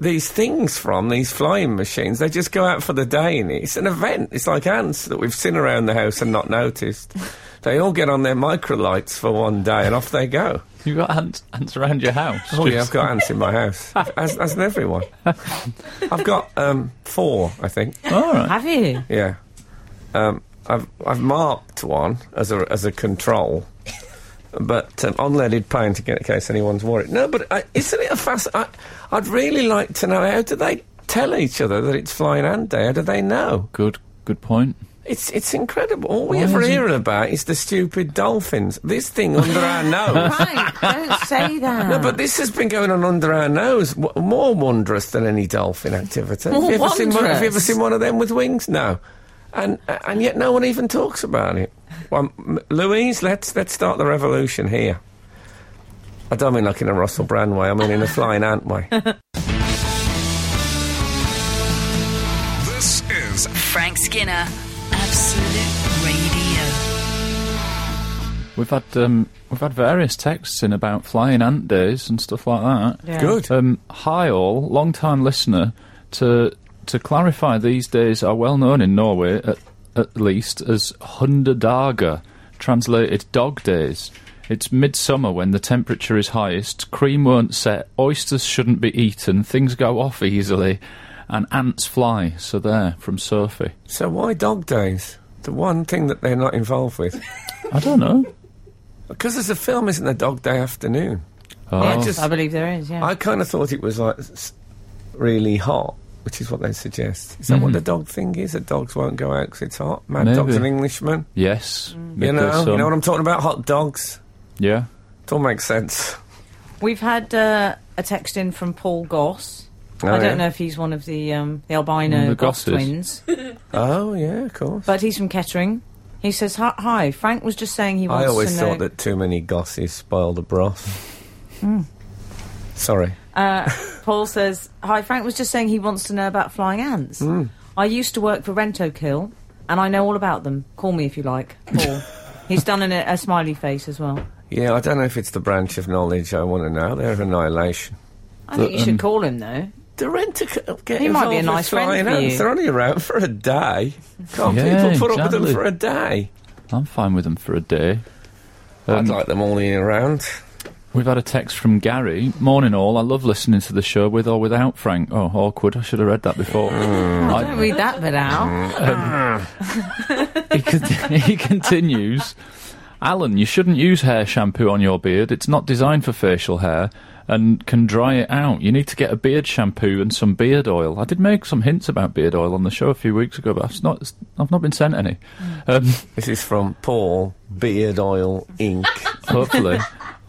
[SPEAKER 2] these things from these flying machines they just go out for the day and it's an event it's like ants that we've seen around the house and not noticed they all get on their microlights for one day and off they go
[SPEAKER 3] You've got ants, ants around your house.
[SPEAKER 2] oh yeah i've
[SPEAKER 3] Just-
[SPEAKER 2] got ants in my house as, as in everyone i've got um, four i think
[SPEAKER 3] All right.
[SPEAKER 2] [laughs]
[SPEAKER 4] Have you?
[SPEAKER 2] yeah. Um, I've I've marked one as a as a control, but um, unleaded paint in case anyone's worried. No, but uh, isn't it a fast? I, I'd really like to know how do they tell each other that it's flying ant day? How do they know?
[SPEAKER 3] Good. Good point.
[SPEAKER 2] It's it's incredible. All we
[SPEAKER 3] Why
[SPEAKER 2] ever
[SPEAKER 3] is it-
[SPEAKER 2] hear about is the stupid dolphins. This thing under
[SPEAKER 3] [laughs]
[SPEAKER 2] our nose.
[SPEAKER 4] Frank, don't say that.
[SPEAKER 2] No, but this has been going on under our nose. W- more wondrous than any dolphin activity.
[SPEAKER 4] More
[SPEAKER 2] have, you ever seen one, have you
[SPEAKER 4] wondrous?
[SPEAKER 2] ever seen one of them with wings? No. And uh, and yet no one even talks about it. Well, m- Louise, let's let's start the revolution here. I don't mean like in a Russell Brand way. I mean in a flying ant
[SPEAKER 4] [laughs]
[SPEAKER 2] way.
[SPEAKER 5] This is
[SPEAKER 1] Frank Skinner, Absolute Radio.
[SPEAKER 3] We've had um, we've had various texts in about flying ant days and stuff like that.
[SPEAKER 4] Yeah.
[SPEAKER 2] Good.
[SPEAKER 3] Um, hi all, long time listener. To to clarify, these days are well known in Norway at, at least as hundedager, translated dog days. It's midsummer when the temperature is highest, cream won't set, oysters shouldn't be eaten, things go off easily, and ants fly. So there from Sophie.
[SPEAKER 2] So why dog days? The one thing that they're not involved with.
[SPEAKER 3] I don't know.
[SPEAKER 2] Because there's a film, isn't there? Dog Day Afternoon.
[SPEAKER 4] Yeah,
[SPEAKER 2] I just-
[SPEAKER 4] I believe there is. Yeah.
[SPEAKER 2] I kind of thought it was like s- really hot, which is what they suggest. Is that
[SPEAKER 4] Mm-hmm.
[SPEAKER 2] what the dog thing is? That dogs won't go out 'cause it's hot. Mad dog's an
[SPEAKER 3] Maybe.
[SPEAKER 2] Englishman.
[SPEAKER 3] Yes.
[SPEAKER 2] You
[SPEAKER 3] midday
[SPEAKER 2] know, you
[SPEAKER 3] sun.
[SPEAKER 2] know
[SPEAKER 4] um,
[SPEAKER 2] what I'm talking about? Hot dogs.
[SPEAKER 3] yeah.
[SPEAKER 2] It all makes sense.
[SPEAKER 4] We've had uh, a text in from Paul Goss.
[SPEAKER 2] Oh,
[SPEAKER 4] I don't
[SPEAKER 2] yeah. Mm,
[SPEAKER 4] know if he's one of the um, the
[SPEAKER 3] One of
[SPEAKER 4] albino
[SPEAKER 3] the
[SPEAKER 4] Goss
[SPEAKER 3] Gosses.
[SPEAKER 4] twins,
[SPEAKER 2] Oh yeah, of course.
[SPEAKER 4] but he's from Kettering. He says, "Hi- "Hi, Frank was just saying he wants
[SPEAKER 2] I always
[SPEAKER 4] to know." Hmm.
[SPEAKER 2] thought that too many gosses spoil the broth. Sorry.
[SPEAKER 4] Uh, Paul says, "Hi, Frank was just saying he wants to know about flying ants.
[SPEAKER 2] Hmm.
[SPEAKER 4] I used to work for Rento Kill, and I know all about them. Call me if you like,
[SPEAKER 2] [laughs]
[SPEAKER 4] Paul." He's done an, a smiley face as well.
[SPEAKER 2] Yeah, I don't know if it's the branch of knowledge I want to know. They're annihilation.
[SPEAKER 4] I think
[SPEAKER 3] But,
[SPEAKER 4] you should
[SPEAKER 3] um,
[SPEAKER 4] call him though.
[SPEAKER 2] The renter could get
[SPEAKER 4] He might be
[SPEAKER 2] involved
[SPEAKER 4] a
[SPEAKER 2] with
[SPEAKER 4] nice friend
[SPEAKER 2] flying
[SPEAKER 4] for
[SPEAKER 2] ants.
[SPEAKER 4] you.
[SPEAKER 2] They're only around for a day. Can't
[SPEAKER 3] Yeah,
[SPEAKER 2] people put up with
[SPEAKER 3] exactly.
[SPEAKER 2] them for a day?
[SPEAKER 3] I'm fine with them for a day. Um,
[SPEAKER 2] I'd like them all year round.
[SPEAKER 3] We've had a text from Gary. Morning all. I love listening to the show with or without Frank. Oh, awkward. I should have read that before. I-
[SPEAKER 4] Don't read that
[SPEAKER 2] [laughs]
[SPEAKER 4] bit out.
[SPEAKER 3] he, con- [laughs] he continues. Alan, you shouldn't use hair shampoo on your beard. It's not designed for facial hair and can dry it out. You need to get a beard shampoo and some beard oil. I did make some hints about beard oil on the show a few weeks ago, but I've not, I've not been sent any. Um,
[SPEAKER 2] This is from Paul Beard Oil Inc.
[SPEAKER 3] Hopefully.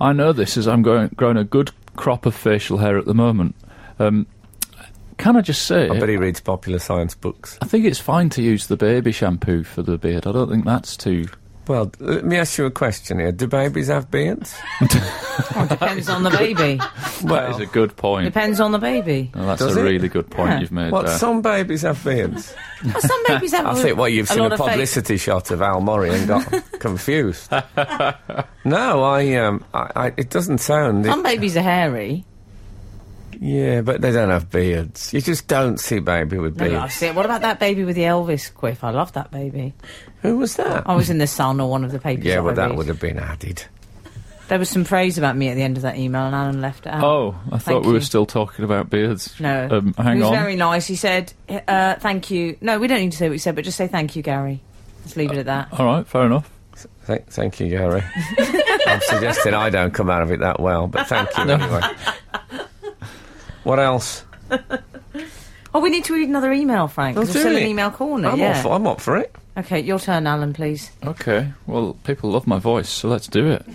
[SPEAKER 3] I know this as I'm growing, growing a good crop of facial hair at the moment. Um, can I just say,
[SPEAKER 2] I bet
[SPEAKER 3] I,
[SPEAKER 2] he reads popular science books.
[SPEAKER 3] think it's fine to use the baby shampoo for the beard. I don't think that's too.
[SPEAKER 2] Well, let me ask you a question here. Do babies have beards?
[SPEAKER 4] Depends on the baby.
[SPEAKER 3] That is a good point.
[SPEAKER 4] Depends on the baby.
[SPEAKER 3] Oh, that's
[SPEAKER 2] Does
[SPEAKER 3] a
[SPEAKER 2] it?
[SPEAKER 3] really good point
[SPEAKER 4] Yeah.
[SPEAKER 3] you've made
[SPEAKER 2] What,
[SPEAKER 3] there.
[SPEAKER 2] some babies have beards?
[SPEAKER 4] Well, some babies
[SPEAKER 2] [laughs]
[SPEAKER 4] have.
[SPEAKER 2] I
[SPEAKER 4] a-
[SPEAKER 2] think, well, you've
[SPEAKER 4] a
[SPEAKER 2] seen
[SPEAKER 4] lot
[SPEAKER 2] a
[SPEAKER 4] of face-
[SPEAKER 2] publicity shot of Al Murray and got confused. no, I, um, I, I, it doesn't sound.
[SPEAKER 4] Some babies are hairy.
[SPEAKER 2] yeah, but they don't have beards. You just don't see baby with
[SPEAKER 4] No,
[SPEAKER 2] beards.
[SPEAKER 4] no, I've seen it. What about that baby with the Elvis quiff? I love that baby.
[SPEAKER 2] Who was that?
[SPEAKER 4] I was in the Sun or one of the papers.
[SPEAKER 2] yeah,
[SPEAKER 4] that
[SPEAKER 2] well,
[SPEAKER 4] I
[SPEAKER 2] that
[SPEAKER 4] read.
[SPEAKER 2] would have been added.
[SPEAKER 4] There was some praise about me at the end of that email, and Alan left it out.
[SPEAKER 3] Oh, I thought
[SPEAKER 4] Thank
[SPEAKER 3] we were
[SPEAKER 4] you.
[SPEAKER 3] still talking about beards.
[SPEAKER 4] No,
[SPEAKER 3] Um, hang
[SPEAKER 4] he was
[SPEAKER 3] on.
[SPEAKER 4] very nice. He said, uh, "Thank you." No, we don't need to say what you said, but just say thank you, Gary. Let's leave it at that.
[SPEAKER 3] All right, fair enough.
[SPEAKER 2] Thank, thank you, Gary. I'm suggesting I don't come out of it that well, but thank you anyway. What else?
[SPEAKER 4] Oh, we need to read another email, Frank. 'cause
[SPEAKER 2] Well,
[SPEAKER 4] we're
[SPEAKER 2] do
[SPEAKER 4] still in
[SPEAKER 2] it.
[SPEAKER 4] email corner.
[SPEAKER 2] I'm,
[SPEAKER 4] yeah.
[SPEAKER 2] up for, I'm up for it.
[SPEAKER 4] Okay, your turn, Alan, please.
[SPEAKER 3] Okay, well, people love my voice, so let's do it.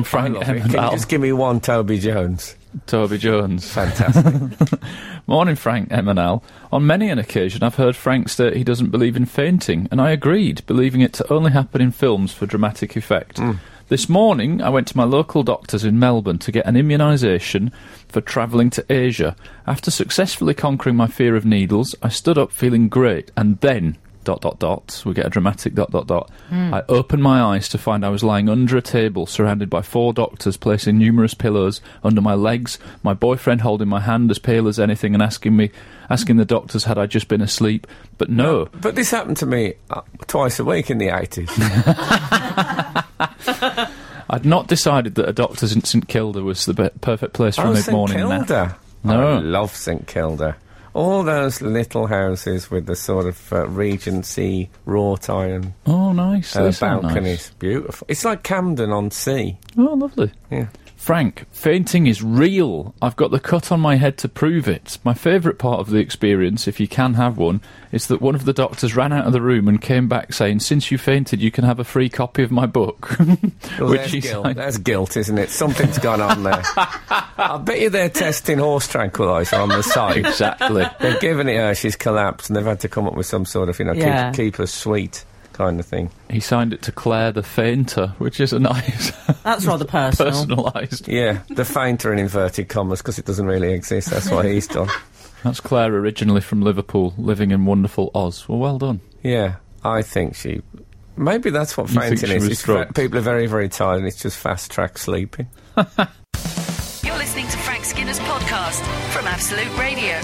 [SPEAKER 2] [laughs] I
[SPEAKER 3] Frank
[SPEAKER 2] love
[SPEAKER 3] Em
[SPEAKER 2] it.
[SPEAKER 3] and
[SPEAKER 2] Can you
[SPEAKER 3] Al.
[SPEAKER 2] just give me one Toby Jones?
[SPEAKER 3] Toby Jones.
[SPEAKER 2] Fantastic.
[SPEAKER 3] [laughs] Morning, Frank M and Al. On many an occasion, I've heard Frank state he doesn't believe in fainting, and I agreed, believing it to only happen in films for dramatic effect. This morning, I went to my local doctors in Melbourne to get an immunisation for travelling to Asia. After successfully conquering my fear of needles, I stood up feeling great, and then dot dot dot we get a dramatic dot dot dot i opened my eyes to find i was lying under a table surrounded by four doctors placing numerous pillows under my legs my boyfriend holding my hand as pale as anything and asking me asking the doctors had i just been asleep but no
[SPEAKER 2] but this happened to me uh, twice a week in the 80s.
[SPEAKER 3] i'd not decided that a doctor's in st kilda was the be- perfect place for
[SPEAKER 2] oh,
[SPEAKER 3] a
[SPEAKER 2] St
[SPEAKER 3] morning nap.
[SPEAKER 2] Kilda.
[SPEAKER 3] No.
[SPEAKER 2] I love St Kilda. All those little houses with the sort of uh, Regency wrought iron
[SPEAKER 3] oh nice
[SPEAKER 2] uh,
[SPEAKER 3] They sound
[SPEAKER 2] balconies.
[SPEAKER 3] nice.
[SPEAKER 2] Beautiful. It's like Camden on Sea.
[SPEAKER 3] oh lovely
[SPEAKER 2] Yeah.
[SPEAKER 3] Frank, fainting is real. I've got the cut on my head to prove it. My favourite part of the experience, if you can have one, is that one of the doctors ran out of the room and came back saying, Since you fainted, you can have a free copy of my book. [laughs]
[SPEAKER 2] Well,
[SPEAKER 3] Which
[SPEAKER 2] there's,
[SPEAKER 3] he
[SPEAKER 2] guilt.
[SPEAKER 3] signed.
[SPEAKER 2] There's guilt, isn't it? Something's gone on there. I bet you they're testing horse tranquilizer on the site. [laughs]
[SPEAKER 3] Exactly.
[SPEAKER 2] They've given it her, she's collapsed, and they've had to come up with some sort of, you know,
[SPEAKER 4] Yeah.
[SPEAKER 2] keep, keep her sweet kind of thing.
[SPEAKER 3] He signed it to Claire the Fainter, which is a nice [laughs]
[SPEAKER 4] That's rather personal.
[SPEAKER 3] personalised.
[SPEAKER 2] Yeah, the fainter in inverted commas, because it doesn't really exist. That's what he's done.
[SPEAKER 3] That's Claire originally from Liverpool, living in wonderful Oz. Well, well done.
[SPEAKER 2] Yeah, I think she. Maybe that's what
[SPEAKER 3] You think
[SPEAKER 2] fainting
[SPEAKER 3] she
[SPEAKER 2] is.
[SPEAKER 3] was
[SPEAKER 2] It's fa-
[SPEAKER 3] drugged?
[SPEAKER 2] people are very, very tired, and it's just fast track sleeping.
[SPEAKER 1] You're listening to Frank Skinner's podcast from Absolute Radio.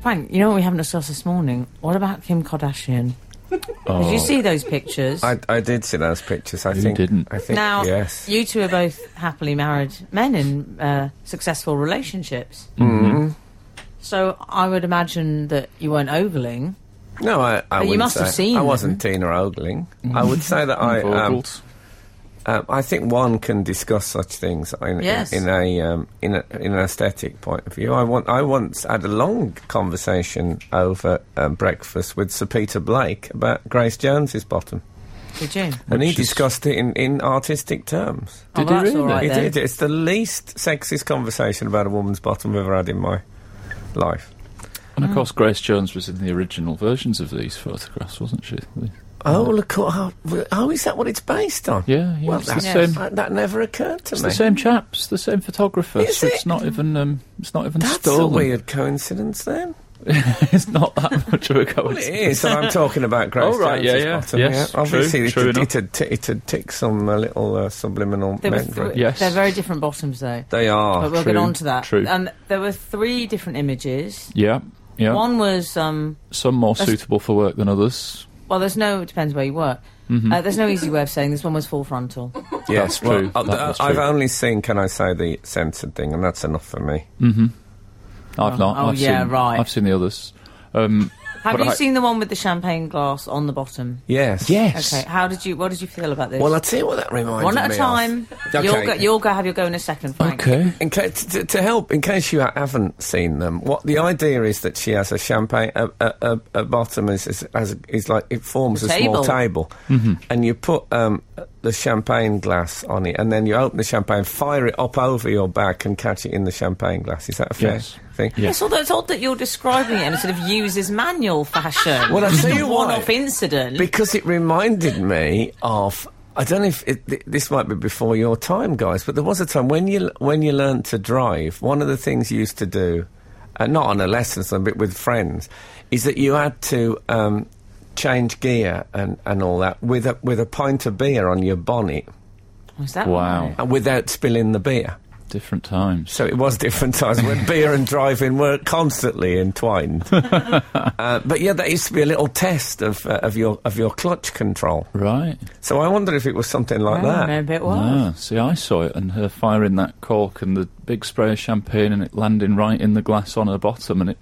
[SPEAKER 4] Frank, you know what we haven't discussed this morning? What about Kim Kardashian? Did you see those pictures?
[SPEAKER 2] I, I did see those pictures. I
[SPEAKER 3] You
[SPEAKER 2] think
[SPEAKER 3] didn't?
[SPEAKER 2] I think
[SPEAKER 4] now,
[SPEAKER 2] yes.
[SPEAKER 4] you two are both happily married men in uh, successful relationships. So I would imagine that you weren't ogling.
[SPEAKER 2] no, I. I
[SPEAKER 4] But Oh, you
[SPEAKER 2] wouldn't
[SPEAKER 4] must have
[SPEAKER 2] say-
[SPEAKER 4] seen Mm-hmm.
[SPEAKER 2] I wasn't Tina ogling. I would say
[SPEAKER 4] [laughs]
[SPEAKER 2] that I. Um,
[SPEAKER 3] Vogels.
[SPEAKER 2] um, I think one can discuss such things in,
[SPEAKER 4] Yes.
[SPEAKER 2] in, in a um, in a, in an aesthetic point of view. I want. I once had a long conversation over um, breakfast with Sir Peter Blake about Grace Jones's bottom,
[SPEAKER 4] Did you?
[SPEAKER 2] and he
[SPEAKER 3] Which is-
[SPEAKER 2] discussed it in, in artistic terms.
[SPEAKER 4] Oh,
[SPEAKER 3] Did he
[SPEAKER 4] that's all
[SPEAKER 3] really?
[SPEAKER 4] right
[SPEAKER 2] It
[SPEAKER 4] then.
[SPEAKER 2] did. It's the least sexist conversation about a woman's bottom I've ever had in my life.
[SPEAKER 3] And of course, Grace Jones was in the original versions of these photographs, wasn't she?
[SPEAKER 2] Oh, look! Oh, oh, is that what it's based on?
[SPEAKER 3] Uh, Yeah, yeah,
[SPEAKER 2] Well,
[SPEAKER 3] it's the
[SPEAKER 2] that's-
[SPEAKER 3] same-
[SPEAKER 2] that, that never occurred to
[SPEAKER 3] It's
[SPEAKER 2] me.
[SPEAKER 3] the same chaps, the same photographer.
[SPEAKER 2] Is
[SPEAKER 3] so
[SPEAKER 2] it?
[SPEAKER 3] it's not even um, it's not even
[SPEAKER 2] That's
[SPEAKER 3] stolen.
[SPEAKER 2] a weird coincidence, then.
[SPEAKER 3] [laughs] it's not that much of a
[SPEAKER 2] Well, it
[SPEAKER 3] coincidence.
[SPEAKER 2] is.
[SPEAKER 3] [laughs]
[SPEAKER 2] and I'm talking about Grace
[SPEAKER 3] Oh, right,
[SPEAKER 2] Jones's
[SPEAKER 3] yeah, yeah.
[SPEAKER 2] bottom.
[SPEAKER 3] Yes, true,
[SPEAKER 2] Obviously, it,
[SPEAKER 3] true
[SPEAKER 2] it,
[SPEAKER 3] enough.
[SPEAKER 2] it, had t- it had ticked some uh, little uh, subliminal
[SPEAKER 4] There were
[SPEAKER 2] memory.
[SPEAKER 4] th-
[SPEAKER 3] Yes.
[SPEAKER 4] They're very different bottoms, though.
[SPEAKER 2] They are.
[SPEAKER 4] but we'll get
[SPEAKER 3] true,
[SPEAKER 4] on to that.
[SPEAKER 3] true.
[SPEAKER 4] And there were three different images.
[SPEAKER 3] Yeah, yeah.
[SPEAKER 4] One was um,
[SPEAKER 3] Some more
[SPEAKER 4] That's-
[SPEAKER 3] suitable for work than others.
[SPEAKER 4] well, there's no. It depends where you work.
[SPEAKER 2] Mm-hmm.
[SPEAKER 4] Uh, there's no easy way of saying this one was
[SPEAKER 2] [laughs]
[SPEAKER 4] full frontal.
[SPEAKER 2] Yes,
[SPEAKER 3] That's true.
[SPEAKER 2] Well,
[SPEAKER 3] That
[SPEAKER 2] uh,
[SPEAKER 3] was
[SPEAKER 2] I've
[SPEAKER 3] true.
[SPEAKER 2] only seen, can I say, the censored thing, and that's enough for me.
[SPEAKER 3] Mm. I've not.
[SPEAKER 4] oh,
[SPEAKER 3] I've
[SPEAKER 4] yeah,
[SPEAKER 3] seen,
[SPEAKER 4] right.
[SPEAKER 3] I've seen the others. Um,
[SPEAKER 4] Have
[SPEAKER 3] But
[SPEAKER 4] you
[SPEAKER 3] I-
[SPEAKER 4] seen the one with the champagne glass on the bottom?
[SPEAKER 2] Yes.
[SPEAKER 3] yes.
[SPEAKER 4] Okay. How did you? What did you feel about this?
[SPEAKER 2] Well, I tell you what that reminds
[SPEAKER 4] one
[SPEAKER 2] me
[SPEAKER 4] at a
[SPEAKER 2] of.
[SPEAKER 4] time. You'll
[SPEAKER 2] Okay.
[SPEAKER 4] go. You'll go. Have your go in a second, Frank.
[SPEAKER 3] Okay.
[SPEAKER 2] In ca- to, to help, in case you ha- haven't seen them, what the idea is that she has a champagne, a, a, a, a bottom is, is, as, is like it forms
[SPEAKER 4] A
[SPEAKER 2] a, small
[SPEAKER 4] table.
[SPEAKER 2] table, and you put um, the champagne glass on it, and then you open the champagne, fire it up over your back, and catch it in the champagne glass. Is that a fair
[SPEAKER 3] Yes.
[SPEAKER 2] thing?
[SPEAKER 3] Yeah.
[SPEAKER 4] Yes, although it's odd that you're describing it in a sort of user's manual fashion.
[SPEAKER 2] Well, I'll
[SPEAKER 4] Just
[SPEAKER 2] tell
[SPEAKER 4] a
[SPEAKER 2] you why.
[SPEAKER 4] one-off incident.
[SPEAKER 2] Because it reminded me of. I don't know if it, th- this might be before your time, guys, but there was a time when you when you learned to drive. One of the things you used to do, uh, not on a lesson, so but with friends, is that you had to um, change gear and, and all that with a, with a pint of beer on your bonnet
[SPEAKER 4] was that
[SPEAKER 3] Wow.
[SPEAKER 4] right?
[SPEAKER 2] and without spilling the beer.
[SPEAKER 3] Different times.
[SPEAKER 2] So it was [laughs] different times when beer and driving were constantly entwined. uh, but yeah, that used to be a little test of uh, of your of your clutch control.
[SPEAKER 3] Right.
[SPEAKER 2] So I wonder if it was something like
[SPEAKER 4] Oh,
[SPEAKER 2] that.
[SPEAKER 4] maybe it was.
[SPEAKER 3] Ah, see, I saw it and her firing that cork and the big spray of champagne and it landing right in the glass on her bottom and it.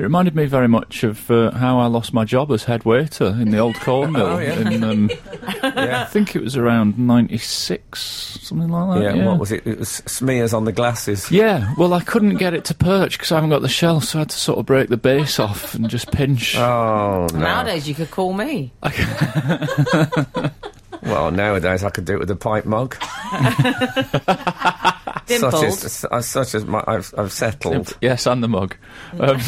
[SPEAKER 3] It reminded me very much of uh, how I lost my job as head waiter in the old corn
[SPEAKER 2] [laughs]
[SPEAKER 3] mill.
[SPEAKER 2] Oh, yeah.
[SPEAKER 3] in, um, I [laughs]
[SPEAKER 2] Yeah.
[SPEAKER 3] think it was around 96, something like that.
[SPEAKER 2] Yeah, what was it? It was smears on the glasses.
[SPEAKER 3] Yeah, well, I couldn't get it to perch because I haven't got the shell, so I had to sort of break the base off and just pinch.
[SPEAKER 2] Oh, no.
[SPEAKER 4] Nowadays, you could call me.
[SPEAKER 2] Well, nowadays I could do it with a pipe mug. such
[SPEAKER 4] Dimpled.
[SPEAKER 2] as, uh, such as my, I've, I've settled.
[SPEAKER 3] [laughs] Yes, and the mug. Um,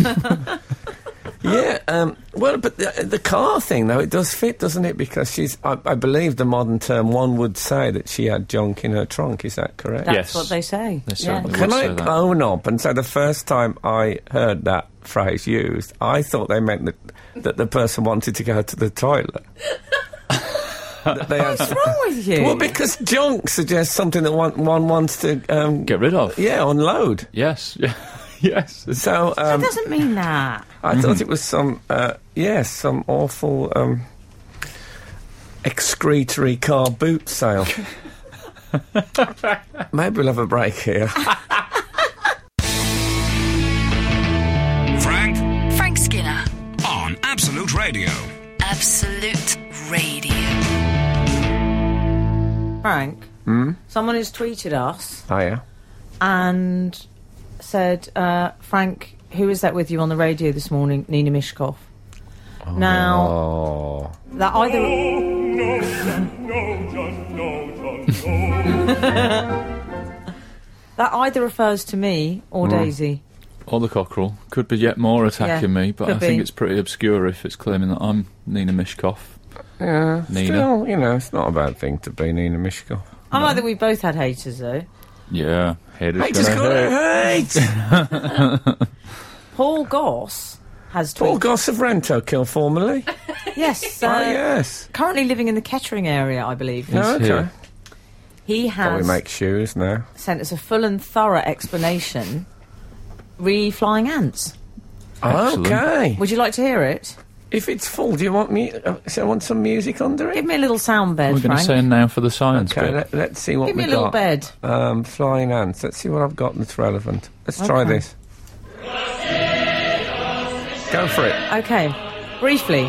[SPEAKER 2] yeah. Um, well, but the, the car thing, though, it does fit, doesn't it? Because she's, I, I believe the modern term, one would say that she had junk in her trunk. Is that correct?
[SPEAKER 4] That's
[SPEAKER 3] Yes.
[SPEAKER 4] what they say.
[SPEAKER 3] They certainly
[SPEAKER 2] Can
[SPEAKER 3] would
[SPEAKER 2] I
[SPEAKER 3] say that.
[SPEAKER 2] own up and say the first time I heard that phrase used, I thought they meant that, that the person wanted to go to the toilet. That they had-
[SPEAKER 4] [laughs] What's wrong with you?
[SPEAKER 2] well, because junk suggests something that one, one wants to, um,
[SPEAKER 3] Get rid of.
[SPEAKER 2] yeah, unload.
[SPEAKER 3] Yes, [laughs] yeah, yes. It's-
[SPEAKER 2] So
[SPEAKER 4] that
[SPEAKER 2] um,
[SPEAKER 4] doesn't mean that.
[SPEAKER 2] I thought it was some, uh, yeah, some awful um, excretory car boot sale. Maybe we'll have a break here.
[SPEAKER 5] Frank
[SPEAKER 1] Frank Skinner,
[SPEAKER 5] on Absolute Radio.
[SPEAKER 1] Absolute Radio.
[SPEAKER 4] Frank,
[SPEAKER 2] Hmm?
[SPEAKER 4] someone has tweeted us
[SPEAKER 2] Oh, yeah.
[SPEAKER 4] and said, uh, Frank, who is that with you on the radio this morning? Nina Mishkov. now,
[SPEAKER 2] Oh.
[SPEAKER 4] that either. That either refers to me or
[SPEAKER 2] Hmm.
[SPEAKER 4] Daisy.
[SPEAKER 3] Or the cockerel. Could be yet more attacking
[SPEAKER 4] Yeah,
[SPEAKER 3] me, but
[SPEAKER 4] could
[SPEAKER 3] I think
[SPEAKER 4] be.
[SPEAKER 3] it's pretty obscure if it's claiming that I'm Nina Mishkov.
[SPEAKER 2] Yeah.
[SPEAKER 3] Nina.
[SPEAKER 2] Still, you know, it's not a bad thing to be Nina Mishkov.
[SPEAKER 4] I like that we both had haters though.
[SPEAKER 3] Yeah. Haters
[SPEAKER 2] Hey, just
[SPEAKER 3] gonna
[SPEAKER 2] got
[SPEAKER 3] hate.
[SPEAKER 2] it. Hey,
[SPEAKER 4] Paul Goss
[SPEAKER 2] [laughs]
[SPEAKER 4] has
[SPEAKER 2] Paul
[SPEAKER 4] tweeted.
[SPEAKER 2] Goss of Rento Kill formerly.
[SPEAKER 4] yes,
[SPEAKER 2] Oh,
[SPEAKER 4] uh,
[SPEAKER 2] yes.
[SPEAKER 4] currently living in the Kettering area, I believe.
[SPEAKER 2] Oh,
[SPEAKER 3] He's
[SPEAKER 2] okay.
[SPEAKER 3] here.
[SPEAKER 4] He
[SPEAKER 2] Well,
[SPEAKER 4] has
[SPEAKER 2] we make shoes now.
[SPEAKER 4] sent us a full and thorough explanation re flying ants.
[SPEAKER 3] Excellent.
[SPEAKER 2] Okay.
[SPEAKER 4] Would you like to hear it?
[SPEAKER 2] If it's full, do you want me? Uh, so I want some music under
[SPEAKER 4] Give
[SPEAKER 2] it.
[SPEAKER 4] me a little sound bed,
[SPEAKER 3] We're going to say
[SPEAKER 4] Frank.
[SPEAKER 3] now for the science
[SPEAKER 2] Okay,
[SPEAKER 3] bit.
[SPEAKER 2] let, let's see what
[SPEAKER 4] Give
[SPEAKER 2] we
[SPEAKER 4] me a little
[SPEAKER 2] got.
[SPEAKER 4] bed.
[SPEAKER 2] Um, flying ants. Let's see what I've got that's relevant. Let's try
[SPEAKER 4] Okay.
[SPEAKER 2] this. Go for it.
[SPEAKER 4] Okay, briefly,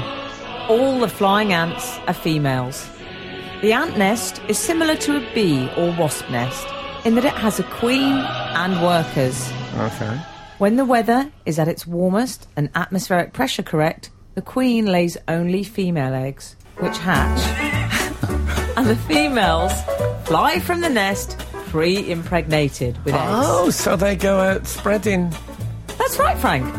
[SPEAKER 4] all the flying ants are females. The ant nest is similar to a bee or wasp nest in that it has a queen and workers.
[SPEAKER 2] Okay.
[SPEAKER 4] When the weather is at its warmest and atmospheric pressure correct, the queen lays only female eggs, which hatch, [laughs] and the females fly from the nest pre impregnated with
[SPEAKER 2] Oh, so they go out spreading. [laughs]
[SPEAKER 4] eggs. That's right, Frank.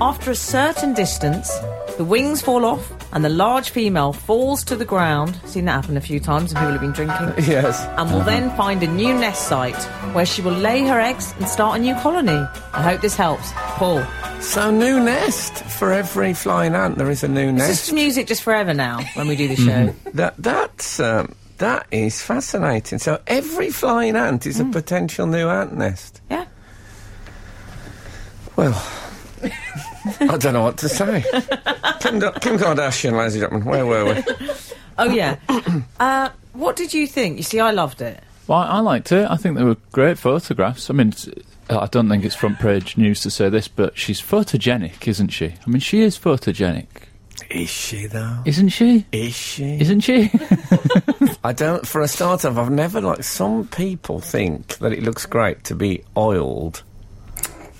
[SPEAKER 4] After a certain distance, the wings fall off and the large female falls to the ground. Seen that happen a few times when people have been drinking.
[SPEAKER 2] Yes.
[SPEAKER 4] and will then find a new nest site where she will lay her eggs and start a new colony. I hope this helps. Paul,
[SPEAKER 2] So new nest for every flying ant. There is a new
[SPEAKER 4] this is
[SPEAKER 2] nest.
[SPEAKER 4] just music just forever now when we do the show.
[SPEAKER 3] Mm-hmm.
[SPEAKER 2] That that's um, that is fascinating. So every flying ant
[SPEAKER 4] Hmm.
[SPEAKER 2] is a potential new ant nest.
[SPEAKER 4] yeah.
[SPEAKER 2] Well, [laughs] I don't know what to say. Kim, Da- Kim Kardashian, ladies and gentlemen, where were we?
[SPEAKER 3] [coughs]
[SPEAKER 4] Oh, yeah. uh, what did you think? You see, I loved it.
[SPEAKER 3] Well, I liked it. I think they were great photographs. I mean, it's- I don't think it's front page news to say this, but she's photogenic, isn't she? I mean, she is photogenic,
[SPEAKER 2] Is she though?
[SPEAKER 3] isn't she?
[SPEAKER 2] Is she?
[SPEAKER 3] Isn't she? [laughs]
[SPEAKER 2] I don't. For a start off, I've never like. Some people think that it looks great to be oiled.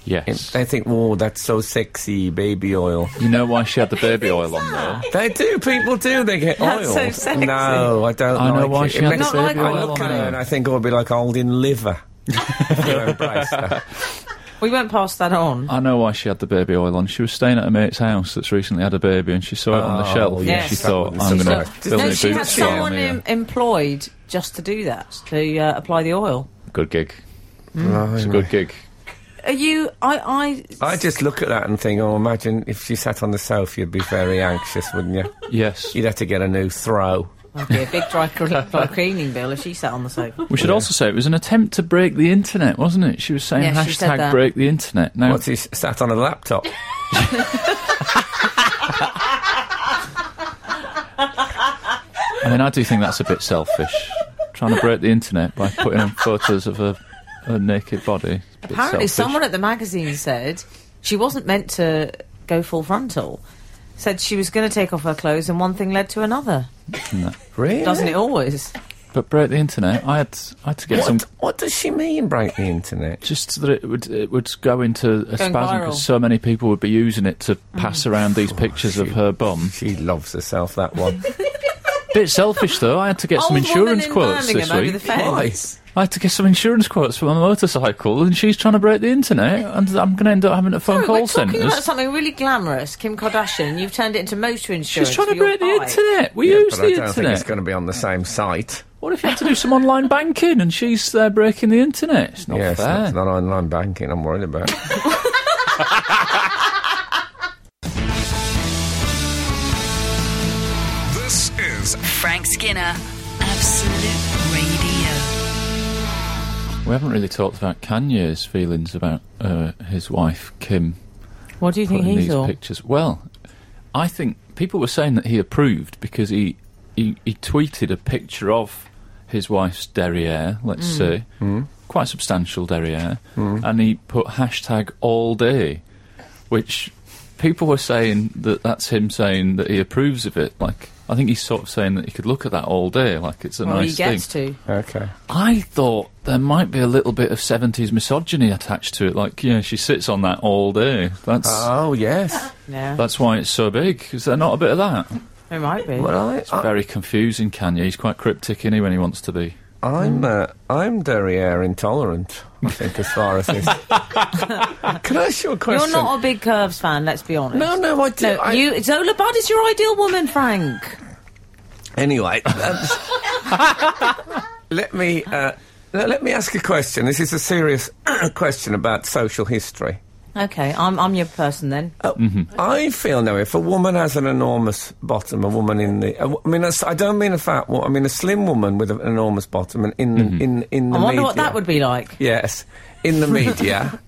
[SPEAKER 3] yes.
[SPEAKER 2] They think, "Whoa, that's so sexy, baby oil."
[SPEAKER 3] You know why she had the baby oil on though?
[SPEAKER 2] They do. People do. They get
[SPEAKER 4] That's
[SPEAKER 2] oiled.
[SPEAKER 4] so sexy.
[SPEAKER 2] No, I don't.
[SPEAKER 3] I know
[SPEAKER 2] like
[SPEAKER 3] why
[SPEAKER 2] it.
[SPEAKER 3] she
[SPEAKER 2] It
[SPEAKER 3] had
[SPEAKER 2] makes-
[SPEAKER 4] the Not baby like
[SPEAKER 2] I
[SPEAKER 4] oil
[SPEAKER 2] look
[SPEAKER 3] on
[SPEAKER 2] at her
[SPEAKER 3] her.
[SPEAKER 2] and I think I'll be like holding
[SPEAKER 3] [laughs]
[SPEAKER 2] liver. If you embrace her.
[SPEAKER 4] We won't pass that on.
[SPEAKER 3] I know why she had the baby oil on. She was staying at a mate's house that's recently had a baby, and she saw it on the
[SPEAKER 2] Oh,
[SPEAKER 3] shelf.
[SPEAKER 2] yes,
[SPEAKER 3] and she
[SPEAKER 2] that
[SPEAKER 3] thought,
[SPEAKER 2] wouldn't
[SPEAKER 3] "I'm going to
[SPEAKER 2] surprise-
[SPEAKER 3] fill
[SPEAKER 4] no,
[SPEAKER 3] my
[SPEAKER 4] she had
[SPEAKER 3] boots while I'm
[SPEAKER 4] someone
[SPEAKER 3] here."
[SPEAKER 4] em- employed just to do that, to uh, apply the oil.
[SPEAKER 3] Good gig. It's a good gig.
[SPEAKER 4] Are you. I. I
[SPEAKER 2] I just look at that and think, oh, imagine if you sat on the sofa, you'd be very anxious, wouldn't you?
[SPEAKER 3] Yes.
[SPEAKER 2] You'd have to get a new throw.
[SPEAKER 4] oh dear, big dry, cl- dry cleaning bill if she sat on the sofa.
[SPEAKER 3] We should also say it was an attempt to break the internet, wasn't it? She was saying
[SPEAKER 4] Yeah, she said
[SPEAKER 3] hashtag
[SPEAKER 4] that.
[SPEAKER 3] break the internet. Now,
[SPEAKER 2] What's he s- sat on a laptop?
[SPEAKER 3] I mean, I do think that's a bit selfish. Trying to break the internet by putting on photos of a, a naked body. It's a bit
[SPEAKER 4] Apparently,
[SPEAKER 3] selfish.
[SPEAKER 4] someone at the magazine said she wasn't meant to go full frontal. Said she was going to take off her clothes, and one thing led to another.
[SPEAKER 2] really?
[SPEAKER 4] Doesn't
[SPEAKER 3] [laughs]
[SPEAKER 4] it always?
[SPEAKER 3] But break the internet, I had I had to get
[SPEAKER 2] What,
[SPEAKER 3] some.
[SPEAKER 2] what does she mean, break the internet?
[SPEAKER 3] Just that it would it would go into a spasm
[SPEAKER 4] viral. Mm.
[SPEAKER 3] because so many people would be using it to pass around these pictures of her bum.
[SPEAKER 2] She loves herself, that one.
[SPEAKER 3] Bit selfish though. I had to get some
[SPEAKER 4] Old woman
[SPEAKER 3] insurance
[SPEAKER 4] in
[SPEAKER 3] quotes
[SPEAKER 4] Birmingham
[SPEAKER 3] this
[SPEAKER 4] over the
[SPEAKER 3] week.
[SPEAKER 4] fence.
[SPEAKER 3] I had to get some insurance quotes for my motorcycle, and she's trying to break the internet, and I'm going to end up having a phone
[SPEAKER 4] Sorry,
[SPEAKER 3] call
[SPEAKER 4] we're talking about
[SPEAKER 3] centres.
[SPEAKER 4] something really glamorous, Kim Kardashian. You've turned it into motor insurance.
[SPEAKER 3] She's trying to
[SPEAKER 4] for your
[SPEAKER 3] break the
[SPEAKER 4] bike.
[SPEAKER 3] internet. We use
[SPEAKER 2] but
[SPEAKER 3] the
[SPEAKER 2] I don't think it's
[SPEAKER 3] internet.
[SPEAKER 2] going to be on the same site.
[SPEAKER 3] What if you had to do some online banking and she's there breaking the internet? It's not
[SPEAKER 2] yeah, it's not,
[SPEAKER 3] fair.
[SPEAKER 2] it's not online banking I'm worried about.
[SPEAKER 5] This is
[SPEAKER 1] Frank Skinner, Absolute Radio.
[SPEAKER 3] We haven't really talked about Kanye's feelings about uh, his wife Kim
[SPEAKER 4] What do you think
[SPEAKER 3] putting
[SPEAKER 4] he
[SPEAKER 3] these
[SPEAKER 4] thought?
[SPEAKER 3] pictures. Well, I think people were saying that he approved because he he, he tweeted a picture of his wife's derriere, let's
[SPEAKER 4] Mm.
[SPEAKER 3] say, quite substantial derriere, and he put hashtag all day, which people were saying that that's him saying that he approves of it. Like I think he's sort of saying that he could look at that all day, like it's a
[SPEAKER 4] Well,
[SPEAKER 3] nice
[SPEAKER 4] he gets
[SPEAKER 3] thing.
[SPEAKER 4] to.
[SPEAKER 2] Okay.
[SPEAKER 3] I thought there might be a little bit of seventies misogyny attached to it. Like, yeah, she sits on that all day. That's
[SPEAKER 2] Oh yes.
[SPEAKER 4] Yeah,
[SPEAKER 3] that's why it's so big. Is there not a bit of that?
[SPEAKER 4] it might be.
[SPEAKER 2] Well, I, I,
[SPEAKER 3] Very confusing, Kanye. He's quite cryptic in when he wants to be.
[SPEAKER 2] I'm
[SPEAKER 4] Mm.
[SPEAKER 2] uh, I'm derriere intolerant. I think as far as
[SPEAKER 4] [laughs]
[SPEAKER 2] this. Can I ask you a question?
[SPEAKER 4] You're not a big curves fan, let's be honest.
[SPEAKER 2] no, no, I do.
[SPEAKER 4] No,
[SPEAKER 2] I-
[SPEAKER 4] you Zola Budd is your ideal woman, Frank. [laughs]
[SPEAKER 2] Anyway, that's- let me uh, le- let me ask a question. This is a serious [coughs] question about social history.
[SPEAKER 4] Okay, I'm I'm your person then.
[SPEAKER 2] I feel now if a woman has an enormous bottom, a woman in the, a wo- I mean, a s- I don't mean a fat woman, I mean a slim woman with a- an enormous bottom, and in the, in in the
[SPEAKER 4] Mm-hmm. I wonder what
[SPEAKER 2] media-
[SPEAKER 4] that would be like.
[SPEAKER 2] Yes, in the
[SPEAKER 4] [laughs]
[SPEAKER 2] media.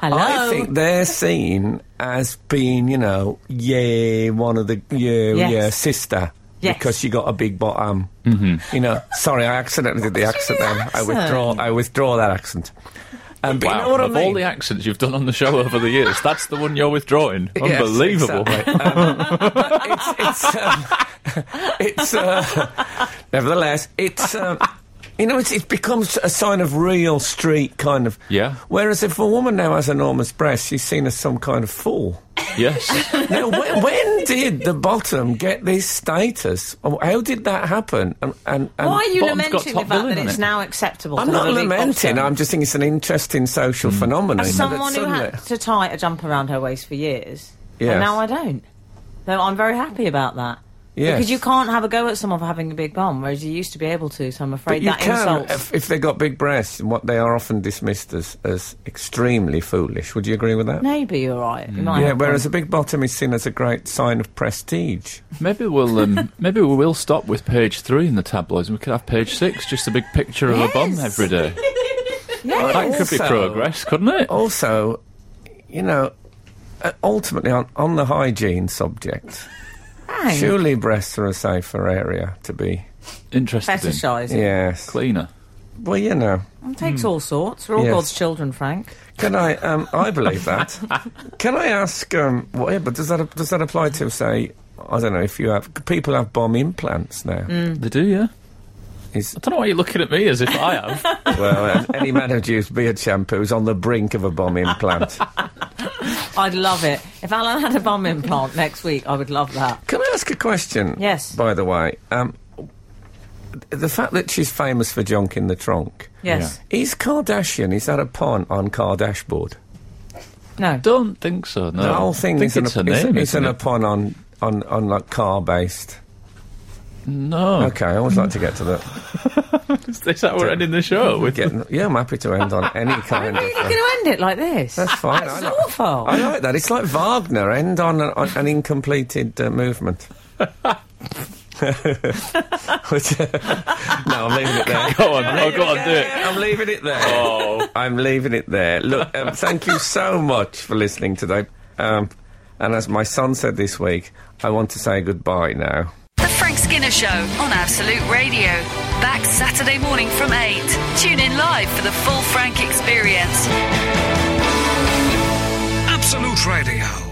[SPEAKER 4] Hello.
[SPEAKER 2] I think they're seen as being, you know, yeah, one of the yeah,
[SPEAKER 4] Yes.
[SPEAKER 2] yeah, sister.
[SPEAKER 4] Yes.
[SPEAKER 2] Because she got a big bottom,
[SPEAKER 3] Mm-hmm.
[SPEAKER 2] you know. Sorry, I accidentally did the accent. Then. I withdraw. I withdraw that accent. Um, but
[SPEAKER 3] Wow,
[SPEAKER 2] you know what I
[SPEAKER 3] of
[SPEAKER 2] mean?
[SPEAKER 3] all the accents you've done on the show over the years, that's the one you're withdrawing.
[SPEAKER 2] [laughs] Yes,
[SPEAKER 3] Unbelievable.
[SPEAKER 2] exactly. Um, it's [laughs] it's, um, it's uh, nevertheless it's um, you know it's, it becomes a sign of real street kind of
[SPEAKER 3] Yeah.
[SPEAKER 2] Whereas if a woman now has enormous breasts, she's seen as some kind of fool.
[SPEAKER 3] Yes.
[SPEAKER 2] now, when, when did the bottom get this status? Oh, How did that happen? And, and, and
[SPEAKER 4] Why are you
[SPEAKER 3] Bottom's got
[SPEAKER 4] lamenting the
[SPEAKER 3] top
[SPEAKER 4] fact
[SPEAKER 3] billing
[SPEAKER 4] that
[SPEAKER 3] on
[SPEAKER 4] it's
[SPEAKER 3] it.
[SPEAKER 4] now acceptable?
[SPEAKER 2] I'm
[SPEAKER 4] to
[SPEAKER 2] not
[SPEAKER 4] have a big
[SPEAKER 2] lamenting.
[SPEAKER 4] bottom?
[SPEAKER 2] I'm just thinking it's an interesting social phenomenon.
[SPEAKER 4] As
[SPEAKER 2] that
[SPEAKER 4] someone who
[SPEAKER 2] suddenly-
[SPEAKER 4] had to tie a jump around her waist for years,
[SPEAKER 2] Yes.
[SPEAKER 4] and now I don't. Though I'm very happy about that.
[SPEAKER 2] Yes.
[SPEAKER 4] Because you can't have a go at someone for having a big bum, whereas you used to be able to. So I'm afraid
[SPEAKER 2] But you
[SPEAKER 4] that
[SPEAKER 2] can,
[SPEAKER 4] insults.
[SPEAKER 2] if, if they've got big breasts, and what they are often dismissed as, as extremely foolish. Would you agree with that?
[SPEAKER 4] Maybe you're right. You might
[SPEAKER 2] Mm. Yeah,
[SPEAKER 4] have a
[SPEAKER 2] whereas a
[SPEAKER 4] point.
[SPEAKER 2] big bottom is seen as a great sign of prestige.
[SPEAKER 3] maybe we'll um, maybe we will stop with page three in the tabloids, and we could have page six, just a big picture of a bum
[SPEAKER 4] Yes.
[SPEAKER 3] every day.
[SPEAKER 4] Yes.
[SPEAKER 3] That could be
[SPEAKER 2] Also-
[SPEAKER 3] progress, couldn't it?
[SPEAKER 2] Also, you know, uh, ultimately on, on the hygiene subject,
[SPEAKER 4] Hang.
[SPEAKER 2] surely breasts are a safer area to be.
[SPEAKER 3] Interesting.
[SPEAKER 4] Fetishised.
[SPEAKER 2] Yes.
[SPEAKER 3] Cleaner.
[SPEAKER 2] Well, you know.
[SPEAKER 4] It takes all sorts. We're all
[SPEAKER 2] Yes.
[SPEAKER 4] God's children, Frank.
[SPEAKER 2] Can I? Um, I believe
[SPEAKER 3] [laughs]
[SPEAKER 2] that. Can I ask? Um, well, yeah, but does that does that apply to say? I don't know if you have people have bomb implants now.
[SPEAKER 3] They do, yeah.
[SPEAKER 2] Is
[SPEAKER 3] I don't know why you're looking at me as if I
[SPEAKER 2] [laughs] [laughs]
[SPEAKER 3] have.
[SPEAKER 2] well, um, any man who's used beard shampoo is on the brink of a bomb
[SPEAKER 3] [laughs]
[SPEAKER 2] implant.
[SPEAKER 4] I'd love it. If Alan had a bum implant next week, I would love that.
[SPEAKER 2] Can I ask a question?
[SPEAKER 4] Yes.
[SPEAKER 2] By the way, um, the fact that she's famous for junk in the trunk.
[SPEAKER 4] Yes.
[SPEAKER 2] Is Kardashian? Is that a pun on car dashboard?
[SPEAKER 4] No.
[SPEAKER 3] don't think so. No.
[SPEAKER 2] The whole thing
[SPEAKER 3] Oh, I think
[SPEAKER 2] is an,
[SPEAKER 3] it's
[SPEAKER 2] a-
[SPEAKER 3] her
[SPEAKER 2] is-
[SPEAKER 3] name.
[SPEAKER 2] is
[SPEAKER 3] isn't
[SPEAKER 2] an a
[SPEAKER 3] it?
[SPEAKER 2] pun on on on like car based.
[SPEAKER 3] no.
[SPEAKER 2] Okay, I always like to get to that.
[SPEAKER 3] Is that we're ending the show with?
[SPEAKER 2] Get, yeah, I'm happy to end on any kind of.
[SPEAKER 4] You're not going to end it like this.
[SPEAKER 2] [laughs] That's fine. I
[SPEAKER 4] That's
[SPEAKER 2] like-
[SPEAKER 4] awful.
[SPEAKER 2] I like that. It's like Wagner. End on, a, on an incompleted uh, movement. [laughs] Which, uh, no, I'm leaving it there.
[SPEAKER 3] [laughs] Go on. Oh, go on. Do it.
[SPEAKER 2] I'm leaving it there.
[SPEAKER 3] Oh.
[SPEAKER 2] I'm leaving it there. Look, um, thank you so much for listening today. Um, and as my son said this week, I want to say goodbye now.
[SPEAKER 1] The Frank Skinner Show on Absolute Radio. Back Saturday morning from 8. Tune in live for the full Frank experience.
[SPEAKER 5] Absolute Radio.